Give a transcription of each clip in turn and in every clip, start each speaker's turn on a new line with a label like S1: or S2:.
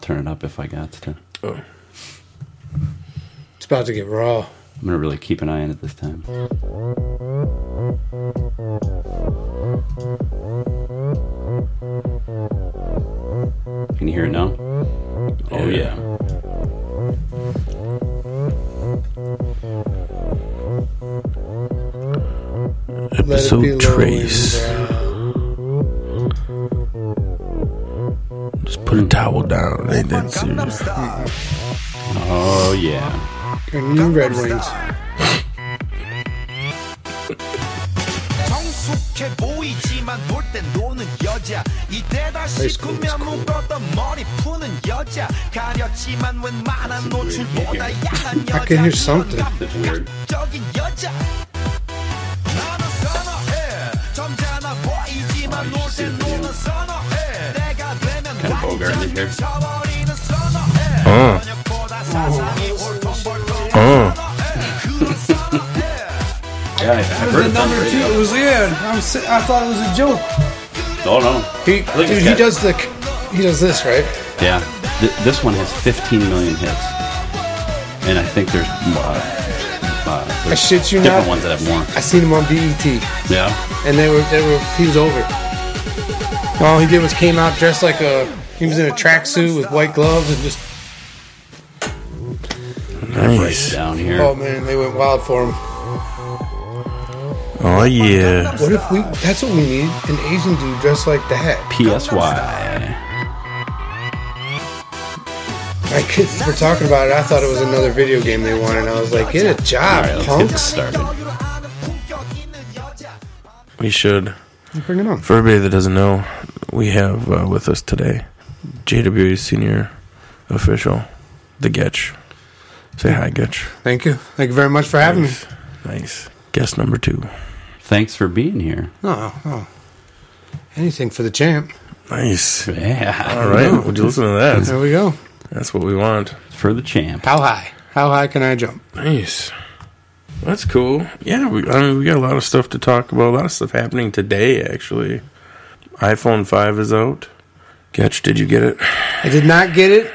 S1: turn it up if I got to.
S2: Oh.
S3: It's about to get raw.
S1: I'm gonna really keep an eye on it this time. Can you hear it now? Oh yeah.
S2: Episode trace.
S3: brown.
S2: Just put a towel down. Ain't that serious?
S1: Oh yeah.
S3: Your new Red Wings.
S4: 성숙해 보이지만 볼 땐 노는 여자 이때다 싶으면 묶었던 머리 푸는 여자 가렸지만 웬만한 노출보다 야한 여자
S3: can hear something.
S1: That's weird.
S4: 적인 여자 나는 선어해 점잖아 보이지만
S1: Oh, you
S4: 놀땐
S1: see the video.
S4: 노는 선어해 내가 되면
S1: Kinda vulgar in here.
S4: 완전 미쳐버리는 선어해 저녁보다 사상이
S3: Oh.
S4: 홀통벌통 선어해 그런 선어해
S1: Yeah, I- I've heard it on the radio.
S3: was yeah. I'm, si- I thought it was a joke.
S1: Oh no.
S3: He,
S1: think
S3: dude,
S1: it's
S3: he
S1: got-
S3: does the he does this right.
S1: Yeah. Th- this one has 15 million hits, and I think there's, uh, uh,
S3: I
S1: there's
S3: shit you
S1: different
S3: not.
S1: ones that have more.
S3: I seen him on BET,
S1: Yeah.
S3: and they were they were he was over. All he did was came out dressed like a he was in a tracksuit with white gloves and just
S1: Right
S2: Nice.
S1: down here.
S3: oh man, they went wild for him.
S2: Oh yeah.
S3: What if we? That's what we need an Asian dude dressed like that.
S1: PSY.
S3: My kids were talking about it. I thought it was another video game they wanted. I was like, get a
S1: All
S3: job,
S1: right, let's get this
S3: punks.
S1: started.
S4: 여유를 아는 품격 있는 여자
S2: We should.
S3: Bring it on.
S2: For everybody that doesn't know, we have uh, with us today JWA senior official, the Getch. Say hi, Getch.
S3: Thank you. Thank you very much for having me.
S2: Nice. Guest number two.
S1: Thanks for being here.
S3: Oh, oh. Anything for the champ.
S2: Nice.
S1: Yeah.
S2: All right. Would you listen to that?
S3: There we go.
S2: That's what we want.
S1: For the champ.
S3: How high? How high can I jump?
S2: Nice. That's cool. Yeah, we, I mean, we got a lot of stuff to talk about. A lot of stuff happening today, actually. iPhone 5 is out. Getch, did you get it?
S3: I did not get it,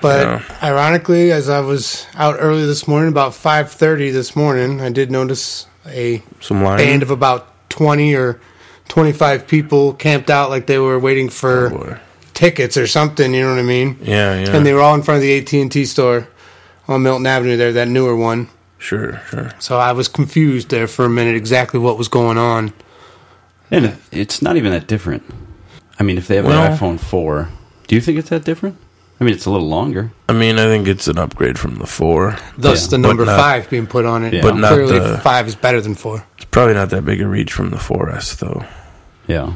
S3: but
S2: No.
S3: ironically, as I was out early this morning, about 5.30 this morning, I did notice a
S2: Some lion?
S3: band of about 20 or 25 people camped out like they were waiting for...
S2: Boy.
S3: tickets or something. You know what I mean?
S2: Yeah, Oh, yeah.
S3: And they were all in front of the AT and T store on Milton Avenue there, that newer one.
S2: sure, sure.
S3: So I was confused there for a minute exactly what was going on.
S1: And it- it's not even that different. I mean, if they have
S2: Well-
S1: an iPhone 4, do you think it's that different? I mean, it's a little longer.
S2: I mean, I think it's an upgrade from the 4.
S3: Thus,
S1: Yeah.
S3: the number
S2: But not-
S3: five being put on it.
S1: Yeah. But
S2: not
S3: clearly,
S2: the-
S3: five is better than four.
S2: It's probably not that big a reach from the 4S, though.
S1: Yeah.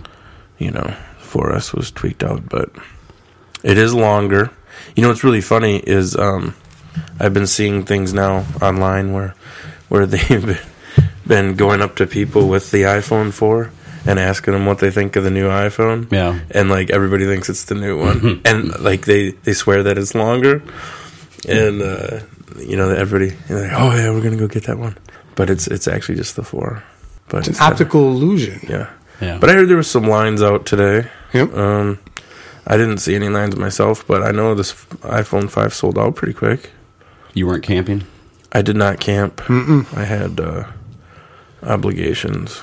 S2: you know, 4S was tweaked out, but it is longer. You know what's really funny is um, I've been seeing things now online where where they've been- been going up to people with the iPhone 4 and asking them what they think of the new iPhone.
S1: Yeah.
S2: And like everybody thinks it's the new one. and like they they swear that it's longer. And uh, you know everybody they're like, "Oh yeah, we're going to go get that one." But it's it's actually just the 4. But
S3: It's an
S2: instead of-
S3: optical illusion.
S2: yeah.
S1: Yeah.
S2: But I heard there was some lines out today.
S3: Yep.
S2: Um, I didn't see any lines myself, but I know this iPhone 5 sold out pretty quick.
S1: you weren't camping?
S2: I did not camp. Mm-mm. I had uh, obligations.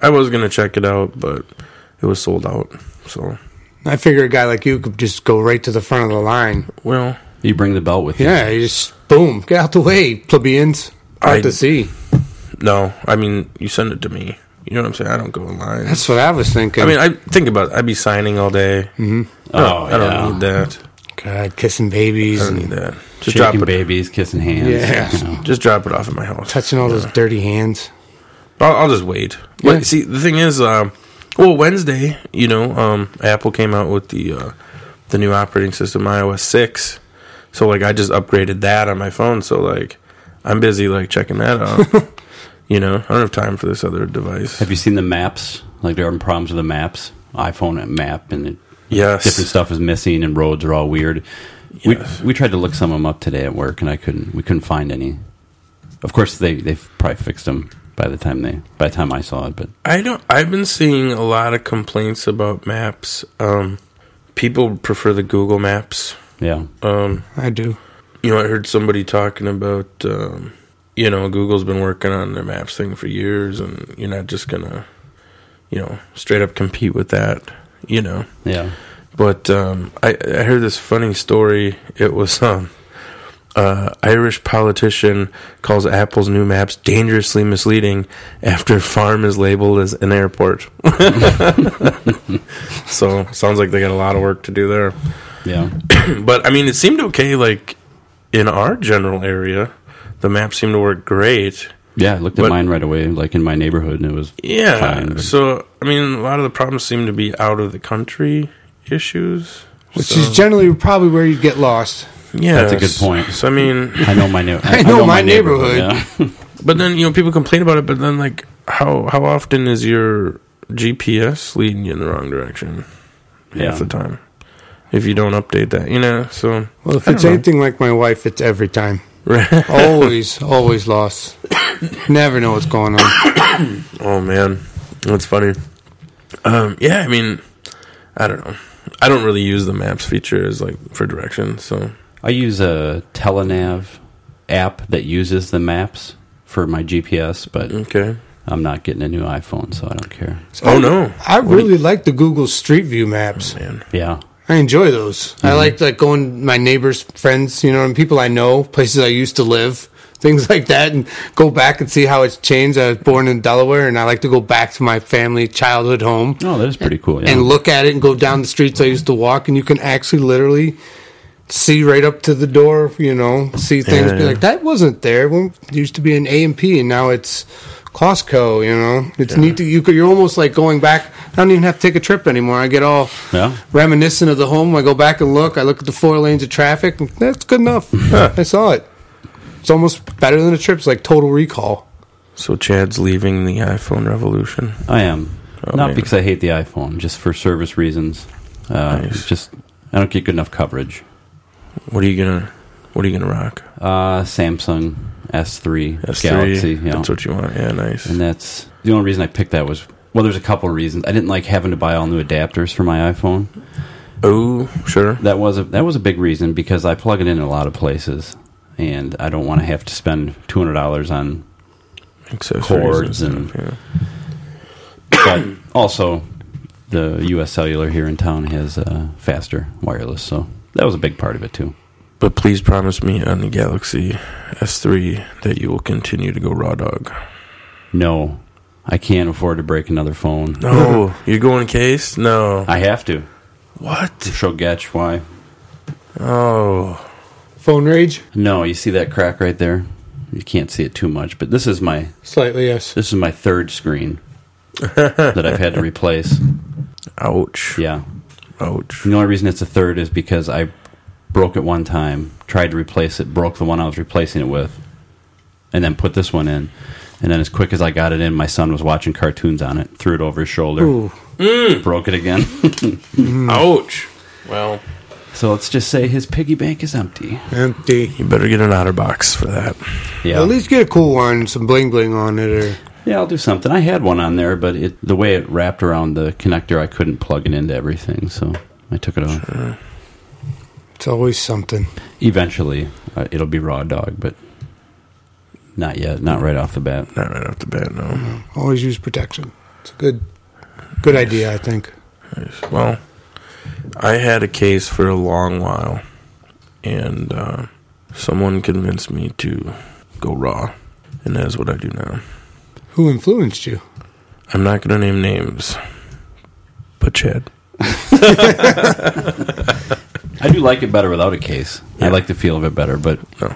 S2: I was going to check it out, but it was sold out. So,
S3: I figure a guy like you could just go right to the front of the line.
S2: well,
S1: You bring the belt with you.
S3: Yeah, you just boom, get out the way, plebeians. Out
S2: I-
S3: to sea.
S2: no. I mean, you send it to me. You know what I'm saying? I don't go in line.
S3: That's what I was thinking.
S2: I mean, I think about it. I'd be signing all day.
S3: Mm-hmm.
S1: Oh,
S2: I don't
S1: yeah.
S2: need that.
S3: God, kissing
S2: I
S3: babies
S2: don't
S3: and
S2: need that. Just drop
S1: Shaking
S2: it.
S1: babies, kissing hands.
S3: Yeah.
S1: you know.
S2: Just drop it off at my house.
S3: touching all those dirty hands.
S2: I'll, I'll just wait.
S3: Yeah.
S2: Wait, see, the thing is, um, well, Wednesday, you know, um, Apple came out with the uh, the new operating system, iOS six. So like, I just upgraded that on my phone. So like, I'm busy like checking that out. you know, I don't have time for this other device.
S1: Have you seen the maps? Like there are problems with the maps, iPhone map, and it,
S2: Yes,
S1: different stuff is missing, and roads are all weird. We we tried to look some of them up today at work, and I couldn't. We couldn't find any. Of course, they they probably fixed them by the time they by the time I saw it. But
S2: I don't. I've been seeing a lot of complaints about maps. Um, people prefer the Google Maps.
S1: Yeah.
S2: Um,
S3: I do.
S2: you know, I heard somebody talking about, um, you know, Google's been working on their maps thing for years, and you're not just gonna, you know, straight up compete with that, you know.
S1: Yeah.
S2: But um, I, I heard this funny story. It was um, uh, Irish politician calls Apple's new maps dangerously misleading after farm is labeled as an airport. so sounds like they got a lot of work to do there.
S1: Yeah.
S2: But I mean, it seemed okay. Like in our general area, the map seemed to work great.
S1: Yeah. I looked at
S2: But-
S1: mine right away, like in my neighborhood, and it was
S2: Yeah.
S1: fine. but-
S2: So I mean, a lot of the problems seem to be out of the country issues.
S3: Which
S2: So-
S3: is generally probably where you'd get lost.
S2: yeah,
S1: That's a good point.
S2: So I mean,
S1: I know my neighborhood.
S3: I know my
S2: But then you know people complain about it. But then like how how often is your GPS leading you in the wrong direction?
S1: Yeah.
S2: Half the time, if you don't update that, you know. So
S3: Well, if
S2: I
S3: it's
S2: don't know.
S3: anything like my wife, it's every time.
S2: Right.
S3: Always, always lost. Never know what's going on.
S2: oh man, that's funny. Um, yeah, I mean, I don't know. I don't really use the maps feature as like for direction. So
S1: I use a Telenav app that uses the maps for my GPS, but
S2: okay.
S1: I'm not getting a new iPhone, so I don't care.
S2: Oh no,
S3: I really like the Google Street View maps.
S2: man.
S1: Yeah.
S3: I enjoy those. I like like going to my neighbors, friends, you know, and people I know, places I used to live, things like that, and go back and see how it's changed. I was born in Delaware, and I like to go back to my family childhood home
S1: Oh, that is pretty cool. Yeah.
S3: and look at it and go down the streets I used to walk, and you can actually literally see right up to the door. You know, see things
S2: Yeah,
S3: be
S2: yeah.
S3: like that wasn't there. Well, it used to be an A and P, and now it's Costco. You know, it's neat. To, you could, you're almost like going back. I don't even have to take a trip anymore. I get all
S1: Yeah.
S3: reminiscent of the home. I go back and look. I look at the four lanes of traffic. And that's good enough. I saw it. It's almost better than a trip. It's like total recall.
S2: So Chad's leaving the iPhone revolution.
S1: I am.
S2: Oh,
S1: Not
S2: man.
S1: because I hate the iPhone, just for service reasons. Uh,
S2: Nice.
S1: Just I don't get good enough coverage.
S2: What are you gonna? What are you gonna rock?
S1: Uh, Samsung S3,
S2: S3.
S1: Galaxy. Yeah.
S2: That's what you want. Yeah, nice.
S1: and that's the only reason I picked that was well, there's a couple of reasons. I didn't like having to buy all new adapters for my iPhone.
S2: Oh, sure.
S1: That was a that was a big reason because I plug it in a lot of places, and I don't want to have to spend two hundred dollars on.
S2: Accessories
S1: Cords and-
S2: stuff, yeah.
S1: But also, the U.S. Cellular here in town has uh, faster wireless, so that was a big part of it too.
S2: But please promise me on the Galaxy S3 that you will continue to go raw dog.
S1: No, I can't afford to break another phone.
S2: No, you're going case. No,
S1: I have to
S2: what?
S1: show Getch why.
S2: Oh,
S3: Phone rage,
S1: No, you see that crack right there. You can't see it too much, but this is my
S3: slightly yes.
S1: this is my third screen that I've had to replace.
S2: ouch!
S1: Yeah,
S2: Ouch!
S1: The only reason it's a third is because I broke it one time, tried to replace it, broke the one I was replacing it with, and then put this one in. And then, as quick as I got it in, my son was watching cartoons on it, threw it over his shoulder,
S3: Ooh.
S1: broke it again.
S2: Ouch! Well,
S1: so let's just say his piggy bank is empty.
S3: Empty.
S2: you better get an otter box for that.
S1: Yeah,
S3: At least get a cool one, some bling bling on it, or
S1: yeah, I'll do something. I had one on there, but it, the way it wrapped around the connector, I couldn't plug it into everything, so I took it off.
S3: it's always something.
S1: Eventually, uh, it'll be raw dog, but not yet, not right off the bat.
S2: Not right off the bat. No.
S3: Always use protection. It's a good, good idea, I think.
S2: Well, I had a case for a long while, and uh, someone convinced me to go raw, and that is what I do now.
S3: Who influenced you?
S2: I'm not going to name names, but Chad.
S1: I do like it better without a case. I like the feel of it better, but
S2: No.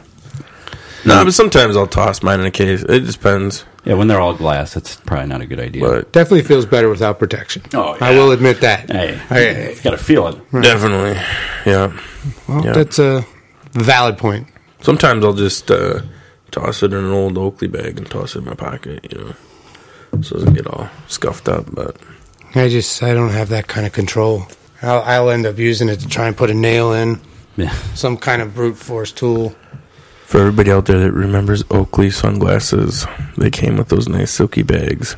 S2: No, but sometimes I'll toss mine in a case. It depends.
S1: yeah, when they're all glass, it's probably not a good idea.
S2: But
S3: Definitely feels better without protection.
S1: Oh,
S3: I
S1: yeah.
S3: will admit that.
S1: hey,
S3: Hey.
S1: it's got to feel it.
S2: definitely, yeah.
S3: Well,
S2: Yeah.
S3: that's a valid point.
S2: Sometimes I'll just uh, toss it in an old Oakley bag and toss it in my pocket, you know, so it doesn't get all scuffed up. But
S3: I just I don't have that kind of control. I'll, I'll end up using it to try and put a nail in
S1: Yeah.
S3: some kind of brute force tool.
S2: for everybody out there that remembers Oakley sunglasses, they came with those nice silky bags.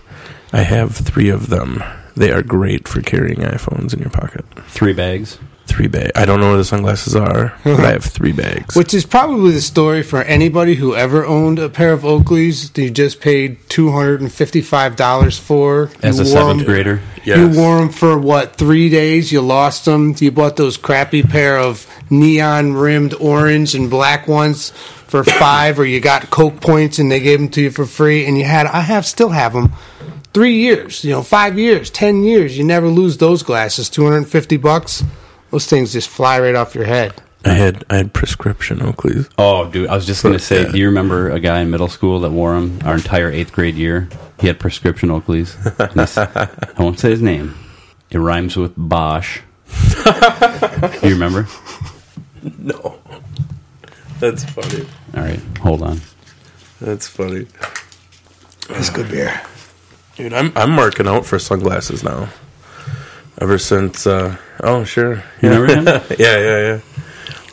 S2: I have three of them. They are great for carrying iPhones in your pocket.
S1: Three bags.
S2: three bags. I don't know where the sunglasses are, but I have three bags.
S3: Which is probably the story for anybody who ever owned a pair of Oakleys that you just paid two hundred and fifty-five dollars for.
S1: As
S3: You
S1: a
S3: wore 'em-
S1: seventh grader,
S2: Yes.
S3: You wore them for what three days? You lost them. You bought those crappy pair of neon rimmed orange and black ones for five, or you got Coke points and they gave them to you for free, and you had I have still have them. Three years, you know, five years, ten years. You never lose those glasses. Two hundred and fifty bucks. Those things just fly right off your head.
S2: I had I had prescription Oakleys.
S1: Oh, dude, I was just gonna say, do you remember a guy in middle school that wore them our entire eighth grade year? He had prescription Oakleys. And this- I won't say his name. It rhymes with Bosch. do you remember?
S2: No, that's funny.
S1: All right, hold on.
S2: That's funny,
S3: That's good beer.
S2: dude. I'm I'm marking out for sunglasses now. Ever since, uh, oh sure,
S1: You remember him?
S2: yeah, yeah, yeah,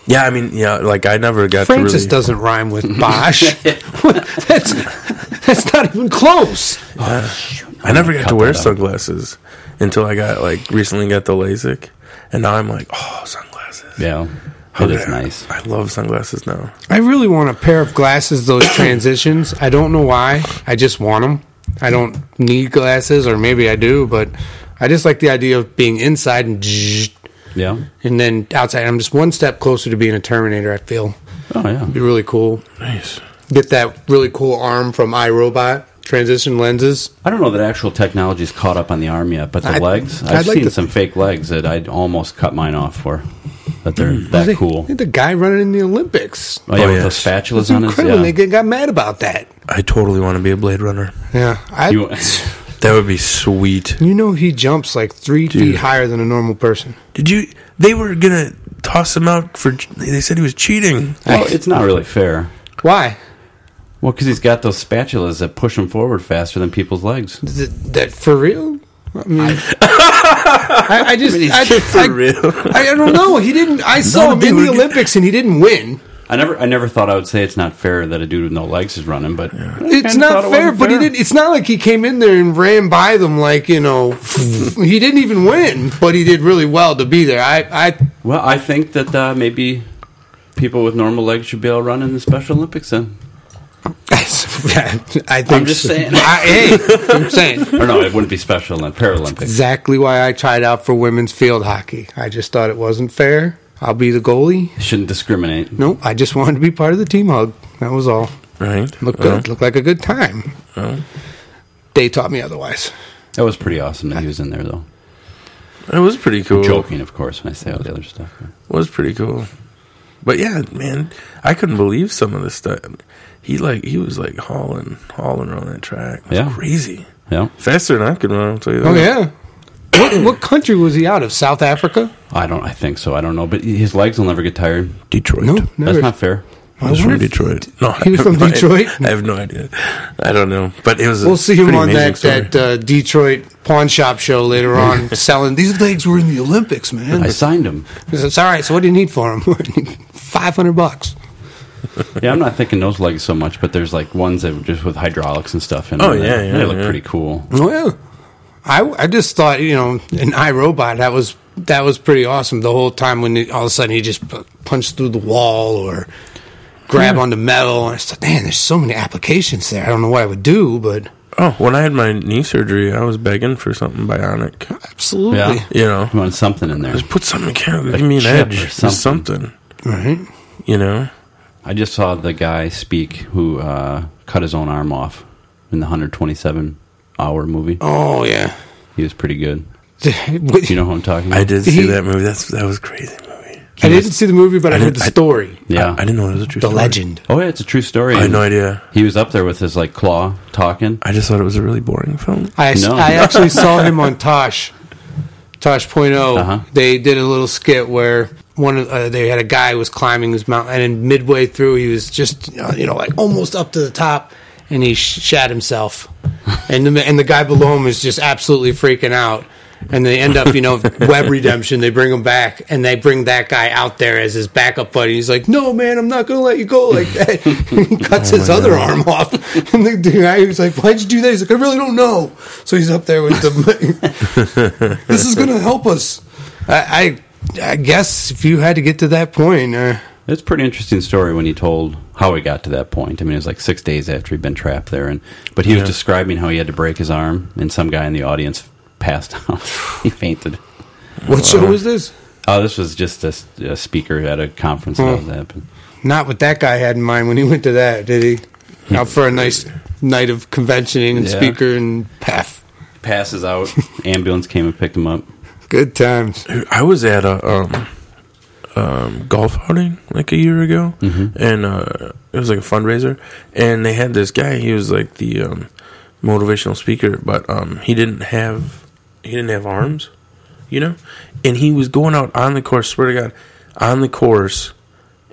S2: yeah. I mean, yeah, like I never got
S3: Francis
S2: to really.
S3: doesn't rhyme with Bosch. that's that's not even close.
S2: I never got
S1: Cut
S2: to wear
S1: that out.
S2: sunglasses until I got like recently got the LASIK, and now I'm like, oh, sunglasses.
S1: Yeah,
S2: How
S1: it
S2: did
S1: is
S2: I-
S1: nice.
S2: I love sunglasses now.
S3: I really want a pair of glasses. Those transitions. I don't know why. I just want them. I don't need glasses, or maybe I do, but I just like the idea of being inside and zzz,
S1: Yeah.
S3: and then outside. I'm just one step closer to being a Terminator. I feel
S1: Oh yeah.
S3: be really cool.
S2: Nice.
S3: Get that really cool arm from iRobot transition lenses.
S1: I don't know that actual technology's caught up on the arm yet, but the
S3: I'd-
S1: legs.
S3: I'd
S1: I've
S3: like
S1: seen
S3: to-
S1: some fake legs that I'd almost cut mine off for. That they're
S3: I
S1: that
S3: think-
S1: cool.
S3: I think The guy running in the Olympics.
S1: Oh yeah,
S2: Oh,
S1: with
S2: yes.
S1: those spatulas
S3: It's
S1: on his.
S3: incredible.
S1: Yeah.
S3: They get- got mad about that.
S2: I totally want to be a Blade Runner.
S3: Yeah, I,
S1: You-
S2: That would be sweet.
S3: You know he jumps like three feet higher than a normal person.
S2: Did you? They were gonna toss him out for. They said he was cheating.
S1: well, it's not really fair.
S3: Why?
S1: Well, because he's got those spatulas that push him forward faster than people's legs.
S3: Th- that for real? I mean, I, I just I,
S2: For
S3: I-
S2: real?
S3: I, I don't know. He didn't. I saw him
S2: they
S3: in
S2: were
S3: the
S2: good.
S3: Olympics and he didn't win.
S1: I never, I never thought I would say it's not fair that a dude with no legs is running, but
S3: It's not
S1: thought it
S3: fair,
S1: wasn't
S3: but he
S1: fair.
S3: did. It's not like he came in there and ran by them like you know. he didn't even win, but he did really well to be there. I I
S1: well, I think that uh, maybe people with normal legs should be able to run in the Special Olympics. Then,
S3: I think
S1: I'm just saying.
S3: I, hey, I'm saying.
S1: or no, it wouldn't be Special Olymp- Paralympics.
S3: exactly why I tried out for women's field hockey. I just thought it wasn't fair. I'll be the goalie.
S1: Shouldn't discriminate.
S3: Nope, I just wanted to be part of the team hug. That was all.
S2: Right.
S3: Looked
S2: Well,
S3: good. Looked like a good time.
S2: well,
S3: They taught me otherwise.
S1: That was pretty awesome that he was in there, though.
S2: it was pretty cool.
S1: Joking, of course, when I say all the other stuff. but-
S2: It was pretty cool. But yeah, man, I couldn't believe some of this stuff. He like he was like hauling hauling around that track. It was
S1: Yeah.
S2: Crazy.
S1: Yeah,
S2: Faster than I could run. I'll tell you that.
S3: Oh yeah. what, what country was he out of? South Africa?
S1: I don't. I think so. I don't know, but his legs will never get tired.
S2: Detroit.
S3: No,
S1: That's
S3: never.
S1: not fair.
S2: He was
S3: I
S2: from
S3: wonder if-
S2: Detroit. No,
S3: He was
S2: I have
S3: from
S2: no idea.
S3: Detroit?
S2: I have no idea. I don't know. But it was. a
S3: We'll see him
S2: pretty
S3: on
S2: amazing
S3: that
S2: story.
S3: that uh, Detroit pawn shop show later on, selling these legs were in the Olympics, man.
S1: I signed him.
S3: He says, all right. So what do you need for them? Five hundred bucks.
S1: Yeah, I'm not thinking those legs so much, but there's like ones that were just with hydraulics and stuff in
S2: Oh,
S1: them.
S2: yeah,
S1: They-
S2: yeah,
S1: they look
S2: yeah.
S1: pretty cool.
S3: Well, I Oh, I just thought you know an iRobot that was that was pretty awesome the whole time when it, all of a sudden he just p- punched through the wall or grab onto metal and I thought, man, there's so many applications there. I don't know what I would do, but
S2: Oh, when I had my knee surgery, I was begging for something bionic.
S3: absolutely,
S1: Yeah.
S2: You know,
S1: You want something in there.
S2: just put something in Give me an
S1: chip or
S2: edge. Something.
S1: something.
S2: something.
S3: right?
S2: You know.
S1: I just saw the guy speak who uh, cut his own arm off in the 127 hour movie.
S3: Oh yeah.
S1: He was pretty good.
S3: What-
S1: You know who I'm talking about?
S2: I did see
S3: He-
S2: that movie. That's that was a crazy movie.
S3: I didn't see the movie, but I, heard
S2: didn't-
S3: the
S2: I-
S3: story,
S1: Yeah.
S2: I, I didn't know it was a true.
S3: the
S2: story.
S3: legend.
S1: oh yeah, it's a true story.
S2: I had no idea.
S1: He was up there with his like claw talking.
S2: I just thought it was a really boring film.
S3: I,
S1: No.
S3: I actually saw him on Tosh, Tosh.0.
S1: Uh-huh.
S3: oh, They did a little skit where one of uh, they had a guy who was climbing his mountain, and then midway through, he was just you know, you know, like almost up to the top, and he sh- shat himself, and the and the guy below him is just absolutely freaking out. And they end up, you know, web redemption. They bring him back, and they bring that guy out there as his backup buddy. He's like, "No, man, I'm not going to let you go like that." he cuts his other arm off, and the, the guy was like, "Why'd you do that?" He's like, "I really don't know." So he's up there with the this is going to help us. I, I I guess if you had to get to that point, uh,
S1: It's a pretty interesting story when he told how he got to that point. I mean, it was like six days after he'd been trapped there, and but he
S2: Yeah.
S1: was describing how he had to break his arm, and some guy in the audience passed out. he fainted.
S3: what
S2: Uh-huh.
S3: show was this?
S1: Oh, this was just a, s- a speaker at a conference that was happening.
S3: Not what that guy had in mind when he went to that, did he? Out for a nice night of conventioning and
S1: Yeah.
S3: speaker and paff.
S1: Passes out. ambulance came and picked him up.
S3: Good times.
S2: Dude, I was at a um, um, golf outing like a year ago, and uh, it was like a fundraiser, and they had this guy. He was like the um, motivational speaker, but um, he didn't have he didn't have arms, you know, and he was going out on the course. Swear to God, on the course,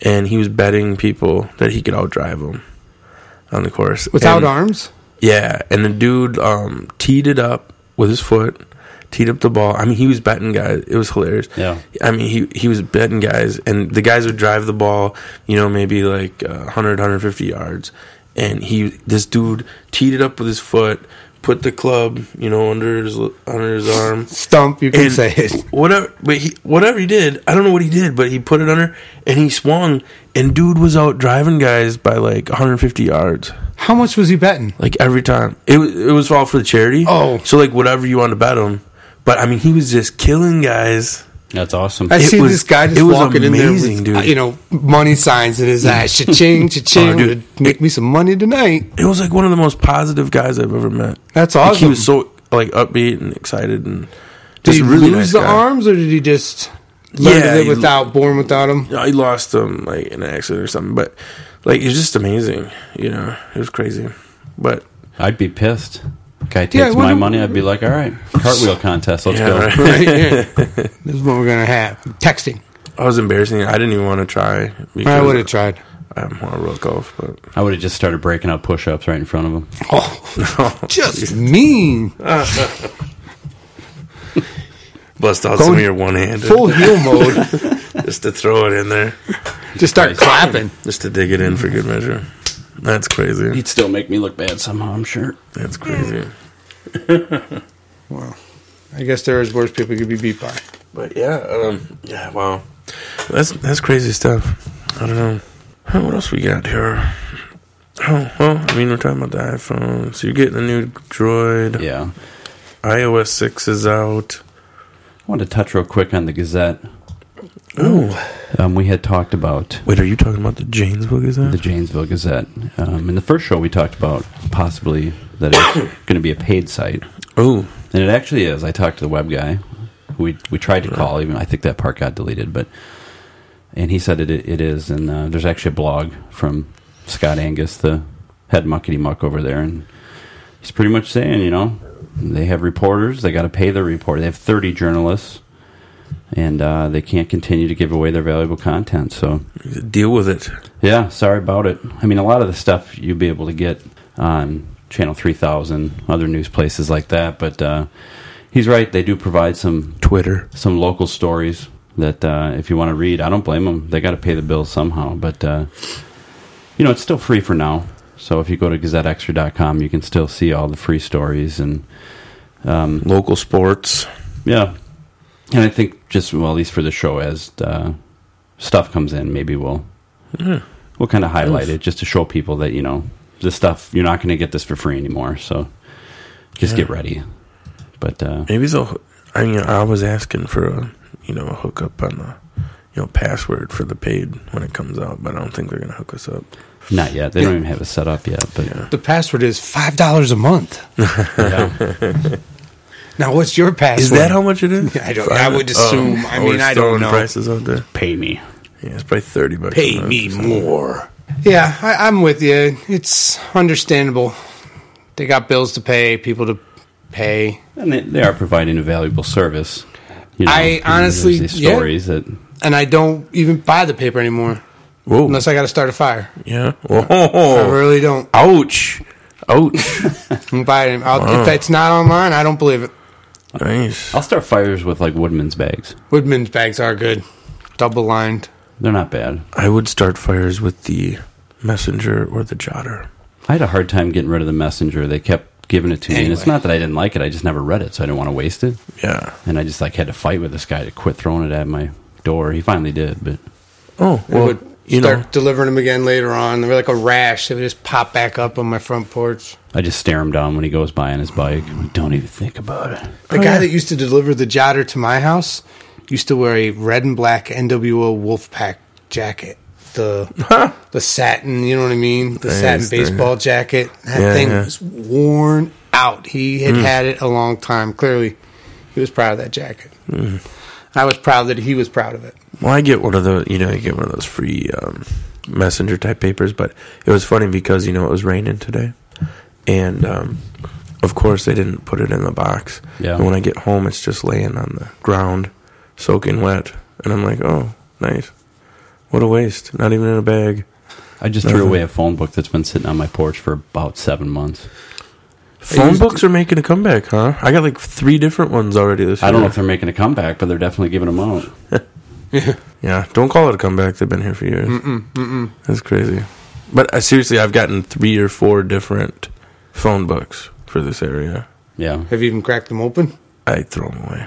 S2: and he was betting people that he could outdrive them on the course
S3: Without
S2: And-
S3: arms?
S2: yeah, and the dude um, teed it up with his foot, teed up the ball. I mean, he was betting guys. It was hilarious.
S1: Yeah.
S2: I mean, he he was betting guys, and the guys would drive the ball, you know, maybe like uh, 100, 150 yards, and he this dude teed it up with his foot, put the club, you know, under his under his arm.
S3: Stump, you can
S2: And
S3: say it.
S2: Whatever, but he, whatever he did, I don't know what he did, but he put it under and he swung, and dude was out driving guys by like 150 yards.
S3: How much was he betting?
S2: Like every time, it was it was all for the charity.
S3: Oh.
S2: so like whatever you want to bet on, but I mean he was just killing guys.
S1: That's awesome.
S3: I
S2: It
S3: see
S2: was-
S3: this guy just
S2: it was
S3: walking
S2: amazing,
S3: in there
S2: dude.
S3: with, uh, you know, money signs in his eyes. Cha-ching, cha-ching.
S2: Oh, dude.
S3: Make me some money tonight.
S2: It was like one of the most positive guys I've ever met.
S3: That's
S2: Like, he
S3: awesome.
S2: was so like upbeat and excited and
S3: Did
S2: just
S3: he
S2: really
S3: lose
S2: nice
S3: the
S2: guy.
S3: arms, or did he just
S2: Yeah,
S3: learn to live
S2: he-
S3: without, born without him?
S2: Yeah, he lost him like in an accident or something, but like it was just amazing. You know, it was crazy, but
S1: I'd be pissed. Guy takes
S3: Yeah, I
S1: my
S3: wonder-
S1: money. I'd be like, all right, cartwheel contest. Let's
S2: yeah,
S1: go.
S2: right.
S3: Right? Yeah. this is what we're gonna have. Texting.
S2: I was embarrassing. I didn't even want to try.
S3: I
S2: because
S3: would have tried.
S2: I want to roll golf, but
S1: I would have just started breaking up push-ups right in front of him.
S3: Oh, just mean.
S2: bust out
S3: Go-
S2: some of your one handed
S3: Full heel mode.
S2: just to throw it in there.
S3: Just start clapping.
S2: just to dig it in for good measure. That's crazy.
S1: He'd still make me look bad somehow. I'm sure.
S2: That's crazy.
S3: I guess there is worse people you could be beat by.
S2: But yeah, um, yeah, wow, that's that's crazy stuff. I don't know. Huh, What else we got here? Oh well, I mean we're talking about the iPhone, so you're getting a new Droid.
S1: Yeah.
S2: iOS six is out.
S1: I wanted to touch real quick on the Gazette.
S2: Oh,
S1: Um, we had talked about
S2: wait, are you talking about the Janesville Gazette?
S1: the Janesville Gazette. Um, in the first show, we talked about possibly that it's going to be a paid site,
S2: oh,
S1: and it actually is. I talked to the web guy. who We we tried to call even. I think that part got deleted, but and he said it it is. And uh, there's actually a blog from Scott Angus, the head muckety muck over there, and he's pretty much saying, you know, they have reporters. They got to pay their reporter. They have 30 journalists. And uh, they can't continue to give away their valuable content. So
S2: deal with it.
S1: yeah, sorry about it. I mean, a lot of the stuff you'll be able to get on Channel 3000, other news places like that. But uh, he's right; they do provide some
S2: Twitter.
S1: some local stories that uh, if you want to read, I don't blame them. They got to pay the bills somehow. But uh, you know, it's still free for now. So if you go to GazetteExtra.com, you can still see all the free stories and
S2: Local sports.
S1: yeah. And I think just well, at least for the show, as uh, stuff comes in, maybe we'll
S3: Mm-hmm.
S1: we'll kind of highlight it just to show people that you know this stuff you're not going to get this for free anymore. So just get ready. But uh,
S2: Maybe they'll. I mean, I was asking for a, you know, a hookup on the, you know, password for the paid when it comes out, but I don't think they're gonna hook us up.
S1: not yet. They don't even have it set up yet. But
S2: Yeah.
S3: The password is five dollars a month.
S1: yeah.
S3: Now, what's your password?
S2: Is that how much it is? Oh,
S3: I don't- I would assume. I mean,
S2: always
S3: I don't
S2: throwing
S3: know.
S2: Prices out there.
S1: pay me.
S2: Yeah, it's probably thirty bucks. a month or something.
S3: more. Yeah, I, I'm with you. It's understandable. They got bills to pay, people to pay.
S1: And they, they are providing a valuable service. You
S3: I
S1: and there's
S3: honestly-
S1: these
S3: yeah.
S1: stories that
S3: And I don't even buy the paper anymore
S2: Whoa.
S3: unless I got to start a fire.
S2: yeah.
S3: I
S2: Whoa.
S3: really don't.
S2: Ouch. Ouch.
S3: I'm buying it. I'll, If it's not online, I don't believe it.
S2: nice.
S1: I'll start fires with like Woodman's bags.
S3: Woodman's bags are good, double lined.
S1: They're not bad.
S2: I would start fires with the messenger or the jotter.
S1: I had a hard time getting rid of the messenger. They kept giving it to me, and it's
S3: Anyway.
S1: not that I didn't like it. I just never read it, so I didn't want to waste it.
S2: Yeah.
S1: And I just like had to fight with this guy to quit throwing it at my back door. He finally did, but
S2: Oh,
S3: They
S2: well,
S3: would
S2: you
S3: start
S2: know,
S3: delivering them again later on. They were like a rash. They would just pop back up on my front porch.
S1: I just stare him down when he goes by on his bike. We don't even think about it.
S2: Oh,
S3: The guy that used to deliver the jotter to my house used to wear a red and black NWO Wolfpack jacket. The the satin, you know what I mean? The
S2: Nice,
S3: satin
S2: dude.
S3: baseball jacket. That
S2: Yeah,
S3: thing
S2: yeah. Mm.
S3: was worn out. He had had it a long time. Clearly, he was proud of that jacket.
S2: Mm.
S3: I was proud that he was proud of it.
S2: well, I get one of those. You know, you get one of those free um, messenger type papers. But it was funny because you know it was raining today, and um, of course they didn't put it in the box.
S1: Yeah.
S2: And when I get home, it's just laying on the ground, soaking wet, and I'm like, oh, nice. What a waste! Not even in a bag.
S1: I just threw away a phone book that's been sitting on my porch for about seven months.
S2: Phone books are making a comeback, huh? I got like three different ones already this year.
S1: I don't know if they're making a comeback, but they're definitely giving them out.
S2: Yeah, don't call it a comeback. They've been here for years. Mm-mm, mm-mm. That's crazy. But uh, seriously, I've gotten three or four different phone books for this area.
S1: Yeah.
S3: Have you even cracked them open?
S2: I throw them away.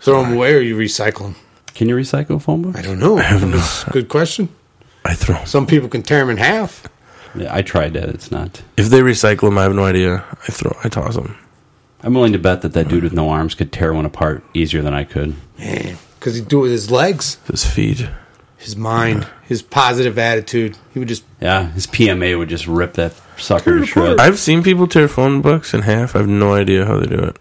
S3: Throw them away or you recycle them?
S1: Can you recycle a phone book?
S3: I don't know.
S2: have no-
S3: That's a good question.
S2: I throw 'em.
S3: Some people can tear them in half.
S1: Yeah, I tried that. It's not.
S2: If they recycle them, I have no idea. I throw. I toss them.
S1: I'm willing to bet that that dude with no arms could tear one apart easier than I could.
S3: Because he'd do it with his legs,
S2: His feet.
S3: his mind, his positive attitude. He would just
S1: Yeah, his PMA would just rip that sucker to shreds.
S2: I've seen people tear phone books in half. I have no idea how they do it.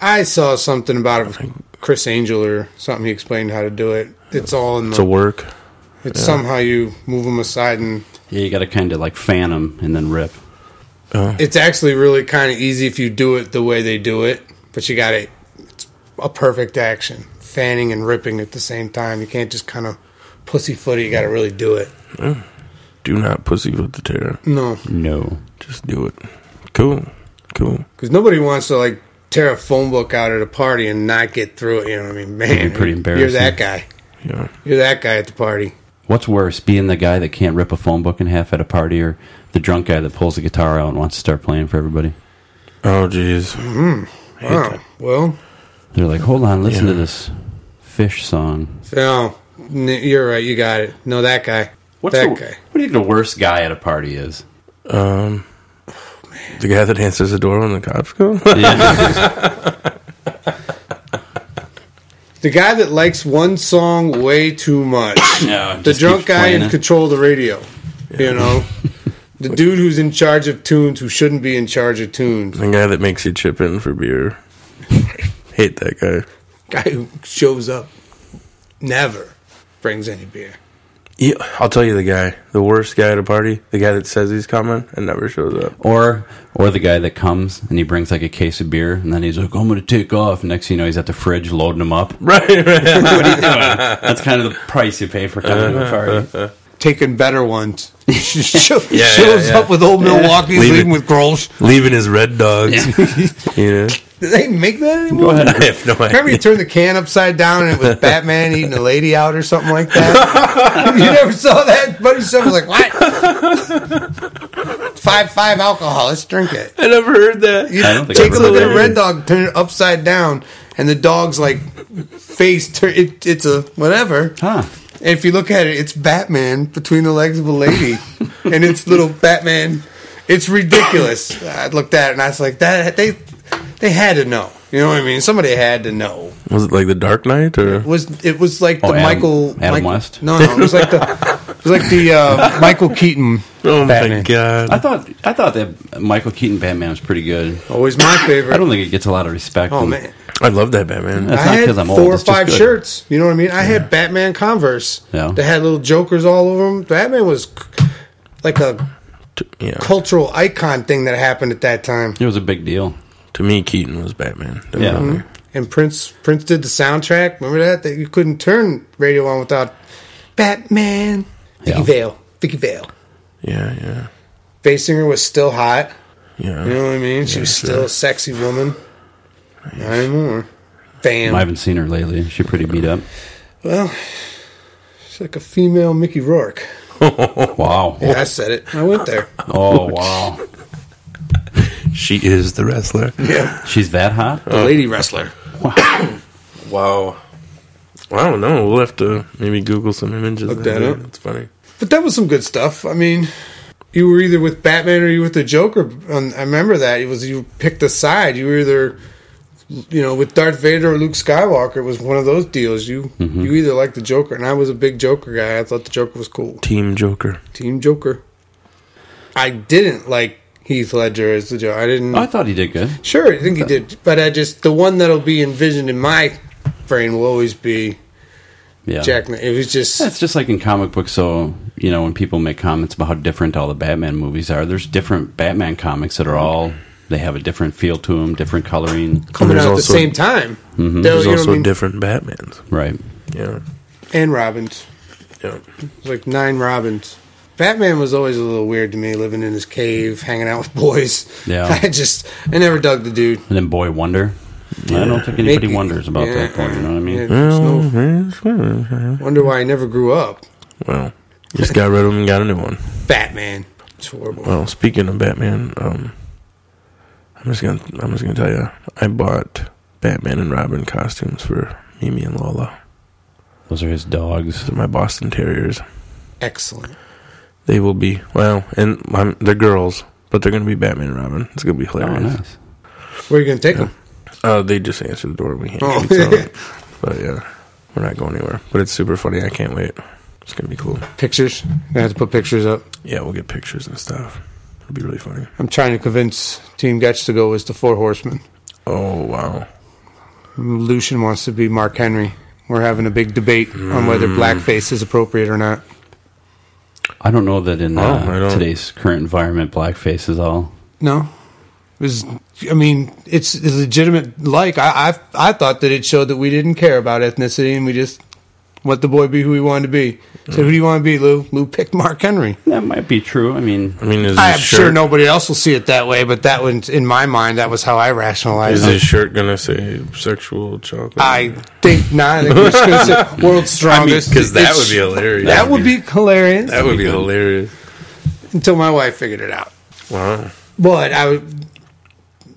S3: I saw something about it with Chris Angel or something. He explained how to do it. It's all in
S2: It's a
S3: the.
S2: work.
S3: It's somehow you move them aside, and
S1: Yeah, you got to kind of like fan him and then rip.
S3: it's actually really kind of easy if you do it the way they do it. But you got to It's a perfect action, fanning and ripping at the same time. You can't just kind of pussyfoot it. You got to really do it.
S2: Do not pussyfoot the tear.
S3: No,
S1: No.
S2: Just do it. Cool. Cool.
S3: because nobody wants to like tear a phone book out at a party and not get through it. You know what I mean? Man,
S1: It'd be pretty
S3: You're
S1: embarrassing.
S3: that guy.
S2: Yeah.
S3: You're that guy at the party.
S1: What's worse, being the guy that can't rip a phone book in half at a party or the drunk guy that pulls the guitar out and wants to start playing for everybody?
S2: Oh, jeez.
S3: Wow. Well,
S1: They're like, hold on, listen
S2: Yeah.
S1: to this fish song.
S3: no, n- you're right. You got it. No, that guy. that guy?
S1: What do you think the worst guy at a party is?
S2: Um, the guy that answers the door when the cops come.
S3: The guy that likes one song way too much.
S1: No,
S3: the drunk guy in control of the radio. You know, the dude who's in charge of tunes who shouldn't be in charge of tunes.
S2: The guy that makes you chip in for beer. Hate that guy.
S3: Guy who shows up never brings any beer.
S2: Yeah, I'll tell you the guy. The worst guy at a party. The guy that says he's coming and never shows up.
S1: Or or the guy that comes and he brings like a case of beer and then he's like, I'm gonna take off. Next thing you know, he's at the fridge loading them up.
S2: Right,
S1: What
S2: right.
S1: are you doing? That's kind of the price you pay for coming to a party.
S3: Taking better ones. Show,
S2: yeah,
S3: shows
S2: yeah.
S3: up with old Milwaukee's
S2: Leave
S3: leaving
S2: it.
S3: with Grolsch.
S2: Leaving his red dogs. You know?
S3: Do they make that anymore?
S1: Go ahead.
S2: I have no
S3: Remember
S2: idea.
S3: you turned the can upside down and it was Batman eating a lady out or something like that? you never saw that? Buddy Summer was like, what? five, five alcohol. Let's drink it.
S2: I never heard that.
S3: You
S1: I don't think
S3: take
S1: I've
S3: a
S1: heard
S3: look at
S1: that
S3: a
S1: either.
S3: red dog, turn it upside down, and the dog's like face, tur it, it's a whatever.
S1: Huh.
S3: And if you look at it, it's Batman between the legs of a lady, and it's little Batman. It's ridiculous. I looked at it and I was like, that they they had to know. You know what I mean? Somebody had to know.
S2: Was it like the Dark Knight or?
S3: It was it was like the
S1: Oh, Adam-
S3: Michael
S1: Adam
S3: Michael-
S1: West?
S3: No, no, it was like the it was like the uh, Michael Keaton.
S2: Oh my
S3: Batman.
S1: I
S2: god!
S1: thought I thought that Michael Keaton Batman was pretty good.
S3: Always my
S1: I
S3: favorite.
S1: don't think it gets a lot of respect.
S3: Oh
S1: and-
S3: man,
S2: I love that Batman.
S1: That's
S3: I
S1: not
S3: had
S1: because I'm old.
S3: four or
S1: it's just
S3: five
S1: good.
S3: shirts. You know what I mean? I had Batman Converse.
S1: Yeah.
S3: They had little jokers all over them. Batman was c- like a
S2: Yeah.
S3: cultural icon thing that happened at that time.
S1: It was a big deal.
S2: To me, Keaton was Batman.
S1: Yeah.
S2: Definitely.
S3: And Prince Prince did the soundtrack. Remember that that you couldn't turn radio on without Batman. Vicky
S1: Yeah.
S3: Vale. Vicky Vale.
S2: Yeah, yeah,
S3: Bass singer was still hot.
S2: yeah.
S3: You know what I mean? She was still a sexy woman. Not anymore. Bam.
S1: I haven't seen her lately. She pretty beat up.
S3: well, she's like a female Mickey Rourke.
S1: Wow.
S3: Yeah, I said it. I went there.
S1: Oh wow.
S2: She is the wrestler.
S3: Yeah.
S1: She's that hot?
S3: The lady wrestler.
S2: Wow. Well, I don't know. We'll have to maybe Google some images.
S3: Look
S2: of
S3: that
S2: it.
S3: up.
S2: It's funny.
S3: But that was some good stuff. I mean, you were either with Batman or you were with the Joker. And I remember that it was you picked a side. You were either, you know, with Darth Vader or Luke Skywalker. It was one of those deals. You
S1: Mm-hmm.
S3: you either liked the Joker, and I was a big Joker guy. I thought the Joker was cool.
S2: Team Joker.
S3: Team Joker. I didn't like Heath Ledger as the Joker. I didn't.
S1: I thought he did good.
S3: Sure, I think he did, but I just the one that'll be envisioned in my brain will always be
S1: Yeah.
S3: Jack. It was just
S1: It's just like in comic books. So you know, when people make comments about how different all the Batman movies are, there's different Batman comics that are all they have a different feel to them, different coloring,
S3: coming
S2: There's
S3: out at the
S2: also-
S3: same time.
S1: Mm-hmm.
S3: Though,
S2: There's
S3: you know what I
S2: also
S3: mean?
S2: different Batmans.
S1: right?
S2: Yeah.
S3: and Robins.
S2: Yeah.
S3: It was like nine Robins. Batman was always a little weird to me, living in his cave, hanging out with boys.
S1: Yeah.
S3: I just I never dug the dude.
S1: And then Boy Wonder. I don't think anybody wonders about that
S3: Yeah,
S1: point. You know what I mean?
S3: yeah, there's no- wonder why I never grew up.
S2: Well, just got rid of them and got a new one.
S3: Batman. It's horrible.
S2: Well, speaking of Batman, um, I'm just gonna I'm just gonna tell you, I bought Batman and Robin costumes for Mimi and Lola.
S1: Those are his dogs.
S2: They're my Boston Terriers.
S3: Excellent.
S2: They will be well, and i they're girls, but they're gonna be Batman and Robin. It's gonna be
S1: Oh,
S2: hilarious.
S1: nice.
S3: Where are you gonna take him?
S2: Uh, they just answered the door. We can't.
S3: Oh.
S2: but yeah, we're not going anywhere. But it's super funny. I can't wait. It's gonna be cool.
S3: Pictures. I have to put pictures up.
S2: Yeah, we'll get pictures and stuff. It'll be really funny.
S3: I'm trying to convince Team Getch to go as the Four Horsemen.
S2: Oh wow.
S3: Lucian wants to be Mark Henry. We're having a big debate on whether
S1: Mm.
S3: blackface is appropriate or not.
S1: I don't know that in
S2: Oh, I
S1: uh,
S2: don't-
S1: today's current environment, blackface is all.
S3: No, it was. I mean, it's a legitimate. Like I, I, I thought that it showed that we didn't care about ethnicity and we just let the boy be who he wanted to be. So who do you want to be, Lou? Lou picked Mark Henry.
S1: That might be true. I mean,
S2: I mean, is
S3: I'm
S2: his
S3: sure
S2: shirt-
S3: nobody else will see it that way, but that was in my mind. That was how I rationalized
S2: Is
S3: it.
S2: his shirt gonna say sexual chocolate?
S3: I think not. I think we're just gonna say world's strongest.
S2: because that
S3: It's-
S2: would be hilarious.
S3: That would be hilarious
S2: that would be hilarious.
S3: until my wife figured it out.
S2: Wow.
S3: But I would.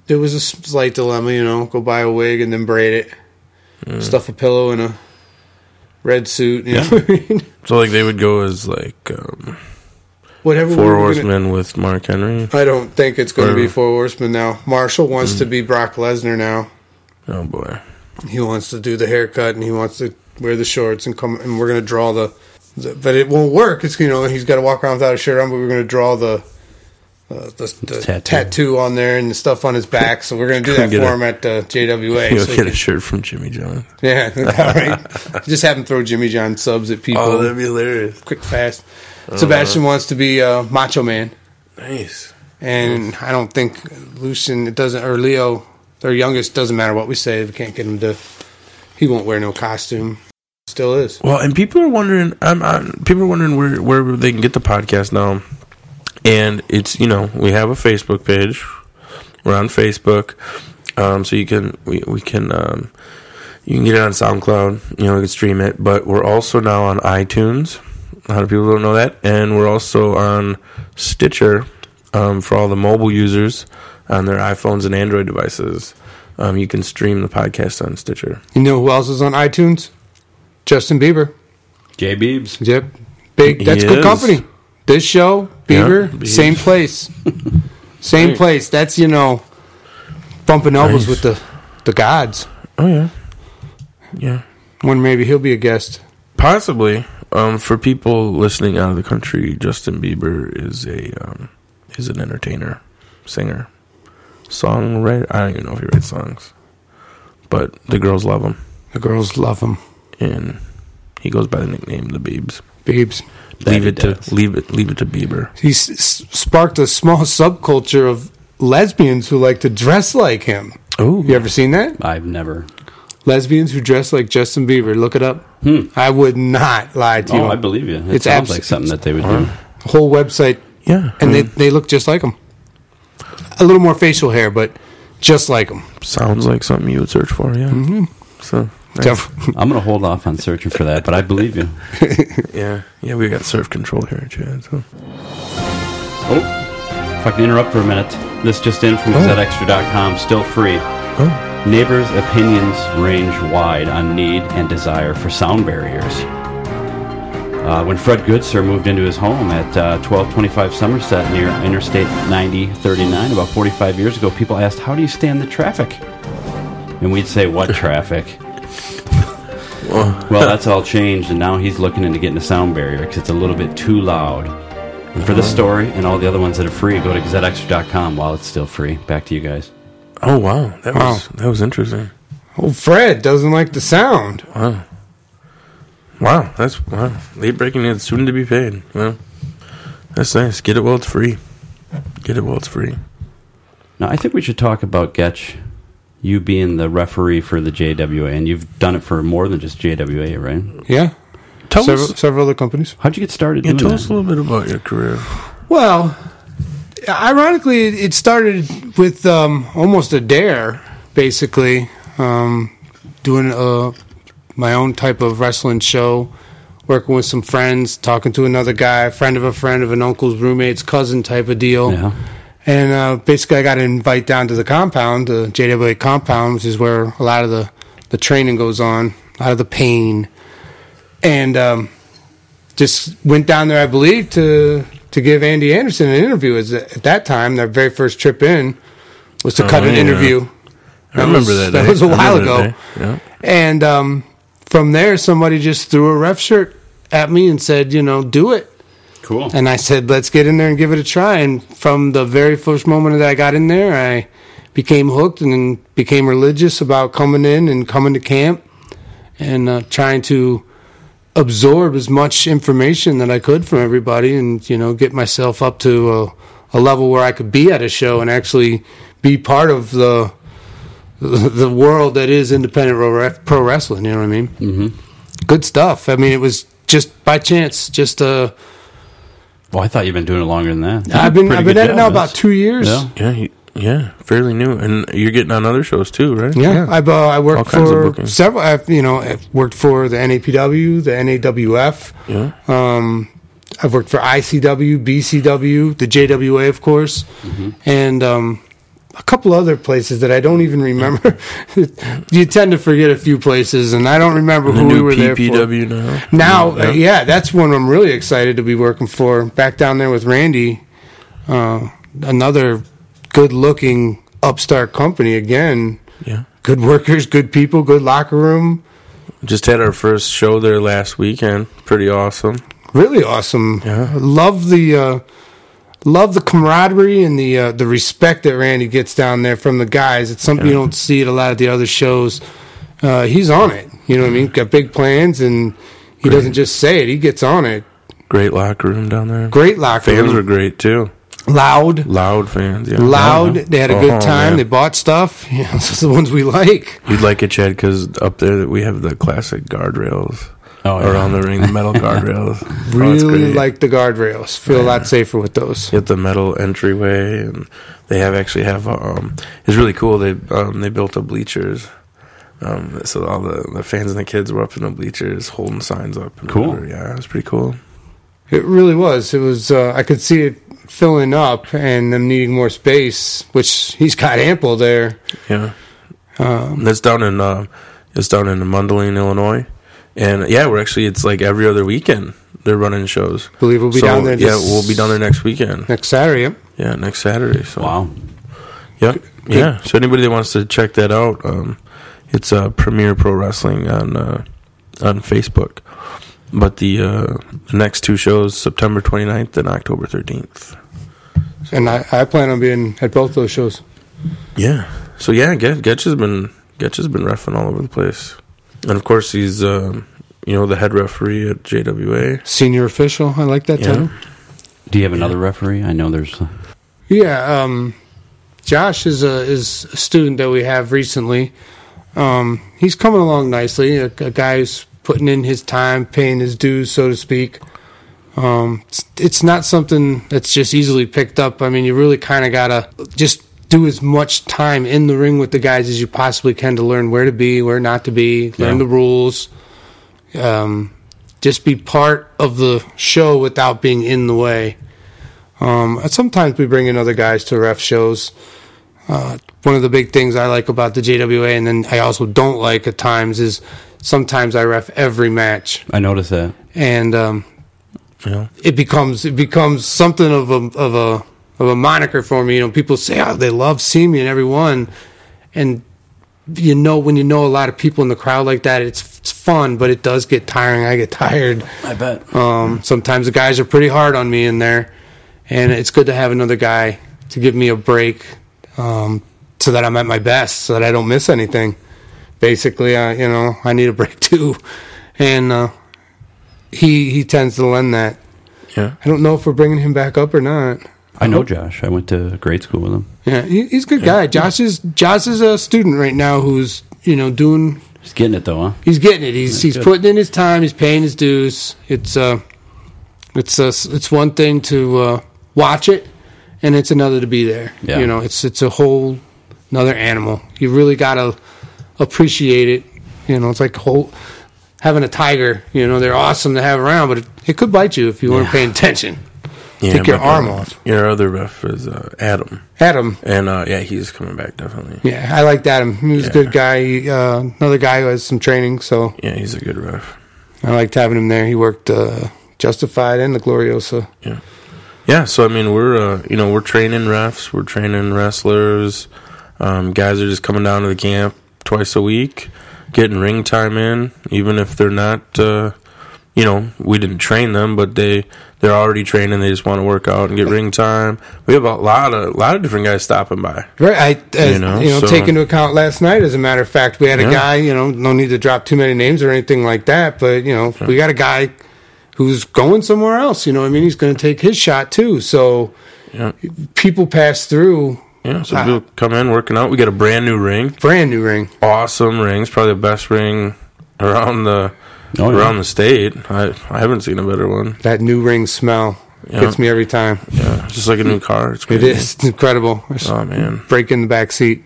S3: There was a slight dilemma, you know. Go buy a wig and then braid it. Stuff a pillow in a red suit. You know what I mean?
S2: So like they would go as like um,
S3: Whatever. we
S2: four
S3: were gonna-
S2: horsemen with Mark Henry.
S3: I don't think it's going to be
S2: Or-
S3: four horsemen now. Marshall wants to be Brock Lesnar now.
S2: Oh boy.
S3: He wants to do the haircut and he wants to wear the shorts and come. And we're going to draw the, the. But it won't work. It's you know he's got to walk around without a shirt on. But we're going to draw the. Uh, the, the
S1: Tattoo.
S3: tattoo. on there and the stuff on his back, so we're going to do that
S2: Get
S3: for
S2: a-
S3: him at uh, JWA.
S2: You'll
S3: so he
S2: get a
S3: can-
S2: shirt from Jimmy John.
S3: Yeah, all right. Just have him throw Jimmy John subs at people.
S2: Oh, be hilarious.
S3: quick, fast.
S2: Oh,
S3: Sebastian wants to be uh, Macho Man,
S2: Nice.
S3: and I don't think Lucian it doesn't or Leo, their youngest, doesn't matter what we say. We can't get him to. He won't wear no costume. Still is.
S2: Well, and people are wondering. I'm, I'm people are wondering where where they can get the podcast now. And it's you know we have a Facebook page. We're on Facebook, um, so you can we we can um, you can get it on SoundCloud. You know, you can stream it. But we're also now on iTunes. A lot of people don't know that, and we're also on Stitcher um, for all the mobile users on their iPhones and Android devices. Um, you can stream the podcast on Stitcher.
S3: You know who else is on iTunes? Justin Bieber.
S1: J. Beebs.
S3: Yep, big.
S2: He
S3: That's good
S2: is.
S3: company. This show,
S2: Yeah,
S3: Bieber,
S2: Bieber.
S3: same place, same place. That's you know, bumping
S2: Nice.
S3: elbows with the the gods.
S2: Oh yeah, yeah.
S3: When maybe he'll be a guest.
S2: Possibly. Um, for people listening out of the country, Justin Bieber is a um, is an entertainer, singer, songwriter. I don't even know if he writes songs, but the girls love him,
S3: The girls love him.
S2: and he goes by the nickname the Biebs.
S3: Babes.
S1: That
S2: leave
S1: he
S2: it to
S1: does.
S2: leave it leave it to Bieber.
S3: He s- s- sparked a small subculture of lesbians who like to dress like him.
S2: Oh,
S3: You ever seen that?
S1: I've never.
S3: Lesbians who dress like Justin Bieber. Look it up. I would not lie to you.
S1: Hmm. Oh, I believe you. It
S3: It's
S1: sounds
S3: abs-
S1: like something that they would do.
S3: Whole website,
S2: yeah.
S3: and they,
S1: Hmm.
S3: they look just like him. A little more facial hair, but just like him.
S2: sounds like something you would search for. Yeah.
S3: Mm-hmm.
S2: So nice.
S3: Def-
S1: I'm going to hold off on searching for that, but I believe you.
S2: yeah, yeah, we got surf control here at Chad. So.
S1: Oh, if I can interrupt for a minute, this just in from GazetteExtra.com, still free.
S2: Oh,
S1: Neighbors' opinions range wide on need and desire for sound barriers. Uh, when Fred Goodsir moved into his home at uh, 1225 Somerset near Interstate 9039 about 45 years ago, people asked, How do you stand the traffic? And we'd say, What traffic? well, that's all changed, and now he's looking into getting a sound barrier because it's a little bit too loud. And for this story and all the other ones that are free, go to gazetteextra.com while it's still free. Back to you guys.
S2: Oh wow, that
S3: Wow.
S2: was that was interesting.
S3: Oh, Fred doesn't like the sound.
S2: Wow, wow, that's wow. Late breaking and soon to be paid. Well, that's nice. Get it while it's free. Get it while it's free.
S1: Now, I think we should talk about Getch, you being the referee for the JWA, and you've done it for more than just JWA, right?
S3: Yeah.
S2: Tell
S3: Several, Hmm.
S2: us.
S3: several other companies.
S1: How'd you get started
S2: Yeah,
S1: doing
S2: tell
S1: that?
S2: us a little bit about your career.
S3: Well, ironically, it- it started with um, almost a dare, basically, um, doing uh my own type of wrestling show, working with some friends, talking to another guy, friend of a friend of an uncle's roommate's cousin type of deal.
S1: Yeah.
S3: And uh, basically, I got an invite down to the compound, the JWA compound, which is where a lot of the, the training goes on, a lot of the pain. And um, just went down there, I believe, to to give Andy Anderson an interview. As at that time, their very first trip in was to
S2: Oh,
S3: cut an
S2: yeah.
S3: interview.
S2: I remember
S3: was-
S2: that.
S3: That
S2: day.
S3: was a
S2: I
S3: while
S2: remember
S3: ago.
S2: that day. Yeah.
S3: And um, from there, somebody just threw a ref shirt at me and said, you know, do it.
S1: Cool.
S3: And I said, let's get in there and give it a try. And from the very first moment that I got in there, I became hooked and then became religious about coming in and coming to camp and uh, trying to absorb as much information that I could from everybody and, you know, get myself up to a, a level where I could be at a show and actually be part of the the world that is independent pro ref- pro wrestling. You know what I mean? Mm-hmm. Good stuff. I mean, it was just by chance, just uh,
S1: well, I thought you'd been doing it longer than that.
S3: I've been
S1: Pretty
S3: I've been
S1: good
S3: at it
S1: job,
S3: now
S1: Russ.
S3: about two years.
S1: Yeah.
S2: Yeah, you- yeah, fairly new, and you're getting on other shows too, right?
S3: Yeah, I've uh, I
S2: All
S3: worked
S2: kinds of
S3: for
S2: bookings.
S3: several. I've, you know, I've worked for the NAPW, the NAWF.
S2: yeah.
S3: Um, I've worked for ICW, BCW, the JWA, of course,
S2: Mm-hmm.
S3: and um, a couple other places that I don't even remember. you tend to forget a few places, and I don't remember
S2: The
S3: who we
S2: new
S3: were there for.
S2: PPW now.
S3: Now, uh,
S2: Yeah.
S3: yeah. that's one I'm really excited to be working for. Back down there with Randy, uh, another good-looking upstart company again.
S2: Yeah.
S3: Good workers, good people, good locker room.
S2: Just had our first show there last weekend. Pretty awesome.
S3: Really awesome.
S2: Yeah.
S3: Love the uh, love the camaraderie and the uh, the respect that Randy gets down there from the guys. It's something you
S2: Yeah.
S3: don't see at a lot of the other shows. Uh, he's on it. You know what I mean? Got big plans, and he doesn't just say it. He gets on it.
S2: Great locker room down there.
S3: Great locker
S2: Fans
S3: room.
S2: were great too.
S3: loud.
S2: Loud fans. Yeah.
S3: loud. They had a good
S2: Oh,
S3: time.
S2: man.
S3: They bought stuff. You know, those are the ones we like.
S2: You'd like it, Chad, because up there that we have the classic guardrails
S1: Oh, yeah.
S2: around the ring, the metal guardrails. Oh, it's
S3: really
S2: great.
S3: like the guardrails. Feel a lot safer with those.
S2: You have the metal entryway, and they have actually have um. It's really cool. They um they built up bleachers. Um, so all the, the fans and the kids were up in the bleachers holding signs up. And
S1: Cool.
S2: whatever. Yeah, it was pretty cool.
S3: It really was. It was. Uh, I could see it filling up and them needing more space, which he's got ample there.
S2: Yeah. Um, that's down in uh, it's down in Mundelein, Illinois, and yeah, we're actually it's like every other weekend they're running shows.
S3: Believe we'll be
S2: So,
S3: down there.
S2: Yeah,
S3: this-
S2: we'll be down there next weekend.
S3: next Saturday. yep.
S2: Yeah, next Saturday. So
S1: Wow.
S2: yeah, yeah. So anybody that wants to check that out, um, it's uh, Premier Pro Wrestling on uh, on Facebook. But the uh, the next two shows, September 29th and October 13th.
S3: And I, I plan on being at both those shows.
S2: Yeah. So yeah, Get- Getch has been Getch has been refing all over the place, and of course he's um, you know the head referee at JWA.
S3: Senior official. I like that
S2: Yeah.
S3: title.
S1: Do you have another referee? I know there's.
S3: Yeah, um, Josh is a is a student that we have recently. Um, he's coming along nicely. A, a guy who's putting in his time, paying his dues, so to speak. Um, it's, it's not something that's just easily picked up. I mean, you really kind of gotta just do as much time in the ring with the guys as you possibly can to learn where to be, where not to be, learn
S1: Yeah.
S3: the rules. Um, just be part of the show without being in the way. Um, and sometimes we bring in other guys to ref shows. Uh, one of the big things I like about the JWA, and then I also don't like at times is sometimes I ref every match,
S1: I noticed that.
S3: and um,
S2: You know,
S3: it becomes it becomes something of a of a of a moniker for me. You know, people say, "Oh, they love seeing me in every one," and you know when you know a lot of people in the crowd like that, it's, it's fun, but it does get tiring. I get tired.
S1: I bet.
S3: Um, sometimes the guys are pretty hard on me in there, and it's good to have another guy to give me a break, um, so that I'm at my best, so that I don't miss anything. Basically, uh, you know, I need a break too, and uh, he he tends to lend that.
S2: yeah.
S3: I don't know if we're bringing him back up or not.
S1: I know Josh. I went to grade school with him.
S3: Yeah, he, he's a good guy. Josh is Josh is a student right now who's you know doing.
S1: He's getting it though, huh?
S3: He's getting it. He's he's
S1: good.
S3: putting in his time. He's paying his dues. It's uh, it's uh, it's one thing to uh, watch it, and it's another to be there.
S1: Yeah.
S3: You know, it's it's a whole another animal. You really gotta appreciate it. You know, it's like whole having a tiger. You know, they're awesome to have around, but it, it could bite you if you weren't
S1: Yeah.
S3: paying attention.
S2: yeah
S3: Take your
S2: but,
S3: arm
S2: uh,
S3: off.
S2: Your other ref is uh, Adam,
S3: Adam,
S2: and uh, yeah, he's coming back definitely. Yeah.
S3: Yeah, I liked Adam. He was a
S2: Yeah.
S3: good guy. He, uh, another guy who has some training, so
S2: he's a good ref.
S3: I liked having him there. He worked uh, Justified and the Gloriosa.
S2: Yeah, yeah. So I mean, we're uh, you know we're training refs, we're training wrestlers. Um, guys are just coming down to the camp twice a week, getting ring time in, even if they're not. Uh, you know, we didn't train them, but they they're already training. They just want to work out and get ring time. We have a lot of lot of different guys stopping by.
S3: Right, I, as, you
S2: You
S3: know,
S2: know, so-
S3: take into account last night. As a matter of fact, we had a
S2: Yeah.
S3: guy. You know, no need to drop too many names or anything like that, but you know, we got a guy who's going somewhere else. You know, what I mean, he's going to take his shot too. So
S2: Yeah,
S3: people pass through.
S2: yeah. So
S3: Ah.
S2: people come in working out. We got a brand new ring.
S3: Brand new ring.
S2: awesome rings, probably the best ring around the
S1: Oh, yeah.
S2: around the state. I I haven't seen a better one.
S3: That new ring smell
S2: Yeah.
S3: hits me every time.
S2: Yeah, just like a new car. It's
S3: It
S2: crazy.
S3: is it's incredible. It's
S2: Oh man,
S3: Breaking the back seat.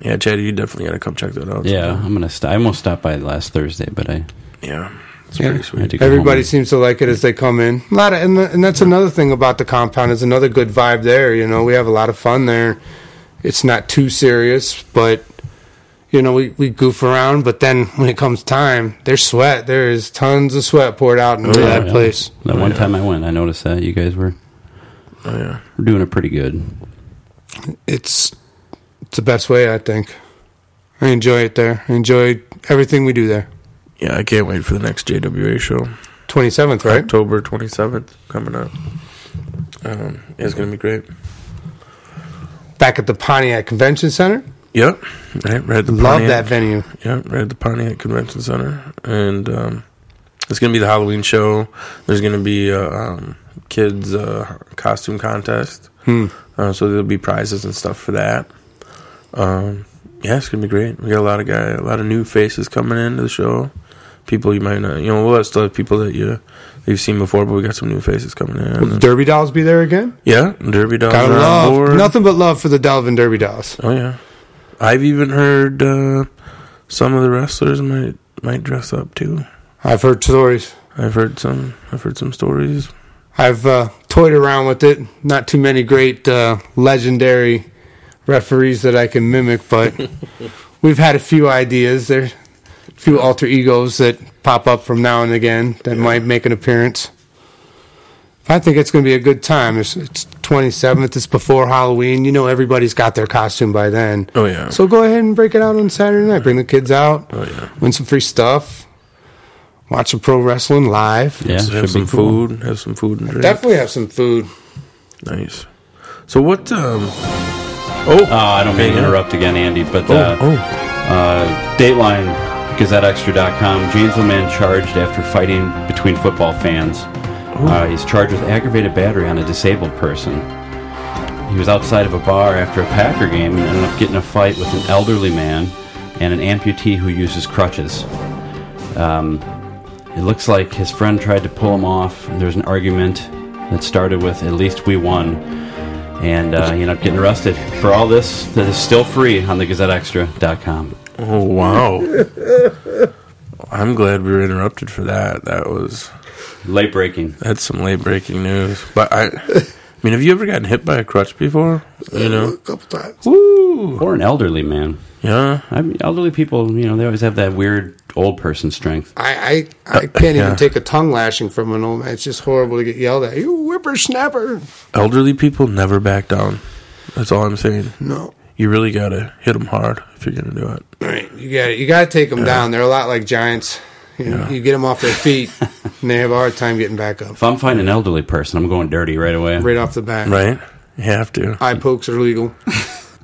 S2: yeah, Chad, you definitely got to come check that out.
S1: Yeah, I'm gonna. St- I almost stopped by last Thursday, but I
S2: yeah, it's
S3: Yeah.
S2: pretty
S1: I
S2: sweet.
S1: do-
S3: Everybody
S1: home.
S3: seems to like it as they come in. A lot of, and, the, and that's another thing about the compound is another good vibe there. You know, we have a lot of fun there. It's not too serious, but you know, we, we goof around. But then when it comes time, there's sweat. There is tons of sweat poured out into
S2: yeah,
S3: that
S1: Oh, yeah.
S3: place.
S1: that one time I went, I noticed that you guys were
S2: Oh, yeah,
S1: were doing it pretty good.
S3: It's it's the best way, I think. I enjoy it there. I enjoy everything we do there.
S2: yeah. I can't wait for the next JWA show,
S3: Twenty seventh, right?
S2: October twenty seventh, coming up. Um, yeah, it's gonna be great.
S3: Back at the Pontiac Convention Center.
S2: Yep, right. Right. at the
S3: Love
S2: Pontiac.
S3: that venue.
S2: Yeah, right at the Pontiac Convention Center, and um, it's gonna be the Halloween show. There's gonna be a um, kids uh, costume contest,
S3: Hmm.
S2: uh, so there'll be prizes and stuff for that. Um, yeah, it's gonna be great. We got a lot of guy, a lot of new faces coming into the show. People you might not, you know, we'll still have people that you that you've seen before, but we got some new faces coming in.
S3: Will the Derby Dolls be there again?
S2: yeah, Derby Dolls
S3: Got
S2: are on
S3: love.
S2: board.
S3: Nothing but love for the Delvin Derby Dolls.
S2: Oh yeah, I've even heard uh, some of the wrestlers might might dress up too.
S3: I've heard stories.
S2: I've heard some. I've heard some stories.
S3: I've uh, toyed around with it. Not too many great uh, legendary referees that I can mimic, but we've had a few ideas. There, a few alter egos that pop up from now and again that might make an appearance. I think it's going to be a good time. It's, it's 27th. It's before Halloween. You know everybody's got their costume by then.
S2: Oh yeah.
S3: So go ahead and break it out on Saturday night. Bring the kids out.
S2: oh yeah.
S3: win some free stuff, watch some pro wrestling live.
S1: Yeah,
S2: So
S1: should
S2: have
S1: be
S2: some
S1: cool.
S2: food. Have some food and drink.
S3: Definitely have some food.
S2: Nice. So what? Um.
S1: Oh, I don't mean to interrupt again, Andy, but uh,
S2: oh.
S1: uh, Dateline GazetteExtra.com. James LeMann charged after fighting between football fans. Uh, he's charged with aggravated battery on a disabled person. He was outside of a bar after a Packer game and ended up getting in a fight with an elderly man and an amputee who uses crutches. Um, it looks like his friend tried to pull him off. and There was an argument that started with "At least we won," and uh, he ended up getting arrested for all this. That is still free on the GazetteExtra.com.
S2: Oh wow. I'm glad we were interrupted for that. That was
S1: Late breaking.
S2: that's some late breaking news. But I mean, have you ever gotten hit by a crutch before? You
S3: a
S2: know,
S3: couple times.
S2: Uh, woo,
S1: Or an elderly man.
S2: yeah.
S1: I mean, elderly people, you know, they always have that weird old person strength.
S3: I I, I can't
S2: yeah.
S3: even take a tongue lashing from an old man. It's just horrible to get yelled at. You whippersnapper!
S2: Elderly people never back down. That's all I'm saying.
S3: No,
S2: You really gotta hit them hard if you're gonna do it.
S3: right? You got You got to take them down. They're a lot like giants. You, know,
S2: Yeah.
S3: you get them off their feet, and they have a hard time getting back up.
S1: If I'm fighting an elderly person, I'm going dirty right away.
S3: Right off the bat,
S2: Right? You have to
S3: Eye pokes are legal.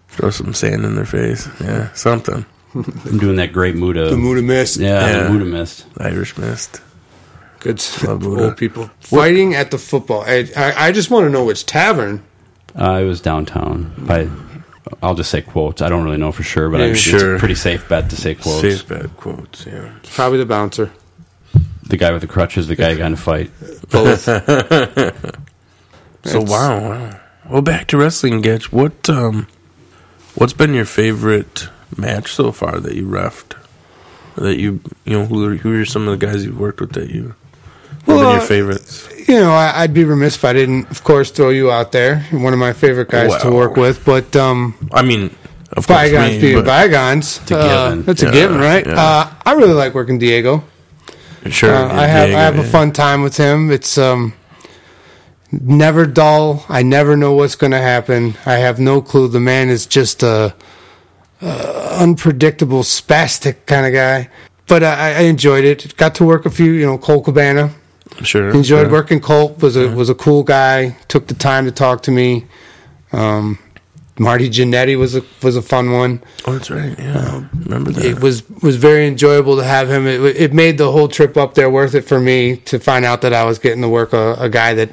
S2: throw some sand in their face. Yeah, something.
S1: I'm doing that great Muda.
S3: The Muda mist.
S1: Yeah,
S2: Yeah.
S1: the Muda mist.
S2: Irish mist.
S3: Good
S2: Love Muda.
S3: old people fighting at the football. I, I, I just want to know which tavern.
S1: Uh, it was downtown. By, I'll just say quotes. I don't really know for sure, but
S3: Yeah,
S1: I'm
S2: sure.
S1: it's a pretty safe bet to say quotes.
S2: Safe bet quotes. Yeah.
S3: Probably the bouncer.
S1: The guy with the crutches, the guy who got in a fight.
S3: Both.
S2: So wow, wow. Well, back to wrestling, Getch. What um, what's been your favorite match so far that you refed? That you you know who are, who are some of the guys you've worked with that you. What have
S3: Well,
S2: been
S3: uh,
S2: your favorites?
S3: you know, I, I'd be remiss if I didn't, of course, throw you out there. You're One of my favorite guys to
S2: Wow.
S3: work with, but um,
S2: I mean, of course,
S3: bygones
S2: me,
S3: being
S2: but
S3: bygones. It's
S1: a given.
S3: It's a
S2: Yeah,
S3: given, right?
S2: yeah.
S3: Uh, I really like working Diego.
S2: sure.
S3: Uh, I have I have a fun time with him. It's um, never dull. I never know what's going to happen. I have no clue. The man is just a, a unpredictable, spastic kind of guy. But I, I enjoyed it. Got to work a few, you know, Cole Cabana.
S2: Sure.
S3: Enjoyed
S2: sure.
S3: working. Colt was a was a cool guy. Took the time to talk to me. Um, Marty Jannetty was a was a fun one.
S2: Oh, that's right.
S3: Um,
S2: Yeah, remember that.
S3: It was was very enjoyable to have him. It, it made the whole trip up there worth it for me to find out that I was getting to work a, a guy that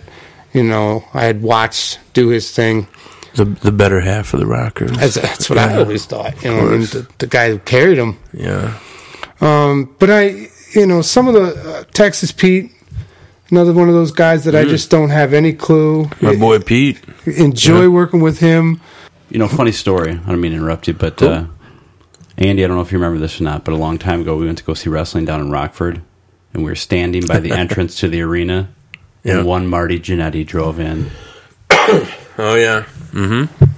S3: you know I had watched do his thing.
S2: the the better half of the Rockers.
S3: That's, that's what I always thought. You know, and
S2: course.
S3: the, the guy who carried him.
S2: yeah.
S3: Um, but I, you know, some of the uh, Texas Pete, another one of those guys that I
S2: Mm.
S3: just don't have any clue.
S2: My boy Pete.
S3: Enjoy
S2: Yeah.
S3: working with him.
S1: You know, funny story. I don't mean to interrupt you, but uh, Andy, I don't know if you remember this or not, but a long time ago, we went to go see wrestling down in Rockford, and we were standing by the entrance to the arena,
S2: Yeah.
S1: and one Marty Jannetty drove in.
S2: Oh yeah.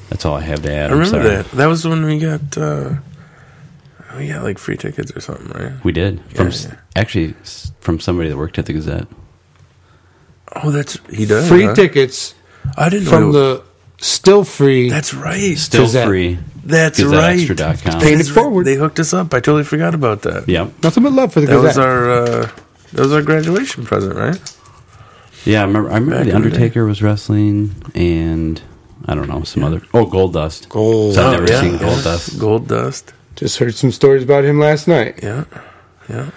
S1: That's all I have to add.
S2: I
S1: am
S2: remember
S1: sorry.
S2: that. That was when we got uh we got like free tickets or something, right?
S1: We did from s
S2: yeah.
S1: actually s- from somebody that worked at the Gazette.
S2: Oh, that's he does
S3: free
S2: huh?
S3: tickets
S2: I didn't know.
S3: from the still free.
S2: that's right.
S1: Still
S3: Gazette.
S1: free.
S2: that's right.
S1: GazetteExtra.com.
S2: That's
S3: Paid it
S2: right.
S3: forward.
S2: They hooked us up. I totally forgot about that.
S1: Yep.
S3: nothing but love for the
S2: That was
S3: Gazette.
S2: our uh that was our graduation present, right?
S1: Yeah, I remember. I remember
S2: Back
S1: the
S2: in the day.
S1: Undertaker was wrestling, and I don't know some other. Oh, Gold Dust.
S3: Gold.
S1: So I've never
S2: Oh, yeah.
S1: seen Gold Dust.
S2: Gold dust.
S3: Just heard some stories about him last night.
S2: Yeah. Yeah.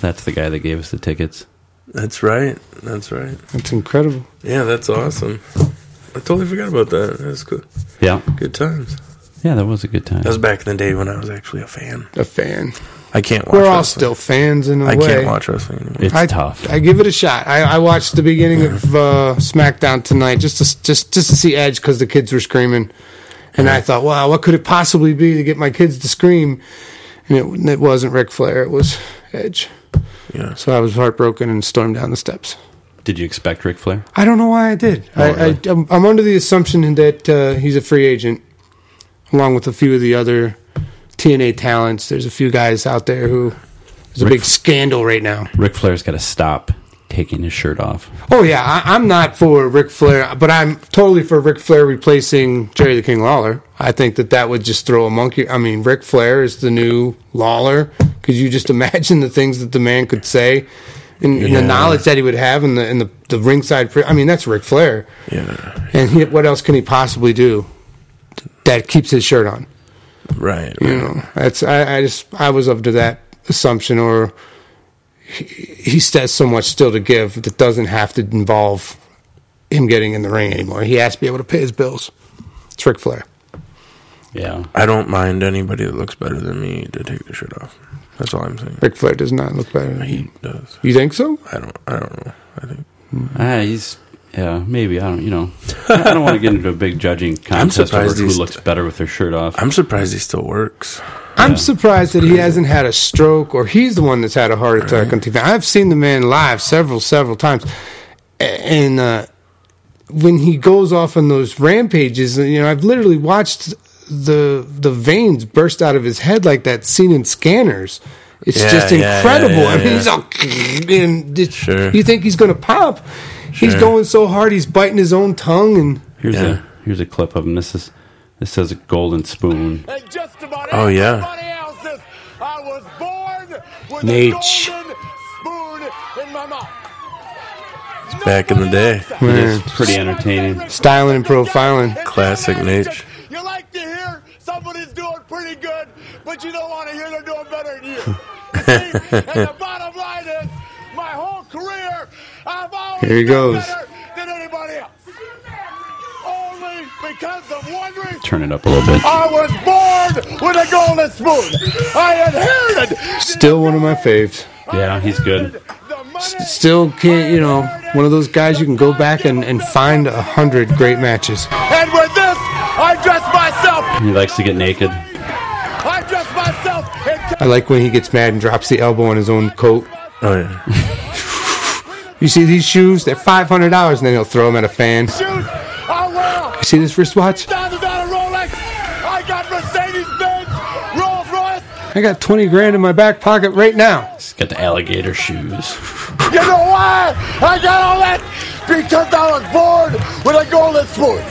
S1: That's the guy that gave us the tickets.
S2: That's right. That's right.
S3: That's incredible.
S2: Yeah, that's awesome. I totally forgot about that. That's good.
S1: Yeah,
S2: Good times.
S1: yeah, that was a good time.
S2: That was back in the day when I was actually a fan.
S3: A fan.
S2: I can't watch
S3: We're all
S2: wrestling.
S3: still fans in a
S2: I
S3: way.
S2: can't watch wrestling anymore.
S1: it's
S3: I,
S1: tough.
S3: I give it a shot. I, I watched the beginning of uh, SmackDown tonight just to, just just to see Edge because the kids were screaming, and I thought, wow, what could it possibly be to get my kids to scream? And it, it wasn't Ric Flair. It was Edge.
S2: Yeah.
S3: So I was heartbroken and stormed down the steps.
S1: Did you expect Ric Flair?
S3: I don't know why I did. I,
S2: Oh, really?
S3: I, I'm, I'm under the assumption that uh, he's a free agent, along with a few of the other TNA talents. There's a few guys out there who there's a
S1: Rick-
S3: big scandal right now.
S1: Ric Flair's got to stop taking his shirt off.
S3: Oh yeah, I, I'm not for Ric Flair, but I'm totally for Ric Flair replacing Jerry the King Lawler. I think that that would just throw a monkey. I mean, Ric Flair is the new Lawler. Could you just imagine the things that the man could say? And, and the
S2: Yeah.
S3: knowledge that he would have in the in the, the ringside, pre- I mean, that's Ric Flair.
S2: Yeah.
S3: And he, what else can he possibly do that keeps his shirt on?
S2: Right.
S3: You know, that's I, I just I was up to that assumption, or he, he has so much still to give that doesn't have to involve him getting in the ring anymore. He has to be able to pay his bills. It's Ric Flair.
S1: Yeah,
S2: I don't mind anybody that looks better than me to take their shirt off. That's all I'm saying.
S3: Ric Flair does not look better. Than he.
S2: He does.
S3: You think so?
S2: I don't. I don't know. I think
S1: ah, he's yeah maybe I don't you know I don't want to get into a big judging contest over
S2: surprised
S1: who
S2: he's-
S1: looks better with their shirt off.
S2: I'm surprised he still works.
S3: I'm surprised that he hasn't had a stroke, or he's the one that's had a heart attack on TV. I've seen the man live several, several times, a- and uh, when he goes off on those rampages, and you know, I've literally watched the the veins burst out of his head like that scene in Scanners. It's
S2: Yeah,
S3: just
S2: yeah, yeah,
S3: incredible.
S2: yeah,
S3: I mean,
S2: yeah.
S3: he's all and it's-
S2: Sure.
S3: you think he's going to pop. He's
S2: Sure.
S3: going so hard, he's biting his own tongue, and
S1: Here's
S2: Yeah.
S1: a here's a clip of him. This is this says a golden spoon.
S5: and just about
S2: Oh, yeah.
S5: everybody else's. I was born with
S2: Nate.
S5: a golden spoon in my mouth. It's
S2: back in the day.
S1: It is pretty entertaining.
S3: Styling and profiling.
S2: Classic Nate.
S5: You like to hear somebody's doing pretty good, but you don't want to hear they're doing better than you. You see? and the bottom line is, my whole career, I've always
S3: Here he
S5: done
S3: goes.
S5: better than anybody else. Only because of one reason.
S1: Turn it up a little bit.
S5: I was born with a golden spoon. I inherited.
S3: Still one of my faves.
S1: Yeah, he's good.
S5: The money.
S3: Still can't, you know, one of those guys you can go back and, and find a hundred great matches.
S5: And with this, I dress myself.
S1: He likes to get naked.
S5: I dress myself
S3: I like when he gets mad and drops the elbow on his own coat.
S2: Oh yeah.
S3: You see these shoes? They're five hundred dollars, and then he'll throw them at a fan.
S5: in shoes. I wear
S3: You see this wristwatch?
S5: thousand dollar Rolex. I got Mercedes Benz, Rolls Royce.
S3: I got twenty grand in my back pocket right now.
S1: He's got the alligator shoes.
S5: You know why I got all that? Because I was born with a golden spoon.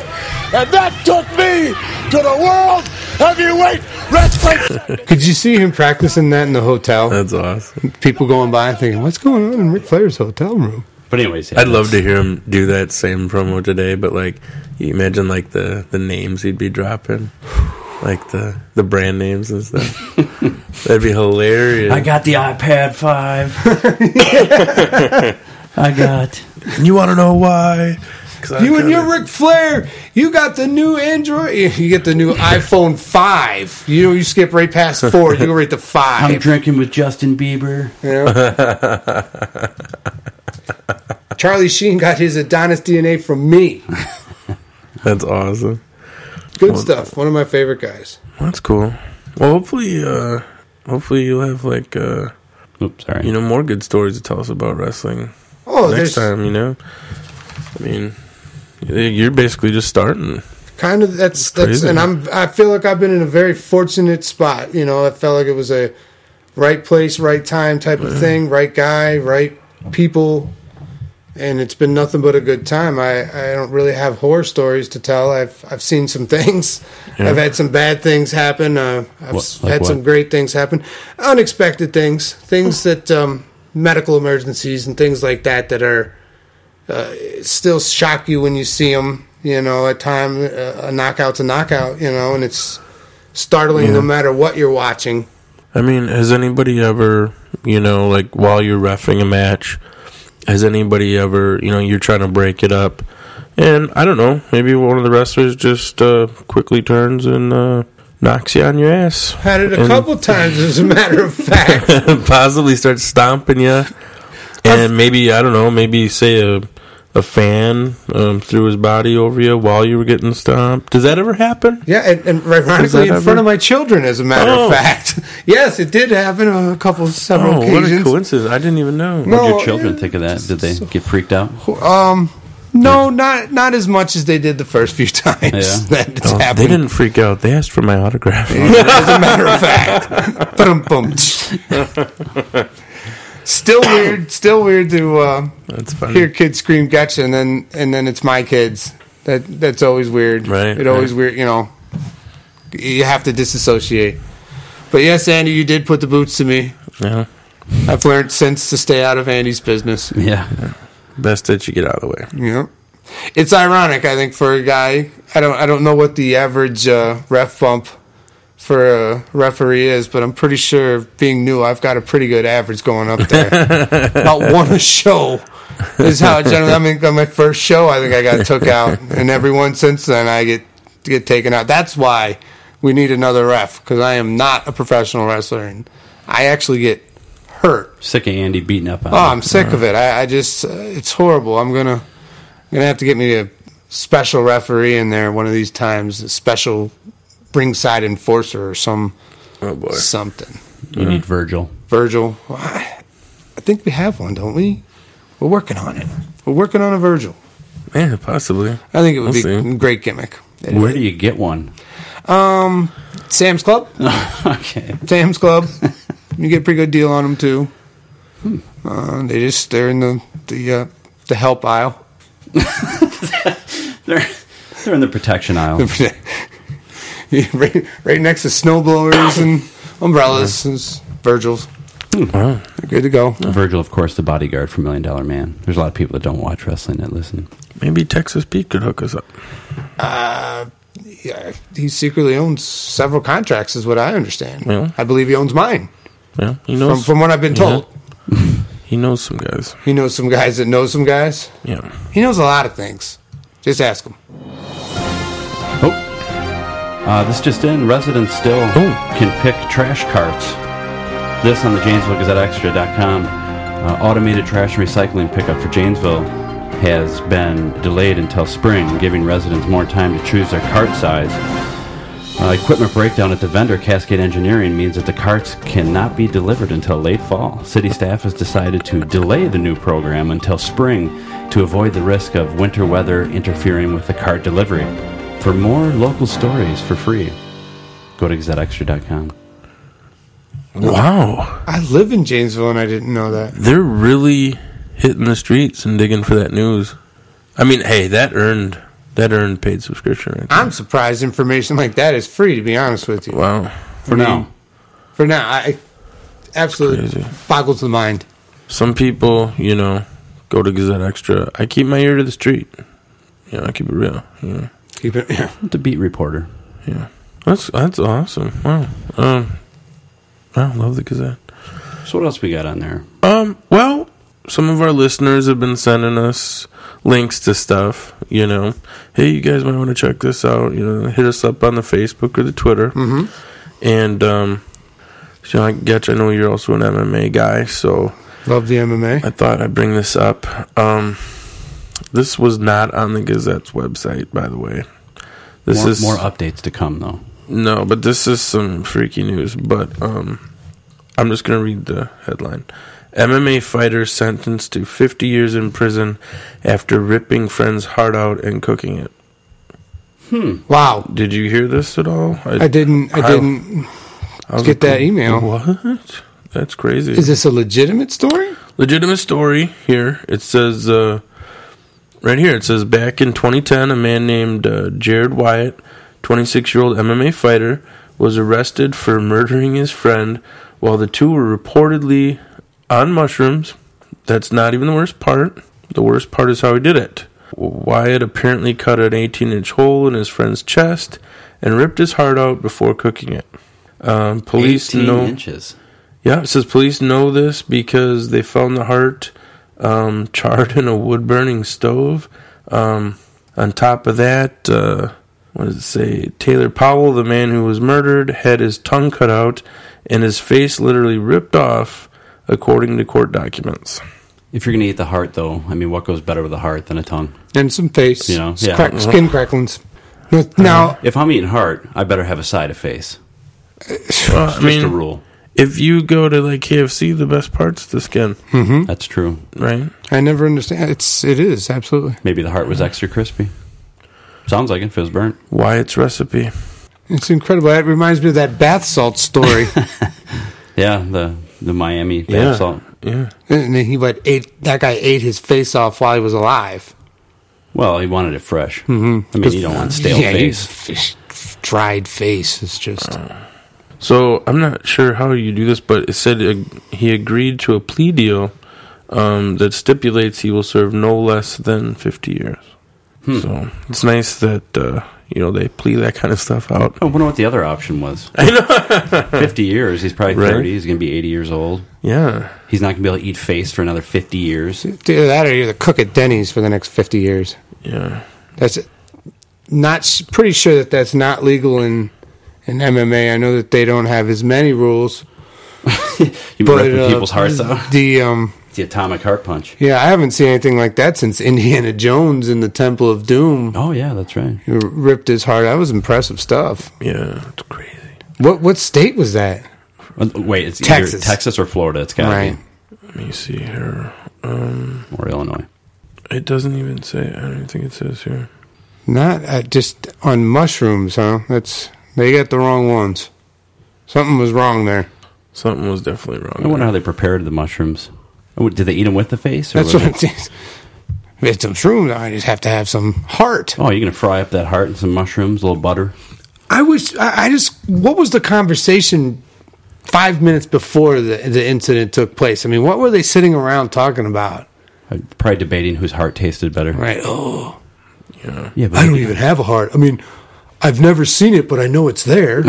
S5: And that took me to the world heavyweight wrestling.
S3: Could you see him practicing that in the hotel?
S2: That's awesome.
S3: People going by thinking, "What's going on in Ric Flair's hotel room?"
S1: But anyways, yeah,
S2: I'd love to hear him do that same promo today, but like you imagine like the the names he'd be dropping. Like the the brand names and stuff. That'd be hilarious.
S1: I got the iPad five. I got.
S2: you want to know why? 'Cause I
S3: You and
S2: kinda-
S3: your Ric Flair, you got the new Android, you get the new iPhone five. You know, you skip right past four, you go right to
S1: I'm
S3: five.
S1: drinking with Justin Bieber.
S3: you know? Charlie Sheen got his Adonis DNA from me.
S2: That's awesome.
S3: Good stuff. One of my favorite guys.
S2: That's cool. Well, hopefully, uh, hopefully you'll have like uh,
S1: Oops, sorry.
S2: you know more good stories to tell us about wrestling
S3: Oh,
S2: next
S3: there's
S2: time. You know, I mean, you're basically just starting.
S3: kind of that's that's
S2: crazy.
S3: and i'm i feel like i've been in a very fortunate spot you know i felt like it was a right place right time type of thing right guy right people and it's been nothing but a good time i i don't really have horror stories to tell i've i've seen some things i've had some bad things happen uh, i've
S1: What-
S3: s-
S1: like
S3: had some
S1: what? Hmm.
S3: great things happen unexpected things things that um medical emergencies and things like that that are uh, still shock you when you see them. You know, at time uh, a knockout's a knockout. You know, and it's startling no matter what you're watching.
S2: I mean, has anybody ever, you know, like while you're refing a match, has anybody ever, you know, you're trying to break it up, and I don't know, maybe one of the wrestlers just uh, quickly turns and uh, knocks you on your ass.
S3: Had it a
S2: And-
S3: couple times, as a matter of fact.
S2: possibly start stomping you, and maybe I don't know, maybe say a a fan um, threw his body over you while you were getting stomped. Does that ever happen?
S3: Yeah, and, and ironically, in
S2: ever-
S3: front of my children, as a matter
S2: Oh.
S3: of fact. Yes, it did happen on a couple, several
S2: Oh, what a
S3: occasions.
S2: coincidence! I didn't even know.
S3: No.
S1: What did your children think of that? Did they get freaked out?
S3: um, no, not not as much as they did the first few times
S1: Yeah.
S3: that it's
S2: Oh, they
S3: happened.
S2: didn't freak out. They asked for my autograph.
S3: as a matter of fact. Bum, bum. still weird. Still weird to uh,
S2: That's funny.
S3: hear kids scream "gotcha" and then and then it's my kids. That that's always weird.
S2: Right,
S3: It always
S2: right.
S3: weird. You know, you have to disassociate. But yes, Andy, you did put the boots to me.
S2: Yeah,
S3: I've learned since to stay out of Andy's business.
S1: Yeah.
S2: best that you get out of the way.
S3: Yeah. It's ironic, I think, for a guy. I don't. I don't know what the average uh, ref bump for a referee is, but I'm pretty sure, being new, I've got a pretty good average going up there. About one a show is how generally. I mean, on my first show, I think I got took out, and everyone since then, I get get taken out. That's why we need another ref because I am not a professional wrestler, and I actually get hurt
S1: Sick of Andy beating up on
S3: Oh,
S2: Ah.
S1: him.
S3: I'm sick of it. I, I just, uh, it's horrible. I'm gonna, I'm gonna have to get me a special referee in there one of these times, a special ringside enforcer or some
S2: Oh boy.
S3: something.
S1: You need Virgil.
S3: Virgil, Well, I I think we have one, don't we? We're working on it. We're working on a Virgil.
S2: Yeah, possibly.
S3: I think it
S2: We'll
S3: would be
S2: see.
S3: a great gimmick.
S1: Where do you get one?
S3: Sam's Club.
S1: okay.
S3: Sam's Club. you get a pretty good deal on them too.
S2: Hmm.
S3: Uh, they just they're in the the uh, the help aisle.
S1: They're they're in the protection aisle.
S3: right, right next to snowblowers and umbrellas and s- Virgil's.
S2: Hmm,
S3: They're good to go.
S1: Virgil, of course, the bodyguard for Million Dollar Man. There's a lot of people that don't watch wrestling that listen.
S2: Maybe Texas Pete could hook us up.
S3: Uh, Yeah, he secretly owns several contracts, is what I understand.
S2: Yeah.
S3: I believe he owns mine,
S2: Yeah, he
S3: from,
S2: knows.
S3: from what I've been told.
S2: He knows some guys.
S3: He knows some guys that know some guys.
S2: Yeah.
S3: He knows a lot of things. Just ask him.
S1: Oh, uh, this just in: residents still
S2: Oh.
S1: can pick trash carts. This on the Janesville Gazette Extra.com. Uh, automated trash and recycling pickup for Janesville has been delayed until spring, giving residents more time to choose their cart size. Uh, equipment breakdown at the vendor Cascade Engineering means that the carts cannot be delivered until late fall. City staff has decided to delay the new program until spring to avoid the risk of winter weather interfering with the cart delivery. For more local stories for free, go to gazetteextra.com.
S2: Wow.
S3: I live in Janesville and I didn't know that.
S2: They're really hitting the streets and digging for that news. I mean, hey, that earned that earned paid subscription right there.
S3: I'm surprised information like that is free, to be honest with you.
S2: Wow.
S1: For now,
S3: For now, I absolutely
S2: Crazy.
S3: boggles the mind.
S2: Some people, you know, go to Gazette Extra. I keep my ear to the street. You know, I keep it real. You know.
S3: Keep it.
S1: the beat reporter.
S2: Yeah. That's that's awesome. Wow. Um I love the Gazette.
S1: So, what else we got on there?
S2: Um, well, some of our listeners have been sending us links to stuff, you know. Hey, you guys might want to check this out, you know, hit us up on the Facebook or the Twitter. Mm-hmm. And um so I get I know you're also an MMA guy, so
S3: Love the MMA.
S2: I thought I'd bring this up. Um this was not on the Gazette's website, by the way. This
S1: More,
S2: is
S1: more updates to come, though.
S2: no, but this is some freaky news. But um, I'm just gonna read the headline: MMA fighter sentenced to 50 years in prison after ripping friend's heart out and cooking it.
S3: Wow.
S2: Did you hear this at all?
S3: I didn't. I
S2: I-
S3: didn't.
S2: was
S3: get that email.
S2: What? That's crazy.
S3: Is this a legitimate story?
S2: legitimate story here. It says uh, right here. It says back in 2010, a man named uh, Jared Wyatt, 26-year-old MMA fighter, was arrested for murdering his friend while the two were reportedly on mushrooms. That's not even the worst part. The worst part is how he did it. Wyatt apparently cut an 18-inch hole in his friend's chest and ripped his heart out before cooking it. Um, police
S1: 18
S2: know.
S1: inches.
S2: Yeah, it says police know this because they found the heart um, charred in a wood burning stove. Um, on top of that, uh, what does it say? Taylor Powell, the man who was murdered, had his tongue cut out and his face literally ripped off, according to court documents.
S1: If you're going to eat the heart, though, I mean, what goes better with a heart than a tongue?
S3: And some face.
S1: You know,
S3: S-
S1: yeah.
S3: crack- skin cracklings. Now,
S1: If I'm eating heart, I better have a side of face.
S2: Well, I
S1: Just a
S2: mean,
S1: rule.
S2: if you go to like KFC, the best part's the skin,
S1: That's true.
S2: right?
S3: I never understand. It's it is absolutely.
S1: Maybe the heart was extra crispy. Sounds like it. If it was burnt.
S2: Wyatt's recipe.
S3: It's incredible. That reminds me of that bath salt story.
S1: Yeah, the the Miami bath
S2: yeah,
S1: salt.
S2: yeah.
S3: and then he what ate that guy ate his face off while he was alive.
S1: Well, he wanted it fresh. Mm-hmm. I mean, you don't want stale
S3: yeah, you-
S1: face.
S3: f- f- dried face is just.
S2: So I'm not sure how you do this, but it said uh, he agreed to a plea deal um, that stipulates he will serve no less than 50 years. So it's nice that uh, you know they plea that kind of stuff out.
S1: I wonder what the other option was. I know. Fifty years. He's probably
S2: Right.
S1: thirty. He's going to be eighty years old.
S2: Yeah,
S1: He's not going to be able to eat face for another fifty years.
S3: Either that or you're the cook at Denny's for the next 50 years.
S2: yeah.
S3: That's not s- pretty sure that that's not legal in in MMA. I know that they don't have as many rules,
S1: You
S3: but
S1: ripping
S3: uh,
S1: people's hearts out.
S3: The um,
S1: It's the atomic heart punch.
S3: yeah, I haven't seen anything like that since Indiana Jones in the Temple of Doom.
S1: Oh yeah, that's right.
S3: He ripped his heart. That was impressive stuff.
S2: Yeah, it's crazy.
S3: What what state was that?
S1: Uh, Wait, it's
S3: Texas.
S1: either Texas or Florida. It's got to
S3: Right.
S1: be
S2: Let me see here.
S1: or Illinois.
S2: Um, It doesn't even say. I don't think it says here.
S3: Not uh, just on mushrooms, huh? That's they got the wrong ones. Something was wrong there.
S2: Something was definitely wrong.
S1: I wonder how
S2: there.
S1: they prepared the mushrooms. Oh, Did they eat them with the face? Or
S3: That's
S1: was
S3: what
S1: it-
S3: it is. If it's some shrooms, I just have to have some heart.
S1: oh, you're gonna fry up that heart and some mushrooms, a little butter.
S3: I was. I, I just. What was the conversation five minutes before the the incident took place? I mean, what were they sitting around talking about?
S1: I'm probably debating whose heart tasted better.
S3: Right. Oh,
S1: Yeah, but
S3: I don't e- even have a heart. I mean, I've never seen it, but I know it's there.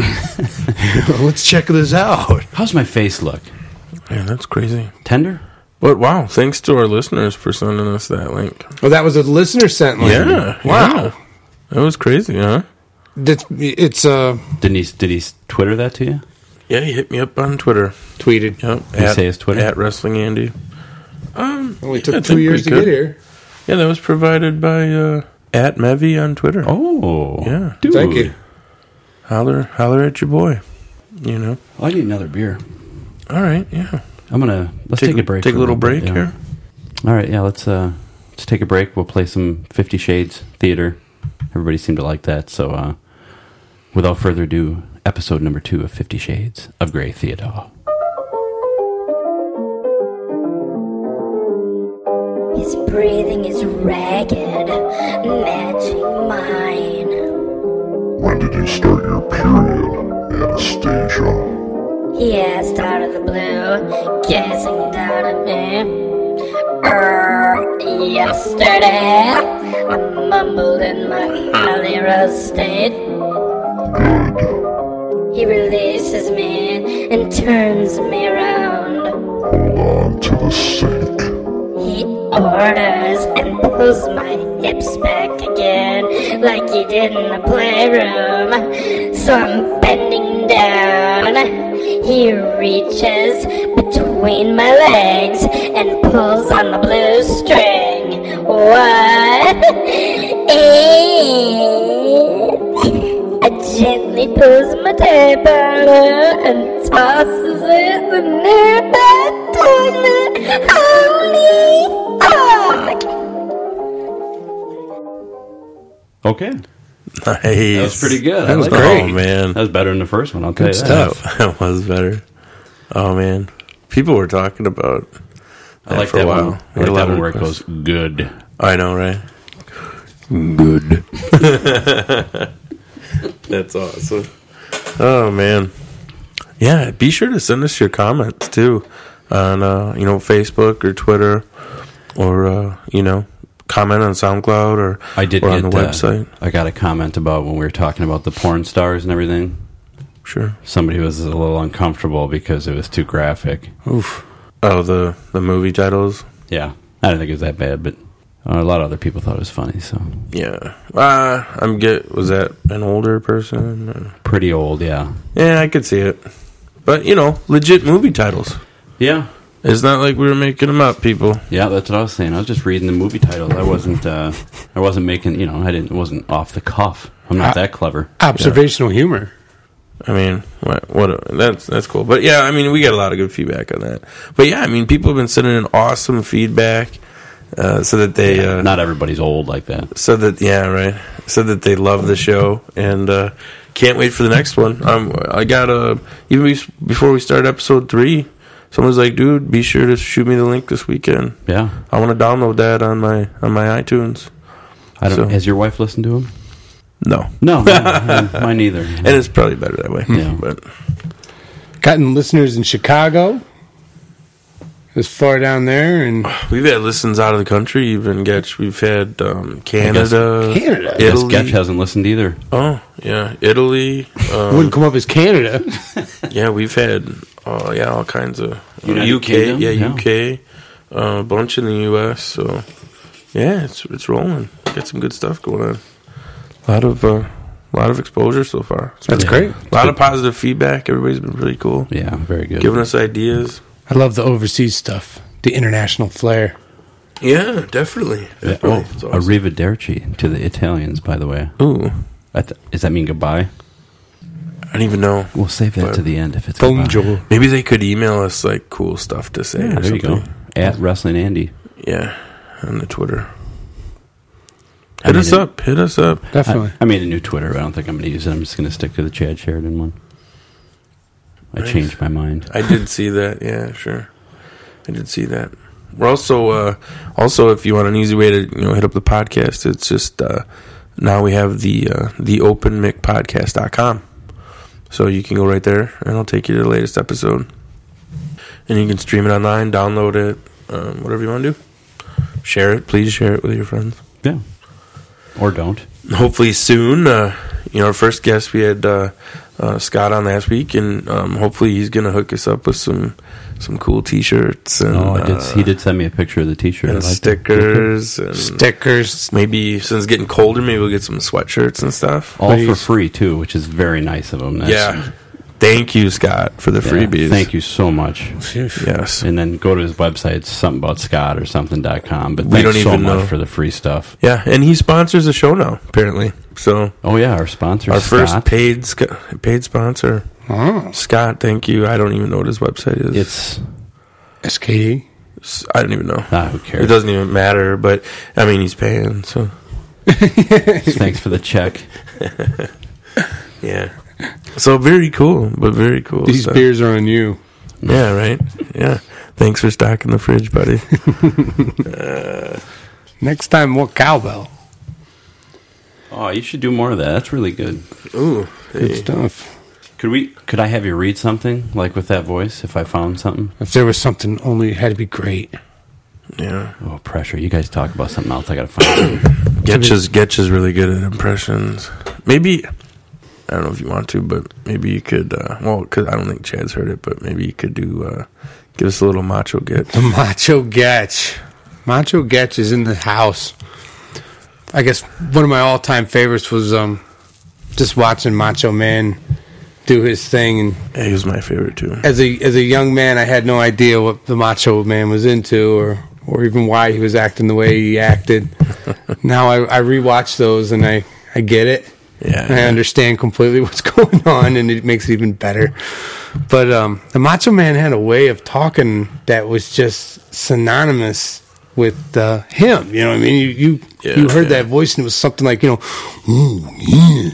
S3: Let's check this out.
S1: how's my face look?
S2: Yeah, that's crazy.
S1: Tender?
S2: But wow, thanks to our listeners for sending us that link.
S3: Well, that was a listener sent. Link.
S2: Yeah.
S3: Wow.
S2: yeah. That was crazy, huh?
S3: That's, it's uh,
S1: Didn't he? Did he Twitter that to you?
S2: Yeah, he hit me up on Twitter.
S3: tweeted.
S2: Yep.
S1: you say his Twitter?
S2: At Wrestling Andy.
S3: Only
S2: I
S3: took
S2: think
S3: two
S2: we
S3: years to
S2: could.
S3: get here.
S2: Yeah, that was provided by uh, at Mevy on Twitter.
S1: Oh,
S2: Yeah.
S1: dude.
S3: Thank you.
S2: Holler, holler at your boy. You know.
S1: Oh, I need another beer.
S2: All right. Yeah.
S1: I'm gonna let's take, a break.
S2: Take
S1: for
S2: a little
S1: bit,
S2: break
S1: yeah.
S2: here.
S1: All right, yeah. Let's uh, let's take a break. We'll play some Fifty Shades Theater. Everybody seemed to like that. So, uh, without further ado, episode number two of Fifty Shades of Grey Theodore.
S6: His breathing is ragged, matching mine.
S7: When did you start your period, Anastasia?
S6: He asked out of the blue, gazing down at me. Er, yesterday, I mumbled in my highly aroused state.
S7: Good.
S6: He releases me and turns me around.
S7: Hold on to the sink.
S6: He orders and pulls my hips back again, like he did in the playroom. So I'm bending down. He reaches between my legs and pulls on the blue string. What? And I gently pulls my tape out and tosses it in the nearby toilet. Holy fuck!
S1: Okay,
S2: Nice.
S1: that was pretty good.
S2: That
S1: I
S2: was
S1: liked
S2: great.
S1: it.
S2: Oh man.
S1: That was better than the first one. I'll tell you that.
S2: That, that was better. Oh man. People were talking about
S1: I like
S2: for a
S1: that
S2: while.
S1: one.
S2: We
S1: I
S2: had a
S1: like
S2: lot
S1: that
S2: of
S1: one where it goes
S2: requests.
S1: good.
S2: I know, right?
S7: Good.
S2: That's awesome. Oh man, yeah. Be sure to send us your comments too on uh, you know Facebook or Twitter or uh, you know comment on SoundCloud or
S1: I did
S2: or
S1: get
S2: on the
S1: uh,
S2: website.
S1: I got a comment about when we were talking about the porn stars and everything.
S2: Sure.
S1: Somebody was a little uncomfortable because it was too graphic.
S2: Oof. Oh, the the movie titles.
S1: Yeah, I didn't think it was that bad, but uh, a lot of other people thought it was funny. So
S2: Yeah. Uh, I'm get was that an older person? Uh,
S1: pretty old, yeah,
S2: Yeah, I could see it. But you know, legit movie titles.
S1: yeah,
S2: It's not like we were making them up, people.
S1: yeah. That's what I was saying. I was just reading the movie titles. I wasn't, uh, I wasn't making, you know, I didn't, it wasn't off the cuff. I'm not that clever.
S3: Observational humor.
S2: I mean, what, what that's that's cool. But yeah, I mean, we got a lot of good feedback on that. But yeah, I mean, people have been sending in awesome feedback, uh, so that they uh,
S1: Not everybody's old like that.
S2: so that yeah, right, so that they love the show and uh, can't wait for the next one. Um, I got uh, even be- before we start episode three, someone's like, dude, be sure to shoot me the link this weekend.
S1: Yeah,
S2: I want to download that on my on my iTunes.
S1: I don't.
S2: So-
S1: has your wife listened to him?
S2: No,
S1: No, no, mine neither.
S2: and it's probably better that way.
S1: Yeah.
S2: but
S3: Gotten listeners in Chicago, as far down there, and
S2: We've had listens out of the country, even Getch. We've had um, Canada,
S3: Canada.
S1: Yeah,
S2: Italy.
S1: Sketch hasn't listened either.
S2: oh, yeah, Italy. Um,
S3: wouldn't come up as Canada.
S2: yeah, we've had, oh yeah, all kinds of
S1: United
S2: UK,
S1: Kingdom,
S2: yeah,
S1: yeah.
S2: UK, uh, a bunch in the US. So yeah, it's it's rolling. Got some good stuff going on. A lot of uh, lot of exposure so far. It's
S3: That's
S2: been-
S3: great.
S2: A lot of positive feedback. Everybody's been really cool,
S1: Yeah, very good.
S2: giving us ideas.
S3: I love the overseas stuff, the international flair.
S2: Yeah, definitely.
S1: Yeah,
S2: Definitely.
S1: oh,
S2: It's awesome.
S1: arrivederci to the Italians, by the way.
S2: Ooh,
S1: I th- does that mean goodbye?
S2: I don't even know.
S1: We'll save that
S2: But-
S1: to the end if it's goodbye.
S3: Bonjour.
S2: Maybe they could email us like cool stuff to say.
S1: Yeah,
S2: or
S1: there you
S2: something.
S1: go. At Wrestling Andy.
S2: Yeah, on the Twitter. Hit us
S1: mean,
S2: up. Hit us up.
S3: Definitely.
S1: I, I made a new Twitter, but I don't think I'm going to use it. I'm just going to stick to the Chad Sheridan one. I
S2: Nice.
S1: changed my mind.
S2: I did see that. Yeah, sure. I did see that. We're also uh, also if you want an easy way to you know hit up the podcast, it's just uh, now we have the uh, the openmicpodcast.com. So you can go right there, and it'll take you to the latest episode, and you can stream it online, download it, um, whatever you want to do. Share it, please share it with your friends.
S1: Yeah. Or don't.
S2: hopefully soon. Uh, you know, our first guest we had uh, uh, Scott on last week, and um, hopefully he's going to hook us up with some some cool T-shirts and,
S1: Oh, I did,
S2: uh,
S1: he did send me a picture of the T-shirt. I
S2: and
S1: liked it.
S2: stickers. And
S3: Stickers.
S2: maybe since it's getting colder, maybe we'll get some sweatshirts and stuff.
S1: All for
S3: Please.
S1: free too, which is very nice of him. That's-
S2: yeah. Thank you, Scott, for the
S1: yeah,
S2: freebies.
S1: Thank you so much.
S2: Yes.
S1: And then go to his website, it's something about Scott or something.com. But
S2: We
S1: thanks
S2: don't
S1: so
S2: even
S1: much
S2: know.
S1: for the free stuff.
S2: yeah, and he sponsors the show now, apparently. So
S1: Oh yeah, our sponsor,
S2: our
S1: Scott.
S2: first paid sc- paid sponsor,
S3: Oh.
S2: Scott. Thank you. I don't even know what his website is.
S1: It's
S3: SKE.
S2: It's I don't even know.
S1: ah, who
S2: It
S1: cares?
S2: doesn't even matter, but I mean, he's paying, so
S1: thanks for the check.
S2: yeah. So very cool, but very cool.
S3: These
S2: stuff.
S3: beers are on you.
S2: yeah, right, yeah. Thanks for stocking the fridge, buddy.
S3: Next time, more cowbell.
S1: Oh, you should do more of that. That's really good.
S2: Ooh,
S3: Good
S2: hey.
S3: stuff.
S1: Could we? Could I have you read something like with that voice? If I found something,
S3: If there was something, only it had to be great.
S2: yeah.
S1: oh pressure. You guys talk about something else. I gotta find. it.
S2: Getch is Getch is really good at impressions. Maybe I don't know if you want to, but maybe you could. Uh, well, 'cause I don't think Chad's heard it, but maybe you could do uh, give us a little macho Getch.
S3: The Macho Getch. Macho Getch is in the house. I guess one of my all time favorites was um, just watching Macho Man do his thing. And
S2: Yeah, he was my favorite too.
S3: as a as a young man, I had no idea what the Macho Man was into, or or even why he was acting the way he acted. now I, I rewatch those and I I get it.
S2: Yeah,
S3: I understand completely what's going on, and it makes it even better. But um, the Macho Man had a way of talking that was just synonymous with uh, him. You know, what I mean, you you,
S2: Yeah,
S3: you heard
S2: yeah.
S3: that voice, and it was something like, you know, oh yeah,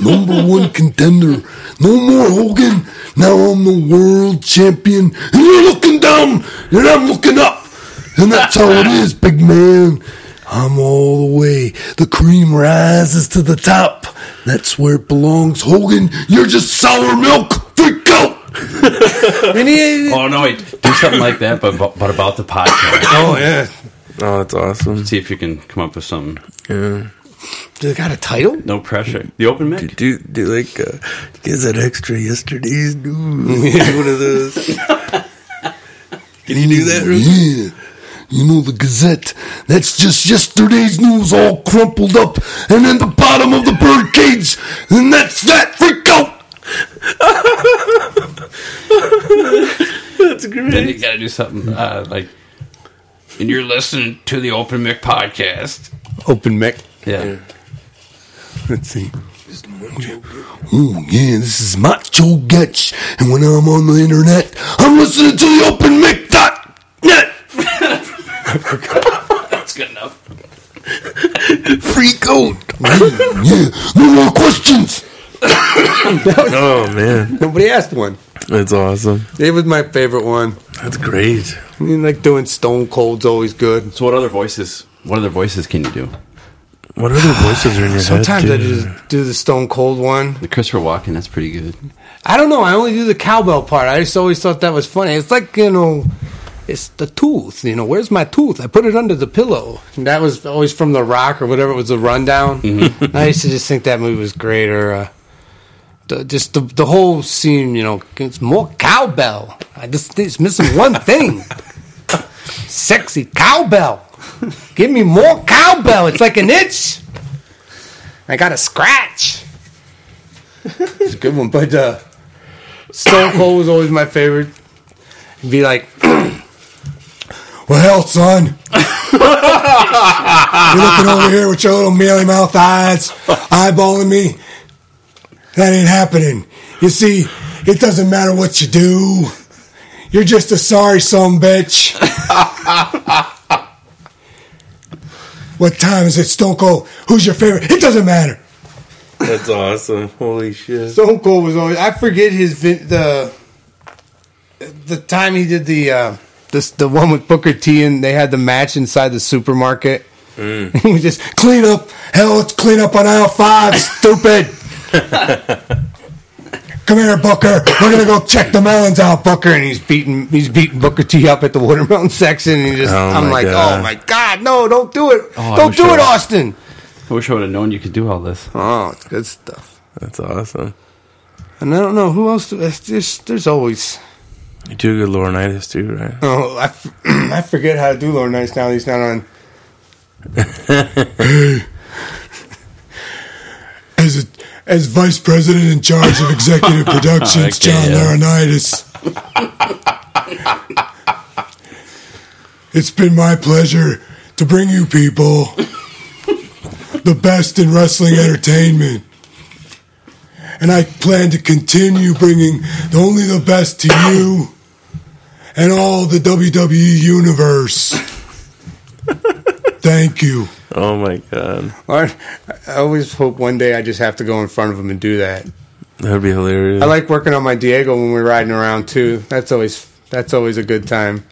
S3: number one contender, no more Hogan. Now I'm the world champion, and you're looking down, and I'm looking up, and that's how it is, big man. I'm all the way. The cream rises to the top. That's where it belongs. Hogan, you're just sour milk. Freak out. and he,
S1: oh no, wait, do something like that, but but about the podcast.
S3: oh yeah.
S2: Oh, that's awesome.
S1: See if you can come up with something.
S2: Yeah.
S3: Do they got a title?
S1: No pressure. The open mic.
S2: do do like uh, get that extra yesterday's news. one of those. Can you do that? Ruth?
S5: Yeah. You know the Gazette. That's just yesterday's news all crumpled up and in the bottom of the bird cage. And that's that freak out.
S1: Then you gotta do something uh, like. And you're listening to the Open Mic podcast.
S3: Open mic.
S1: Yeah.
S3: Let's see.
S5: Oh yeah, this is Macho Getch. And when I'm on the internet, I'm listening to the open mic dot net.
S1: that's good enough.
S5: Freak out. Yeah, yeah. no more questions.
S2: Oh man,
S3: Nobody asked one.
S2: that's awesome.
S3: It was my favorite one.
S2: That's great.
S3: I mean, like doing Stone Cold's always good.
S1: So, what other voices? What other voices can you do?
S2: What other voices are in your
S3: Sometimes I
S2: head? dude?
S3: just do the Stone Cold one.
S1: The Christopher Walken. That's pretty good.
S3: I don't know. I only do the cowbell part. I just always thought that was funny. It's like you know, it's the tooth. You know, where's my tooth? I put it under the pillow. And that was always from The Rock or whatever it was, the rundown. I used to just think that movie was great, or uh, the, just the the whole scene. You know, it's more cowbell. I just it's missing one thing. Sexy cowbell. Give me more cowbell. It's like an itch. I got a scratch. It's a good one, but uh, Stone Cold was always my favorite. He'd be like,
S5: Well, son, you're looking over here with your little mealy mouth eyes, eyeballing me. That ain't happening. You see, it doesn't matter what you do. You're just a sorry son, bitch.
S8: What time is it? Stone Cold. Who's your favorite? It doesn't matter.
S2: That's awesome. Holy shit.
S3: Stone Cold was always. I forget his vin- the the time he did the uh, this the one with Booker T and they had the match inside the supermarket.
S1: Mm.
S3: he was just
S8: Clean up. Hell, let's clean up on aisle five.
S3: stupid.
S8: Come here, Booker. We're gonna go check the melons out, Booker.
S3: Booker and he's beating he's beating Booker T up at the watermelon section and he just
S2: Oh
S3: I'm
S2: my
S3: like
S2: God.
S3: oh my god no don't do it
S1: Oh, I
S3: don't
S1: wish
S3: do
S1: I-
S3: it Austin
S1: I wish I would have known you could do all this.
S3: oh it's good stuff
S2: That's awesome.
S3: and I don't know who else it's just, there's always
S2: You do good Laurinaitis too, right?
S3: oh I, f- I forget how to do Lord Nice now that he's not on
S8: As a, as vice president in charge of executive productions,
S1: Okay,
S8: John
S1: yeah.
S8: Laurinaitis. it's been my pleasure to bring you people the best in wrestling entertainment. And I plan to continue bringing the- only the best to you and all the WWE universe. Thank you.
S2: Oh my god.
S3: Lord, I always hope one day I just have to go in front of him and do that
S2: That would be hilarious.
S3: I like working on my Diego when we're riding around too that's always that's always a good time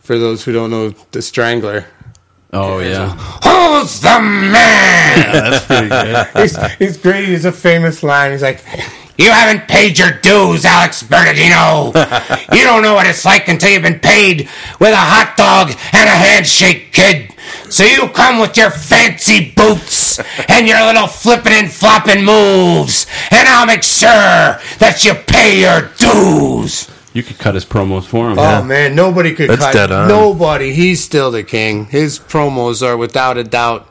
S3: for those who don't know the Strangler
S1: Oh yeah,
S3: who's the man
S1: that's pretty good.
S3: he's, he's great. He's a famous line. He's like, "You haven't paid your dues, Alex Bernardino. you don't know what it's like until you've been paid with a hot dog and a handshake, kid. So you come with your fancy boots and your little flippin' and floppin' moves, and I'll make sure that you pay your dues."
S1: You could cut his promos for him.
S3: Oh man, nobody could
S2: That's
S3: cut
S2: dead on.
S3: nobody. He's still the king. His promos are without a doubt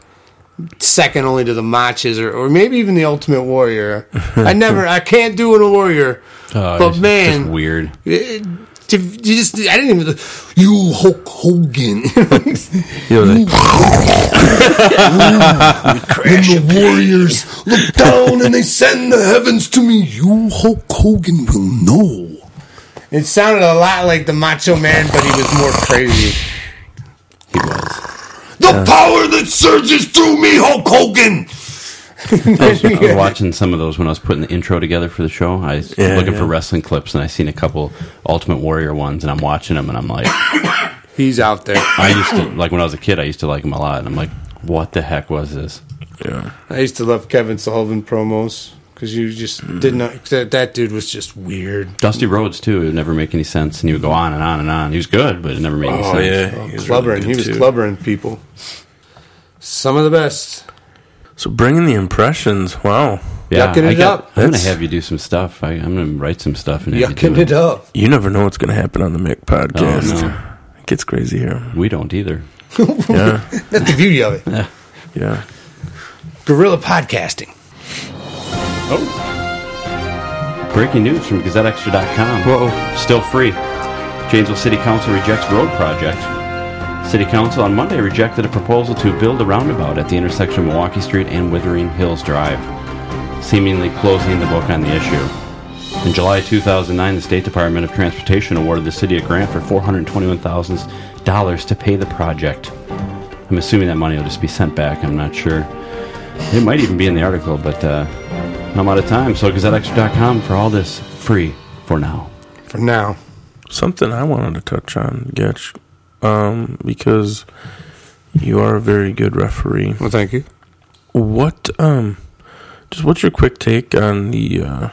S3: second only to the matches or, or maybe even the Ultimate Warrior. I never, I can't do an a warrior,
S1: Oh,
S3: but
S1: it's just
S3: man,
S1: weird.
S8: Uh,
S3: it- to- you just I didn't even you Hulk Hogan.
S2: He was like,
S8: When the warriors look down and they send the heavens to me, you Hulk Hogan will know.
S3: it sounded a lot like the Macho Man, but he was more crazy.
S1: He was.
S8: The power that surges through me, Hulk Hogan.
S1: I was, I was watching some of those when I was putting the intro together for the show. I was
S2: Yeah,
S1: looking
S2: yeah.
S1: for wrestling clips, and I seen a couple Ultimate Warrior ones, and I'm watching them, and I'm like,
S3: He's out there.
S1: I used to like when I was a kid, I used to like them a lot, and I'm like, what the heck was this?
S2: yeah.
S3: I used to love Kevin Sullivan promos because you just didn't know that, that dude was just weird.
S1: Dusty Rhodes too. It would never make any sense, and he would go on and on and on. He was good, but it never made any
S2: Oh
S1: sense.
S2: yeah. He was
S3: clubbering.
S2: really good,
S3: he was
S2: too.
S3: clubbering people. Some of the best.
S2: So bringing the impressions. Wow.
S3: Yucking
S1: I
S3: it
S1: got-
S3: up.
S1: I'm gonna
S2: That's-
S1: have you do some stuff. I, I'm gonna write some stuff and have you
S3: Yucking
S1: do
S3: it up.
S2: You never know what's going to happen on the Mick podcast.
S1: Oh, no.
S2: It gets crazy here.
S1: We don't either.
S2: Yeah.
S3: That's the beauty of it.
S2: yeah.
S3: Guerrilla podcasting.
S1: Oh. Breaking news from GazetteExtra.com. Whoa. Still free. Janesville City Council rejects road project. City Council on Monday rejected a proposal to build a roundabout at the intersection of Milwaukee Street and Withering Hills Drive, seemingly closing the book on the issue. In July 2009, the State Department of Transportation awarded the city a grant for $421,000 to pay the project. I'm assuming that money will just be sent back. I'm not sure. It might even be in the article, but uh, I'm out of time. So GazetteExtra.com for all this free for now.
S3: For now.
S2: Something I wanted to touch on, Getch, um, because you are a very good referee.
S3: Well, thank you.
S2: What, um, just what's your quick take on the uh,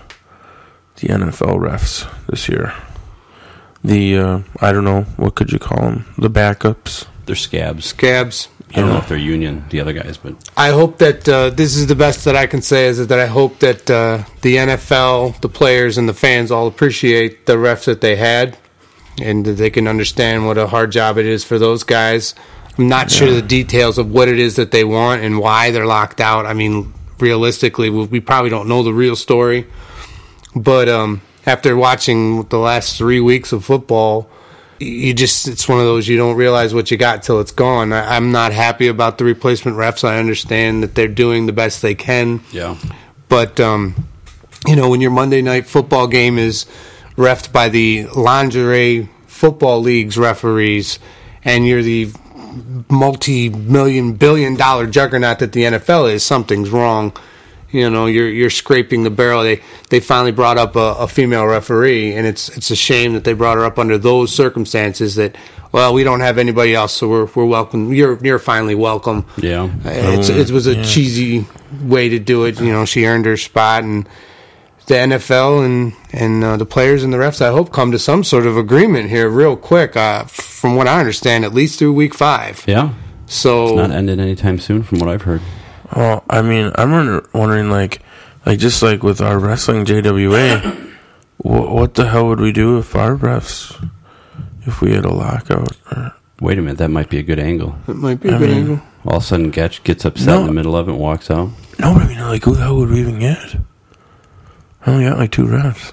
S2: the NFL refs this year? The uh, I don't know what could you call them? The backups.
S1: They're scabs.
S3: Scabs.
S1: I don't know if they're union, the other guys, but
S3: I hope that uh, this is the best that I can say is that I hope that uh, the NFL, the players, and the fans all appreciate the refs that they had and that they can understand what a hard job it is for those guys. I'm not sure the details of what it is that they want and why they're locked out. I mean, realistically, we, we probably don't know the real story. But um, after watching the last three weeks of football, you just it's one of those you don't realize what you got till it's gone. I, I'm not happy about the replacement refs. I understand that they're doing the best they can,
S1: yeah.
S3: but um, you know when your Monday night football game is refed by the lingerie football league's referees, and you're the multi million billion dollar juggernaut that the NFL is, something's wrong. You know, you're you're scraping the barrel. They they finally brought up a, a female referee, and it's it's a shame that they brought her up under those circumstances. That well, we don't have anybody else, so we're we're welcome. You're you're finally welcome.
S1: Yeah.
S3: It's,
S1: Oh,
S3: it was a cheesy way to do it. You know, she earned her spot, and the NFL and and uh, the players and the refs, I hope, come to some sort of agreement here real quick. Uh, from what I understand, at least through week five.
S1: Yeah.
S3: So
S1: Not ended anytime soon, from what I've heard.
S2: Well, I mean, I'm wonder- wondering, like, like just like with our wrestling JWA, wh- what the hell would we do if our refs, if we had a lockout? Or,
S1: Wait a minute, that might be a good angle.
S3: it might be a good angle.
S1: All of a sudden, Getch gets upset
S2: No.
S1: in the middle of it and walks out.
S2: no, I mean, like, who the hell would we even get? I only got like two refs.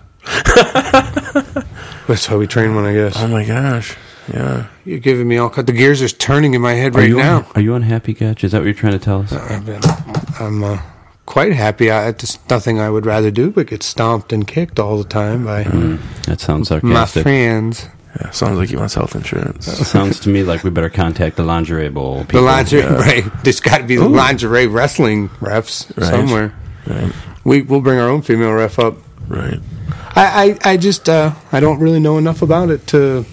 S3: That's how we train one, I guess.
S2: Oh
S1: Uh,
S2: my gosh! Yeah,
S3: You're giving me all cut. The gears are turning in my head
S1: Are
S3: right
S1: you
S3: now. Uh,
S1: are you unhappy, Getch? Is that what you're trying to tell us?
S3: I've been, I'm uh, quite happy. I, it's nothing I would rather do but get stomped and kicked all the time by
S1: That sounds
S3: my
S1: sarcastic.
S3: friends.
S2: yeah. Sounds like he wants health insurance.
S1: Sounds to me like we better contact the lingerie bowl.
S3: The
S1: people.
S3: lingerie, right? There's got to be lingerie wrestling refs
S2: Right.
S3: somewhere.
S2: right,
S3: We we'll bring our own female ref up.
S2: right.
S3: I I, I just uh, I don't really know enough about it to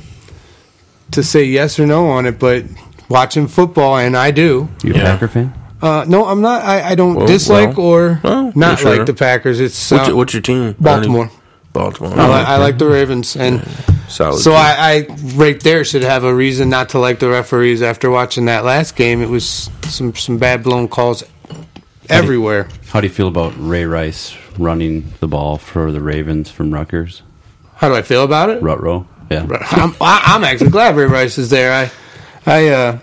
S3: to say yes or no on it, but. Watching football, and I do.
S1: You a
S2: Yeah.
S1: Packer fan?
S3: Uh, no, I'm not. I, I don't
S2: Well,
S3: dislike
S2: well.
S3: or
S2: Well,
S3: not
S2: sure.
S3: like the Packers. It's
S2: What's,
S3: uh,
S2: your, what's your team?
S3: Baltimore.
S2: Baltimore.
S3: I, li- I like the Ravens, and
S2: solid.
S3: so I, I right there should have a reason not to like the referees after watching that last game. It was some some bad blown calls everywhere.
S1: How do you feel about Ray Rice running the ball for the Ravens from Rutgers?
S3: How do I feel about it?
S1: Rutrow? Yeah.
S3: I'm, I, I'm actually glad Ray Rice is there. I, I, uh,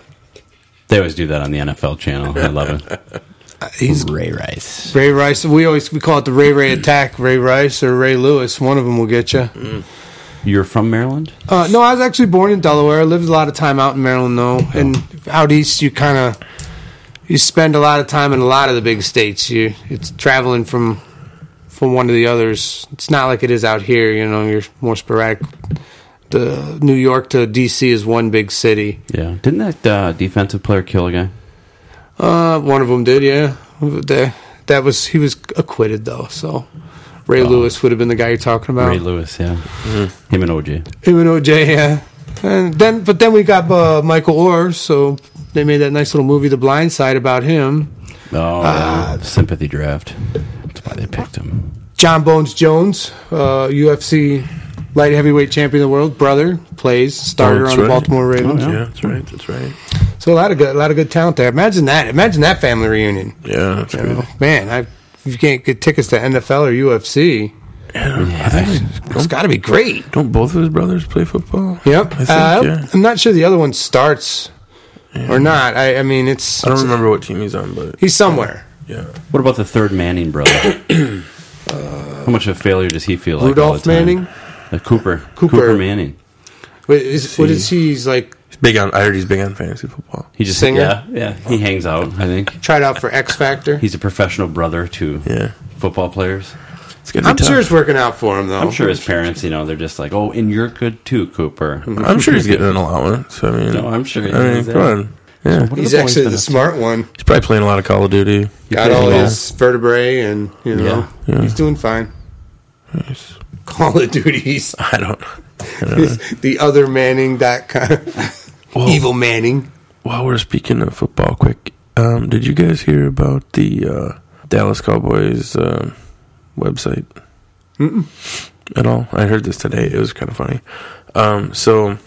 S1: They always do that on the NFL channel. I love it.
S3: Uh, he's
S1: Ray Rice.
S3: Ray Rice. We always we call it the Ray Ray attack. Ray Rice or Ray Lewis. One of them will get you.
S1: You're from Maryland?
S3: Uh, no, I was actually born in Delaware. I lived a lot of time out in Maryland, though. And out east, you kind of you spend a lot of time in a lot of the big states. You it's traveling from from one to the others. It's not like it is out here. You know, you're more sporadic. The New York to D.C. is one big city.
S1: Yeah. Didn't that uh, defensive player kill a guy?
S3: Uh, one of them did, yeah. That, that was he was acquitted though. So Ray Lewis would have been the guy you're talking about.
S1: Ray Lewis, yeah.
S3: Mm-hmm.
S1: Him and OJ.
S3: Him and OJ, yeah. And then, but then we got uh, Michael Orr, so they made that nice little movie, The Blind Side, about him.
S1: Oh,
S3: Uh,
S1: yeah. sympathy draft. That's why they picked him.
S3: John Bones Jones, uh, UFC light heavyweight champion of the world, brother, plays starter
S2: That's
S3: on the
S2: right. Oh,
S3: Baltimore Ravens.
S2: yeah. that's right. That's right.
S3: So a lot of good, a lot of good talent there. Imagine that! Imagine that family reunion.
S2: Yeah, that's
S3: You
S2: good.
S3: know, man, I, if you can't get tickets to NFL or UFC, it's got to be great.
S2: Don't both of his brothers play football? Oh.
S3: Yep.
S2: I think,
S3: Uh,
S2: yeah.
S3: I'm not sure the other one starts or not. I, I mean, it's,
S2: I don't
S3: it's-
S2: remember what team he's on, but
S3: he's somewhere.
S2: yeah.
S1: What about the third Manning brother? How much of a failure does he feel like? all
S3: Rudolph
S1: the time?
S3: Manning?
S1: Uh, Cooper.
S3: Cooper.
S1: Cooper. Manning.
S3: Wait, is, what is he? He's like
S2: He's big on, I heard he's big on fantasy football.
S1: He just
S3: Singer?
S1: Yeah, yeah. He hangs out, I think.
S3: tried out for X Factor.
S1: He's a professional brother to
S2: Yeah.
S1: football players.
S2: It's gonna be
S3: I'm
S2: tough.
S3: sure it's working out for him though.
S1: I'm sure his parents, you know, they're just like, oh, and you're good too, Cooper.
S2: I'm sure he's getting an allowance. I mean,
S1: No, I'm sure he
S2: I mean,
S1: is,
S2: come
S1: yeah.
S2: on. Yeah,
S1: What are
S3: he's
S1: the boys
S3: actually
S1: gonna-
S3: the smart one.
S2: he's probably playing a lot of Call of Duty.
S3: Got
S1: plays
S3: all
S1: ball.
S3: his vertebrae, and you know
S2: Yeah, yeah.
S3: he's doing fine.
S2: Nice.
S3: Call of Duty's
S2: I don't. I don't know.
S3: the other Manning.com. Evil Manning.
S2: While we're speaking of football, quick, um, did you guys hear about the uh, Dallas Cowboys um website at all? I heard this today. It was kind of funny. Um, so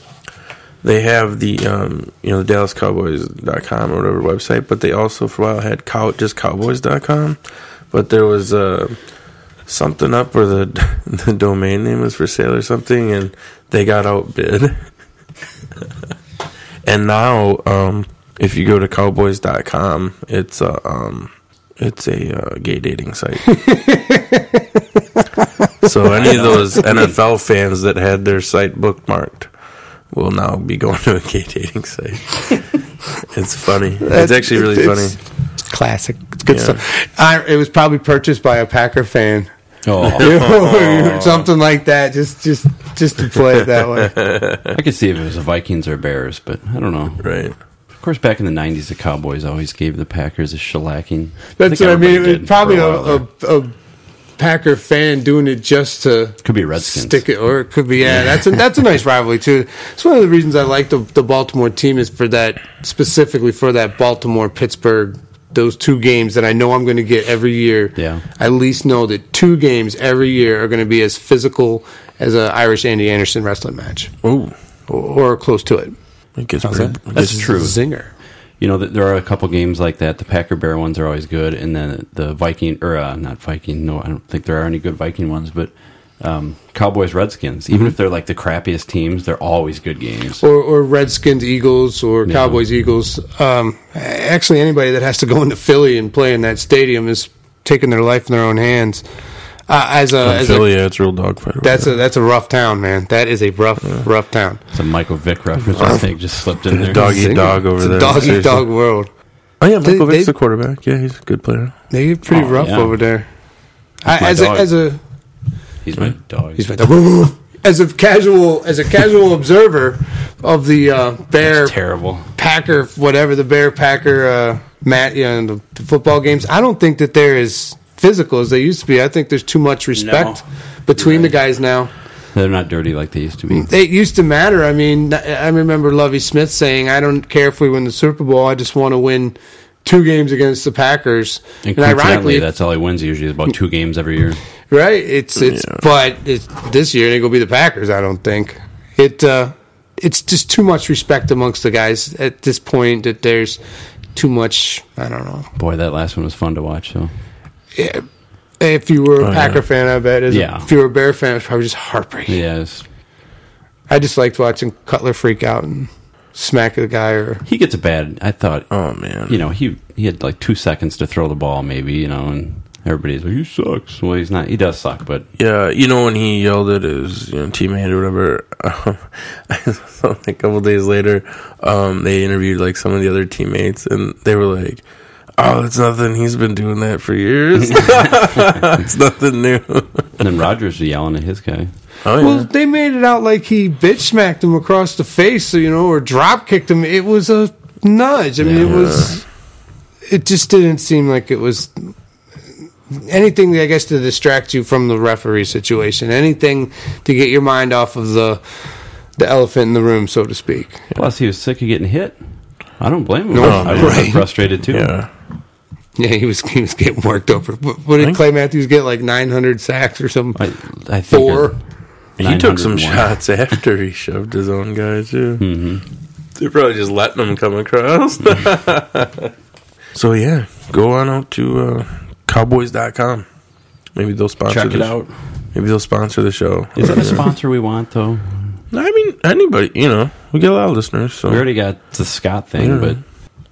S2: they have the um, you know the DallasCowboys.com or whatever website, but they also for a while had cow- just Cowboys.com, but there was uh, something up where the the domain name was for sale or something, and they got outbid. And now, um, if you go to cowboys.com, it's a um, it's a uh, gay dating site. so any of those NFL fans that had their site bookmarked will now be going to a gay dating site. it's funny. It's actually really
S3: it's-
S2: funny.
S3: It's classic. It's good
S2: Yeah.
S3: stuff. I, it was probably purchased by a Packer fan.
S1: Oh,
S3: Something like that. Just, just, just to play it that way.
S1: I could see if it was the Vikings or Bears, but I don't know.
S2: Right.
S1: Of course, back in the '90s, the Cowboys always gave the Packers a shellacking.
S3: That's
S1: think
S3: what I mean.
S1: everybody
S3: It
S1: did
S3: was probably
S1: for
S3: a,
S1: a while
S3: a, a Packer fan doing it just to
S1: Could be Redskins.
S3: Stick it, or it could be yeah. That's a, that's a nice rivalry too. It's one of the reasons I like the the Baltimore team is for that specifically for that Baltimore Pittsburgh those two games that I know I'm going to get every year.
S1: Yeah.
S3: I at least know that two games every year are going to be as physical as a Irish Andy Anderson wrestling match
S2: Ooh,
S3: or, or close to it.
S2: it gets
S3: How's
S2: pretty.
S3: that?
S2: it
S1: That's
S2: gets-
S1: true.
S3: Zinger.
S1: you know, th- there are a couple games like that. The Packer Bear ones are always good, and then the Viking or uh, not Viking. No, I don't think there are any good Viking ones, but um, Cowboys Redskins. Even
S3: Mm-hmm.
S1: if they're like the crappiest teams, they're always good games.
S3: or, or Redskins Eagles or Cowboys Eagles. Um, actually, anybody that has to go into Philly and play in that stadium is taking their life in their own hands. Uh, as a,
S2: In
S3: as
S2: Philly,
S3: a
S2: yeah, it's a real dogfight. over
S3: that's
S2: there.
S3: a that's a rough town, man. That is a rough rough town.
S1: It's a Michael Vick reference.
S3: uh,
S1: I think just slipped in there.
S2: Dog eat
S3: Zinger.
S2: dog over
S3: it's
S2: there.
S3: A dog eat
S2: seriously.
S3: dog world.
S2: Oh yeah, Michael
S3: They-
S2: Vick's
S3: they-
S2: the quarterback. Yeah, he's a good player.
S3: They get pretty
S1: Oh,
S3: rough
S1: yeah.
S3: over there. I,
S1: my
S3: as a,
S1: dog.
S3: as a
S1: He's my dog.
S3: He's like, "Woof." as a casual as a casual observer of the uh, bear
S1: terrible.
S3: Packer whatever the bear Packer uh, Matt you know, and the, the football games. I don't think that they're as physical as they used to be. I think there's too much respect between the guys now.
S1: They're not dirty like they used to be.
S3: It used to matter. I mean, I remember Lovey Smith saying, "I don't care if we win the Super Bowl. I just want to win." Two games against the Packers,
S1: And, coincidentally, that's all he wins usually is about two games every year.
S3: Right? It's it's but it's this year it ain't gonna be the Packers, I don't think. It uh it's just too much respect amongst the guys at this point that there's too much I don't know.
S1: Boy, that last one was fun to watch. So
S3: If you were a
S2: Oh,
S3: Packer
S2: yeah.
S3: fan, I bet as a-
S1: Yeah.
S3: if you were a Bear fan, it was probably just heartbreaking.
S1: yeah, it's-
S3: I just liked watching Cutler freak out and smack the guy or
S1: he gets a bad. I thought
S2: Oh man,
S1: you know he he had like two seconds to throw the ball, maybe you know, and everybody's like he sucks. Well, he's not. He does suck, but
S2: Yeah, you know when he yelled at his you know, teammate or whatever. Um, a couple days later, um, they interviewed like some of the other teammates, and they were like, "Oh, it's nothing. He's been doing that for years. it's nothing new."
S1: and then Rogers was yelling at his guy.
S2: Oh yeah,
S3: Well, they made it out like he bitch smacked him across the face, you know, or drop kicked him. It was a nudge. I mean, it was. It just didn't seem like it was anything. I guess to distract you from the referee situation, anything to get your mind off of the the elephant in the room, so to speak.
S1: Plus, he was sick of getting hit. I don't blame him.
S3: No,
S1: I would have
S3: right.
S1: been frustrated too.
S2: yeah.
S3: Yeah, he was he was getting worked over. What, what did
S2: Think-
S3: Clay Matthews get? Like nine hundred sacks
S1: I,
S3: or something?
S1: I think
S3: Four.
S2: He took some
S1: 901.
S2: shots after he shoved his own guy too. Mm-hmm. They're probably just letting him come across.
S1: Mm-hmm.
S2: so yeah, go on out to uh, Cowboys.com. Maybe they'll sponsor.
S1: Check it
S2: this.
S1: out.
S2: Maybe they'll sponsor the show.
S1: Is that
S2: Or,
S1: a sponsor we want though?
S2: uh, I mean, anybody. You know, we get a lot of listeners. So
S1: We already got the Scott thing,
S2: Yeah.
S1: but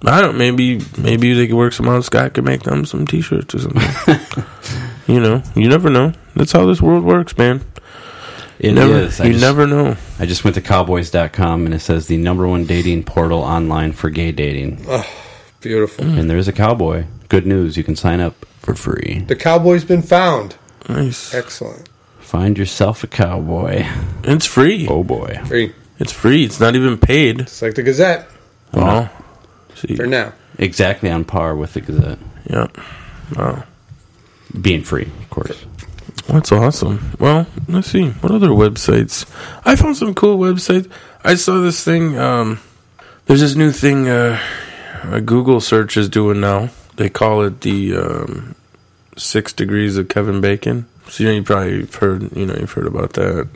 S2: I don't. Maybe maybe they could work some out. Scott could make them some T-shirts or something. you know, you never know. That's how this world works, man.
S1: it is.
S2: never,
S1: I
S2: you
S1: just-
S2: never know.
S1: I just went to cowboys.com and it says the number one dating portal online for gay dating.
S3: Beautiful.
S1: And there is a cowboy. Good news, you can sign up for free.
S3: The Cowboy's been found.
S2: Nice.
S3: Excellent.
S1: Find yourself a cowboy.
S2: It's free.
S1: Oh boy.
S3: Free.
S2: It's free. It's not even paid.
S3: It's like the Gazette
S2: Wow. See,
S3: for now.
S1: Exactly on par with the Gazette.
S2: yeah. Wow.
S1: Being free, of course.
S2: That's awesome. Well, let's see. What other websites? I found some cool websites. I saw this thing. Um, there's this new thing uh, a Google search is doing now. They call it the um, six degrees of Kevin Bacon. So you know you probably have heard you know you've heard about that.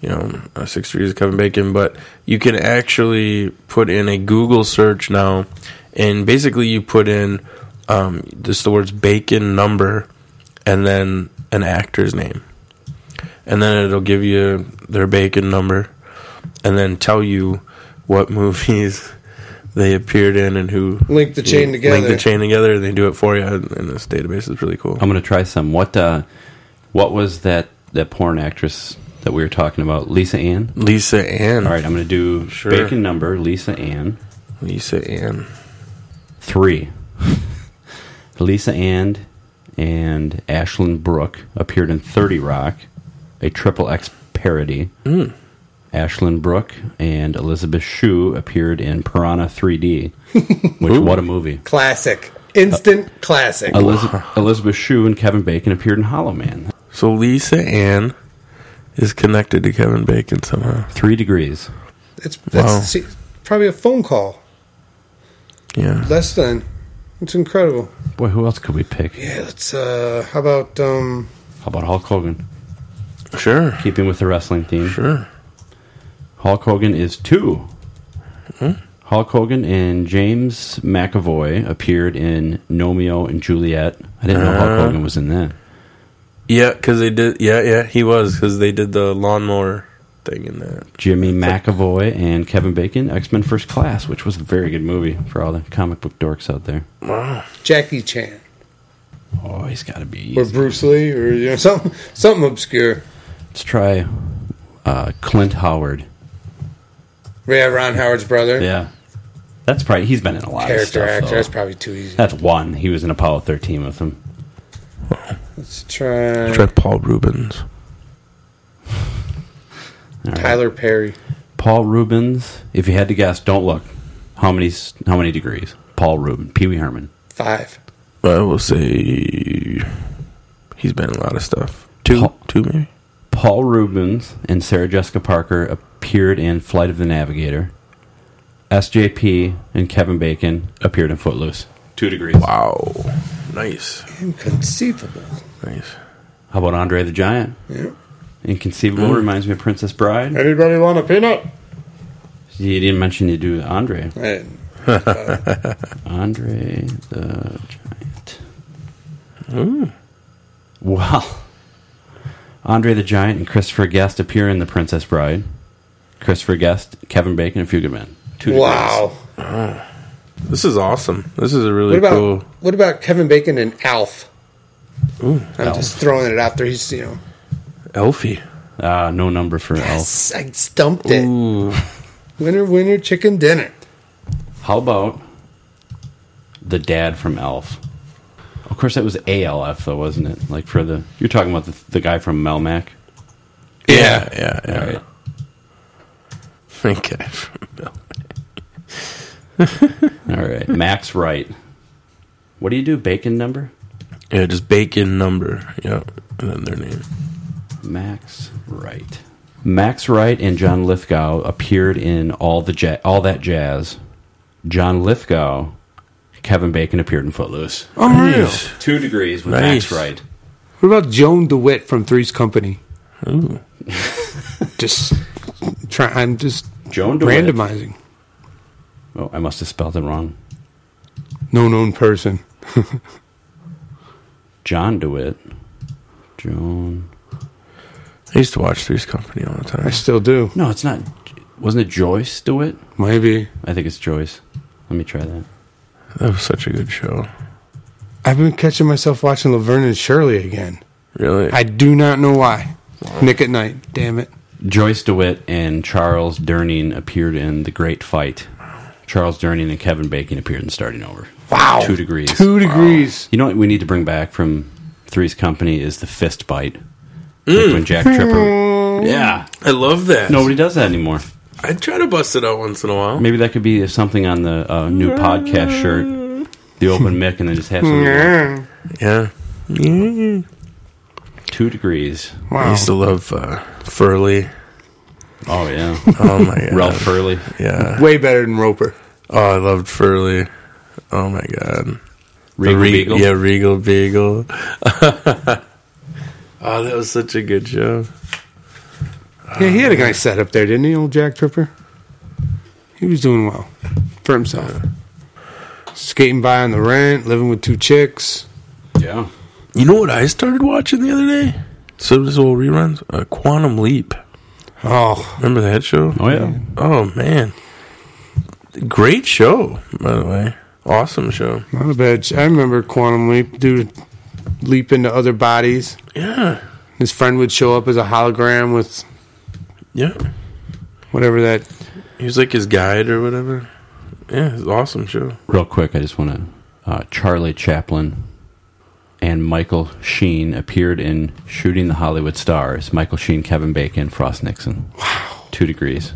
S2: You know, uh, six degrees of Kevin Bacon, but you can actually put in a Google search now, and basically you put in um, just the words bacon number, and then an actor's name. And then it'll give you their bacon number and then tell you what movies they appeared in and who
S3: Link the chain
S2: Link
S3: together.
S2: the chain together and they do it for you and and this database is really cool.
S1: I'm gonna try some. What uh what was that that porn actress that we were talking about? Lisa Ann?
S2: Lisa Ann.
S1: Alright, I'm gonna do
S2: Sure.
S1: bacon number, Lisa Ann.
S2: Lisa Ann.
S1: Three. Lisa Ann and Ashlyn Brooke appeared in 30 Rock, a Triple X parody. Ashlyn Brooke and Elizabeth Shue appeared in Piranha 3D, which what a movie!
S3: Classic. Instant classic.
S1: Elizabeth, Elizabeth Shue and Kevin Bacon appeared in Hollow Man.
S2: So Lisa Ann is connected to Kevin Bacon somehow.
S1: Three degrees.
S3: It's that's
S2: Wow.
S3: see, probably a phone call.
S2: Yeah.
S3: Less than. It's incredible.
S1: Boy, who else could we pick?
S3: Yeah, let's uh how about um
S1: How about Hulk Hogan?
S2: Sure.
S1: Keeping with the wrestling theme,
S2: Sure.
S1: Hulk Hogan is 2 Hulk Hogan and James McAvoy appeared in Nomeo and Juliet. I didn't know Hulk Hogan was in that.
S2: Yeah, because they did. Yeah, yeah, he was because they did the lawnmower thing in that.
S1: Jimmy McAvoy and Kevin Bacon, X Men First Class, which was a very good movie for all the comic book dorks out there.
S3: Jackie Chan
S1: Oh, he's got to be.
S3: or Bruce Lee or you know something something obscure.
S1: Let's try uh, Clint Howard.
S3: Yeah, Ron Howard's brother.
S1: Yeah, that's probably he's been in a lot of
S3: Character
S1: stuff.
S3: actor.
S1: though.
S3: That's probably too easy.
S1: That's one. He was in Apollo 13 with him.
S3: Let's try,
S2: Try Paul Rubens.
S3: Tyler Perry.
S1: Paul Rubens. If you had to guess, don't look. How many? s- How many degrees? Paul Rubin, Pee Wee Herman.
S3: Five.
S2: I will say he's been in a lot of stuff. Two,
S1: Paul-
S2: two maybe.
S1: Paul Rubens and Sarah Jessica Parker appeared in Flight of the Navigator. SJP and Kevin Bacon appeared in Footloose. Two degrees.
S2: Wow, nice,
S3: Inconceivable.
S2: nice.
S1: How about Andre the Giant?
S3: Yeah.
S1: Inconceivable reminds me of Princess Bride.
S3: Anybody want a peanut?
S1: You didn't mention you do Andre.
S3: Right.
S1: Andre the Giant. Well, Andre the Giant and Christopher Guest appear in The Princess Bride. Christopher Guest, Kevin Bacon, and Few Good Men. Two degrees.
S3: Wow.
S2: This is awesome. This is a
S3: What
S2: really
S3: about
S2: cool.
S3: what about Kevin Bacon and Alf? I'm just throwing it out there. He's you know
S2: Elfie.
S1: Uh, no number for Elf.
S3: s- I stumped it. Winner, winner, chicken dinner.
S1: How about the dad from Elf? Of course, that was ALF, though, wasn't it? Like for the you're talking about the, the guy from Melmac.
S2: Yeah, yeah, yeah.
S1: All right.
S2: Okay.
S1: All right. Max Wright. What do you do? Bacon number?
S2: yeah, just bacon number. Yeah, and then their name.
S1: Max Wright. Max Wright and John Lithgow appeared in all the ja- all that jazz. John Lithgow, Kevin Bacon appeared in Footloose.
S3: Oh,
S2: Nice.
S1: Two degrees with
S2: Nice.
S1: Max Wright.
S3: What about Joan DeWitt from Three's Company?
S2: Ooh.
S3: Just try. I'm just
S1: Joan DeWitt.
S3: randomizing.
S1: Oh, I must have spelled it wrong.
S3: No known person.
S1: John DeWitt. Joan.
S2: I used to watch Three's Company all the
S3: I
S2: time.
S3: still do.
S1: No, it's not. Wasn't it Joyce DeWitt?
S3: Maybe
S1: I think it's Joyce. Let me try that.
S2: That was such a good show.
S3: I've been catching myself watching Laverne and Shirley again.
S2: Really?
S3: I do not know why. Nick at Night. Damn it.
S1: Joyce DeWitt and Charles Durning appeared in The Great Fight. Charles Durning and Kevin Bacon appeared in Starting Over.
S3: Wow.
S1: Two degrees.
S3: Two degrees.
S1: You know what we need to bring back from Three's Company is the fist bite. Like when Jack Tripper. Mm. Yeah.
S2: I love that.
S1: Nobody does that anymore.
S2: I try to bust it out once in a while.
S1: Maybe that could be something on the uh, new podcast shirt. The open mic and then just have some
S2: Yeah.
S1: two degrees.
S2: I
S3: Wow.
S2: used to love uh, Furley.
S1: Oh yeah,
S2: Oh my god.
S1: Ralph Furley.
S2: Yeah.
S3: Way better than Roper.
S2: Oh, I loved Furley. Oh my god.
S1: Regal
S2: The Re-
S1: Beagle.
S2: Yeah, Regal Beagle. oh, that was such a good show.
S3: Yeah, he had a nice setup there, didn't he, old Jack Tripper? He was doing well for himself. Skating by on the rent, living with two chicks.
S1: Yeah.
S2: You know what I started watching the other day? So this old reruns? Uh, Quantum Leap.
S3: Oh,
S2: Remember that show?
S1: Oh yeah.
S2: Oh man. Great show, by the way. Awesome show.
S3: not a bad. sh- I remember Quantum Leap. Dude would leap into other bodies.
S2: Yeah.
S3: His friend would show up as a hologram with
S2: Yeah.
S3: whatever that.
S2: He was like his guide or whatever. Yeah, it's an awesome show.
S1: Real quick, I just want to. Uh, Charlie Chaplin and Michael Sheen appeared in Shooting the Hollywood Stars. Michael Sheen, Kevin Bacon, Frost Nixon. Wow. two degrees.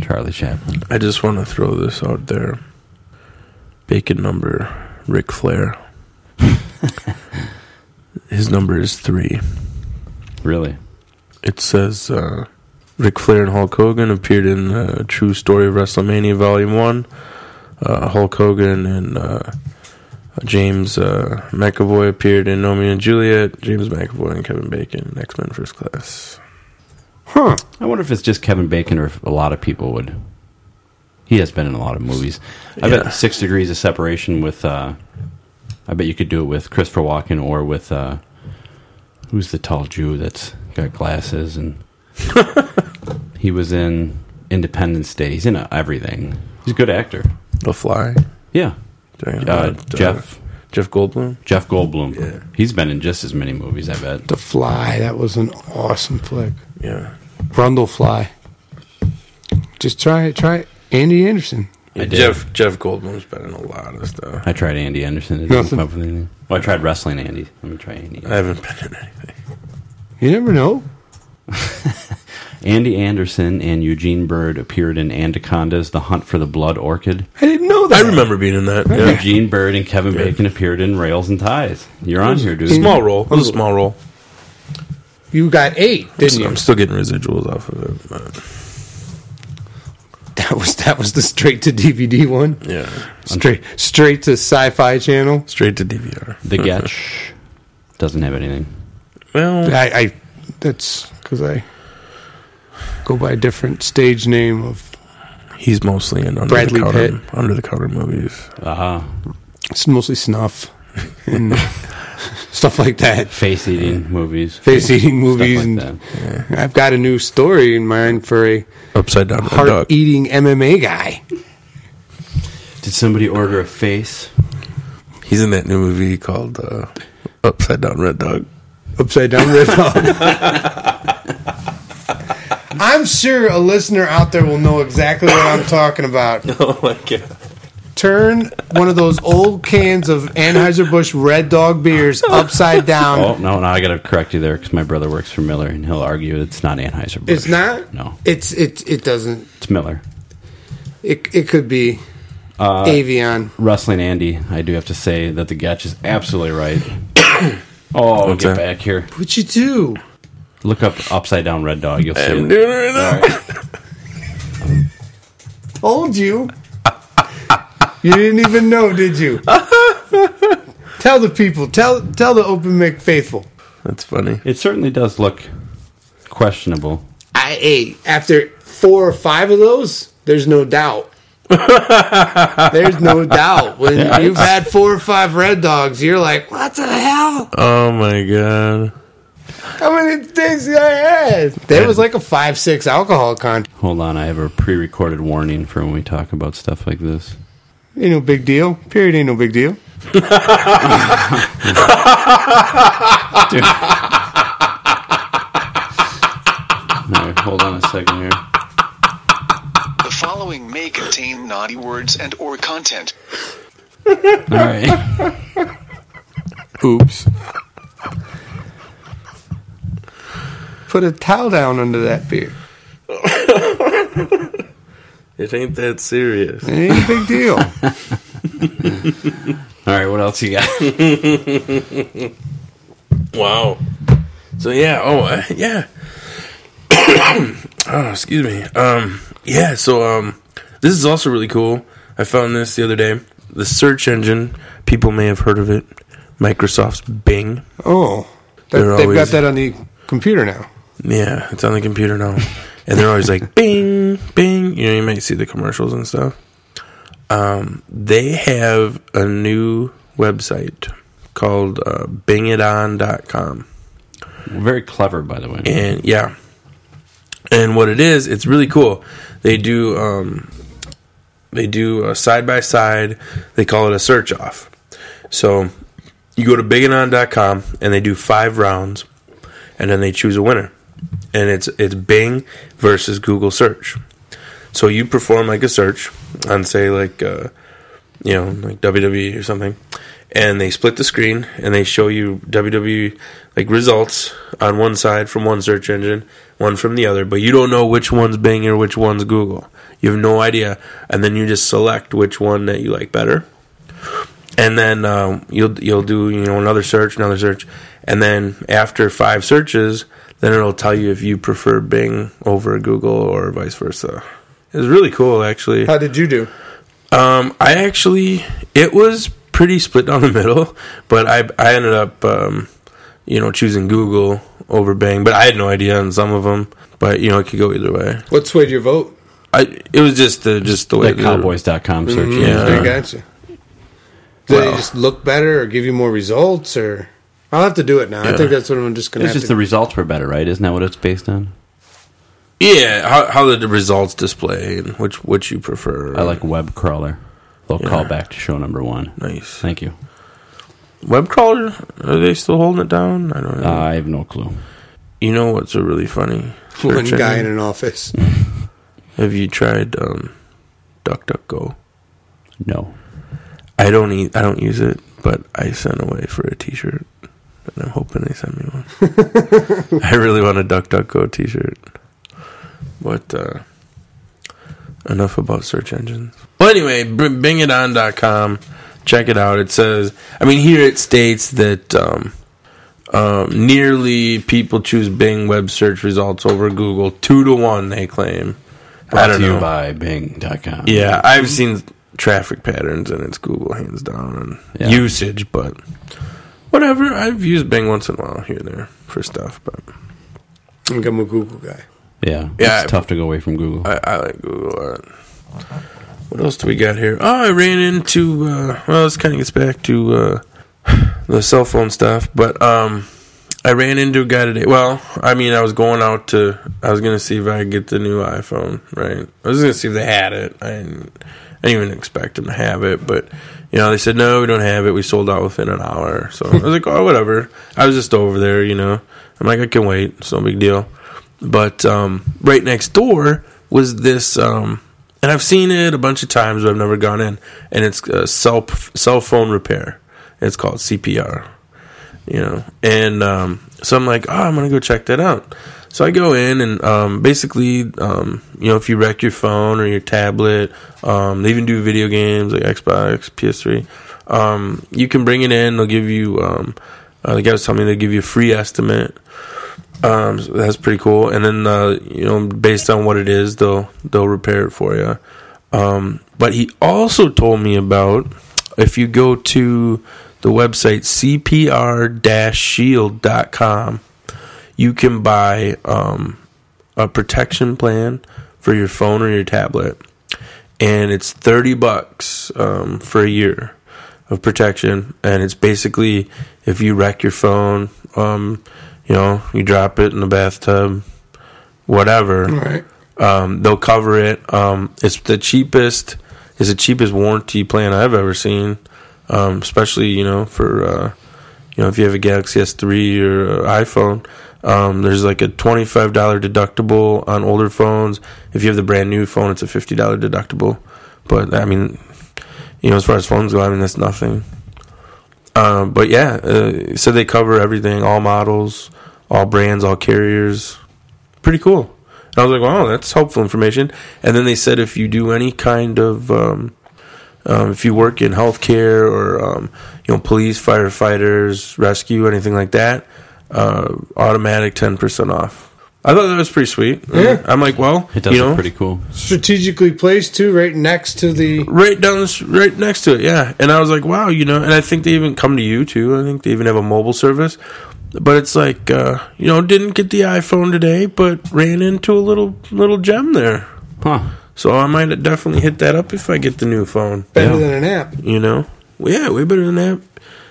S1: Charlie Chaplin.
S2: I just want to throw this out there. Bacon number, Ric Flair. His number is three.
S1: Really?
S2: It says uh, Ric Flair and Hulk Hogan appeared in uh, True Story of WrestleMania Volume 1. Uh, Hulk Hogan and uh, James uh, McAvoy appeared in Romeo and Juliet. James McAvoy and Kevin Bacon, X Men First Class.
S3: Huh.
S1: I wonder if it's just Kevin Bacon or if a lot of people would. He has been in a lot of movies. I
S2: Yeah.
S1: bet Six Degrees of Separation with. Uh, I bet you could do it with Christopher Walken or with. Uh, who's the tall Jew that's got glasses and. he was in Independence Day. He's in uh, everything. He's a good actor.
S2: The Fly.
S1: Yeah.
S2: Talking
S1: Uh,
S2: about, uh,
S1: Jeff.
S2: Jeff Goldblum.
S1: Jeff Goldblum.
S2: Yeah.
S1: He's been in just as many movies, I bet.
S3: The Fly. That was an awesome flick.
S2: Yeah.
S3: Brundle Fly. Just try it. Try it. Andy Anderson.
S1: I did.
S2: Jeff Jeff Goldblum's been in a lot of stuff.
S1: I tried Andy Anderson. It didn't
S3: Nothing.
S1: come up with anything. Well, I tried wrestling Andy. Let me try Andy.
S2: I haven't been in anything.
S3: You never know.
S1: Andy Anderson and Eugene Bird appeared in Anaconda's The Hunt for the Blood Orchid.
S3: I didn't know
S2: I
S3: that.
S2: remember being in that. Yeah.
S1: Eugene Bird and Kevin Bacon appeared in Rails and Ties. You're on here, dude.
S2: Small role. It was a small role.
S3: You got eight, didn't
S2: So
S3: you?
S2: I'm still getting residuals off of it. But
S3: That was that was the straight to DVD one.
S2: yeah.
S3: Straight straight to Sci-Fi Channel.
S2: Straight to DVR.
S1: The Getch doesn't have anything.
S2: Well,
S3: I, I that's because I go by a different stage name of
S2: he's mostly in under
S3: Bradley
S2: the counter
S3: Pitt.
S2: under the counter movies.
S1: Uh,
S3: Ah. it's mostly snuff and stuff like that.
S1: face eating movies.
S3: Face eating
S1: Stuff
S3: movies
S1: like
S3: and
S1: that.
S3: I've got a new story in mind for a
S2: Upside down Red
S3: heart
S2: duck.
S3: eating MMA guy.
S1: Did somebody order a face?
S2: He's in that new movie called uh, Upside Down Red Dog.
S3: Upside down red dog. I'm sure a listener out there will know exactly what I'm talking about.
S2: Oh my god.
S3: Turn one of those old cans of Anheuser-Busch Red Dog beers upside down.
S1: Oh, no, no, I got to correct you there because my brother works for Miller and he'll argue it's not Anheuser-Busch.
S3: It's not.
S1: No,
S3: It's it. It doesn't.
S1: it's Miller.
S3: It it could be
S2: Uh,
S3: Avion.
S1: Wrestling Andy, I do have to say that The Getch is absolutely right. oh,
S2: What's
S1: get
S2: that?
S1: back here.
S3: What you do?
S1: Look up Upside Down Red Dog. You'll see
S2: I'm
S1: it.
S2: doing it right now.
S3: Told you. you didn't even know, did you? tell the people. Tell tell the open mic faithful.
S2: That's funny.
S1: It certainly does look questionable.
S3: I ate after four or five of those. There's no doubt. There's no doubt. When you've had four or five red dogs, you're like, what the hell?
S2: Oh my god.
S3: How many things did I had? There was like a five six alcohol content.
S1: Hold on, I have a pre-recorded warning for when we talk about stuff like this.
S3: Ain't no big deal. Period ain't no big deal.
S1: All right, hold on a second here.
S9: The following may contain naughty words and or content.
S1: All right,
S2: Oops.
S3: Put a towel down under that beer.
S2: It ain't that serious.
S3: It ain't a big deal.
S1: all right. What else you got?
S2: Wow. So yeah, oh uh, yeah. oh, excuse me. Um, yeah. So um, this is also really cool. I found this the other day. The search engine. People may have heard of it. Microsoft's Bing.
S3: Oh, that,
S2: They're
S3: they've got
S2: always-
S3: that on the computer now.
S2: Yeah, it's on the computer now, and they're always like Bing, Bing. You know, you might see the commercials and stuff. Um, they have a new website called uh, BingItOn.com.
S1: Very clever, by the way.
S2: and yeah and what it is it's really cool they do um they do a side by side they call it a search off so you go to biganon.com and they do five rounds and then they choose a winner and it's it's bing versus google search so you perform like a search on say like uh, you know like wwe or something and they split the screen and they show you WWE like results on one side from one search engine, one from the other, but you don't know which one's Bing or which one's Google. You have no idea, and then you just select which one that you like better, and then um, you'll you'll do you know another search, another search, and then after five searches, then it'll tell you if you prefer Bing over Google or vice versa. It was really cool, actually.
S3: How did you do?
S2: Um, I actually, it was pretty split down the middle, but I I ended up, um, you know, choosing Google over Bing. But I had no idea on some of them. But you know, it could go either way.
S3: What swayed your vote?
S2: I it was just the just the way
S1: That
S2: the-
S1: cowboys.com search.
S2: Mm-hmm. Yeah.
S1: Uh-huh.
S3: I got you. Do they
S2: Well.
S3: just look better or give you more results or? I'll have to do it now. I
S2: Yeah.
S3: think that's what I'm just gonna.
S1: It's
S3: have
S1: just
S3: to-
S1: the results were better, right? Isn't that what it's based on?
S2: Yeah, how how the results display and which which you prefer.
S1: I like web crawler. They'll
S2: Yeah.
S1: call back to show number one.
S2: nice
S1: Thank you.
S2: web crawler. Are they still holding it down? I don't know.
S1: Uh, I have no clue.
S2: you know what's a really funny
S3: one
S2: search
S3: guy in
S2: engine?
S3: an office.
S2: Have you tried um, DuckDuckGo?
S1: No.
S2: I don't eat, I don't use it, but I sent away for a T-shirt, and I'm hoping they send me one. I really want a DuckDuckGo T-shirt. But uh, enough about search engines. Well, anyway, b- BingItOn.com. Check it out. It says, I mean, here it states that um, um, nearly people choose Bing web search results over Google two to one. They claim. I
S1: Brought
S2: don't
S1: to you
S2: know.
S1: by Bing.com.
S2: Yeah, I've seen traffic patterns, and it's Google hands down and
S1: Yeah.
S2: usage, but whatever. I've used Bing once in a while here and there for stuff, but
S3: I think I'm a Google guy.
S1: Yeah.
S2: Yeah. Uh,
S1: It's tough to go away from Google.
S2: I, I like Google a lot. What else do we got here? Oh, I ran into. Uh, well, this kind of gets back to uh, the cell phone stuff, but um, I ran into a guy today. Well, I mean, I was going out to. I was gonna see if I could get the new iPhone. Right, I was gonna see if they had it. I didn't, I didn't even expect them to have it, but you know, they said no, we don't have it. We sold out within an hour. So I was like, oh, whatever. I was just over there, you know. I'm like, I can wait. It's no big deal. But um, right next door was this, um, and I've seen it a bunch of times, but I've never gone in. And it's uh, cell cell phone repair. It's called CPR you know. And um, so I'm like, oh, I'm gonna go check that out. So I go in and um, basically, um, you know, if you wreck your phone or your tablet, um, they even do video games like Xbox, PS3. Um, you can bring it in. They'll give you. Um, uh, the guy was telling me they give you a free estimate. Um, so that's pretty cool. And then uh, you know, based on what it is, they'll they'll repair it for you. Um, but he also told me about if you go to the website cpr-shield.com, you can buy um, a protection plan for your phone or your tablet, and it's thirty bucks um, for a year of protection. And it's basically if you wreck your phone, um, you know, you drop it in the bathtub, whatever
S3: All right.
S2: um, they'll cover it. Um, it's the cheapest. It's the cheapest warranty plan I've ever seen. Um, especially you know for uh, you know if you have a Galaxy S3 or uh, iPhone, um, there's like a twenty five dollar deductible on older phones. If you have the brand new phone, it's a fifty dollar deductible. But I mean, you know, as far as phones go, I mean that's nothing. Uh, but yeah, uh, so they cover everything, all models, all brands, all carriers. Pretty cool. And I was like, wow, that's helpful information. And then they said if you do any kind of, um, um, if you work in healthcare or um, you know police, firefighters, rescue, anything like that, uh, automatic ten percent off. I thought that was pretty sweet.
S3: Yeah.
S2: I'm like, well,
S1: It does
S2: you know,
S1: look pretty cool.
S3: Strategically placed too, right next to the.
S2: right down this right next to it yeah and i was like wow you know and i think they even come to you too i think they even have a mobile service but it's like uh you know didn't get the iphone today but ran into a little little gem there
S1: Huh.
S2: so i might definitely hit that up if i get the new phone
S3: Better
S1: Yeah.
S3: than an app.
S2: you know well, yeah way better than that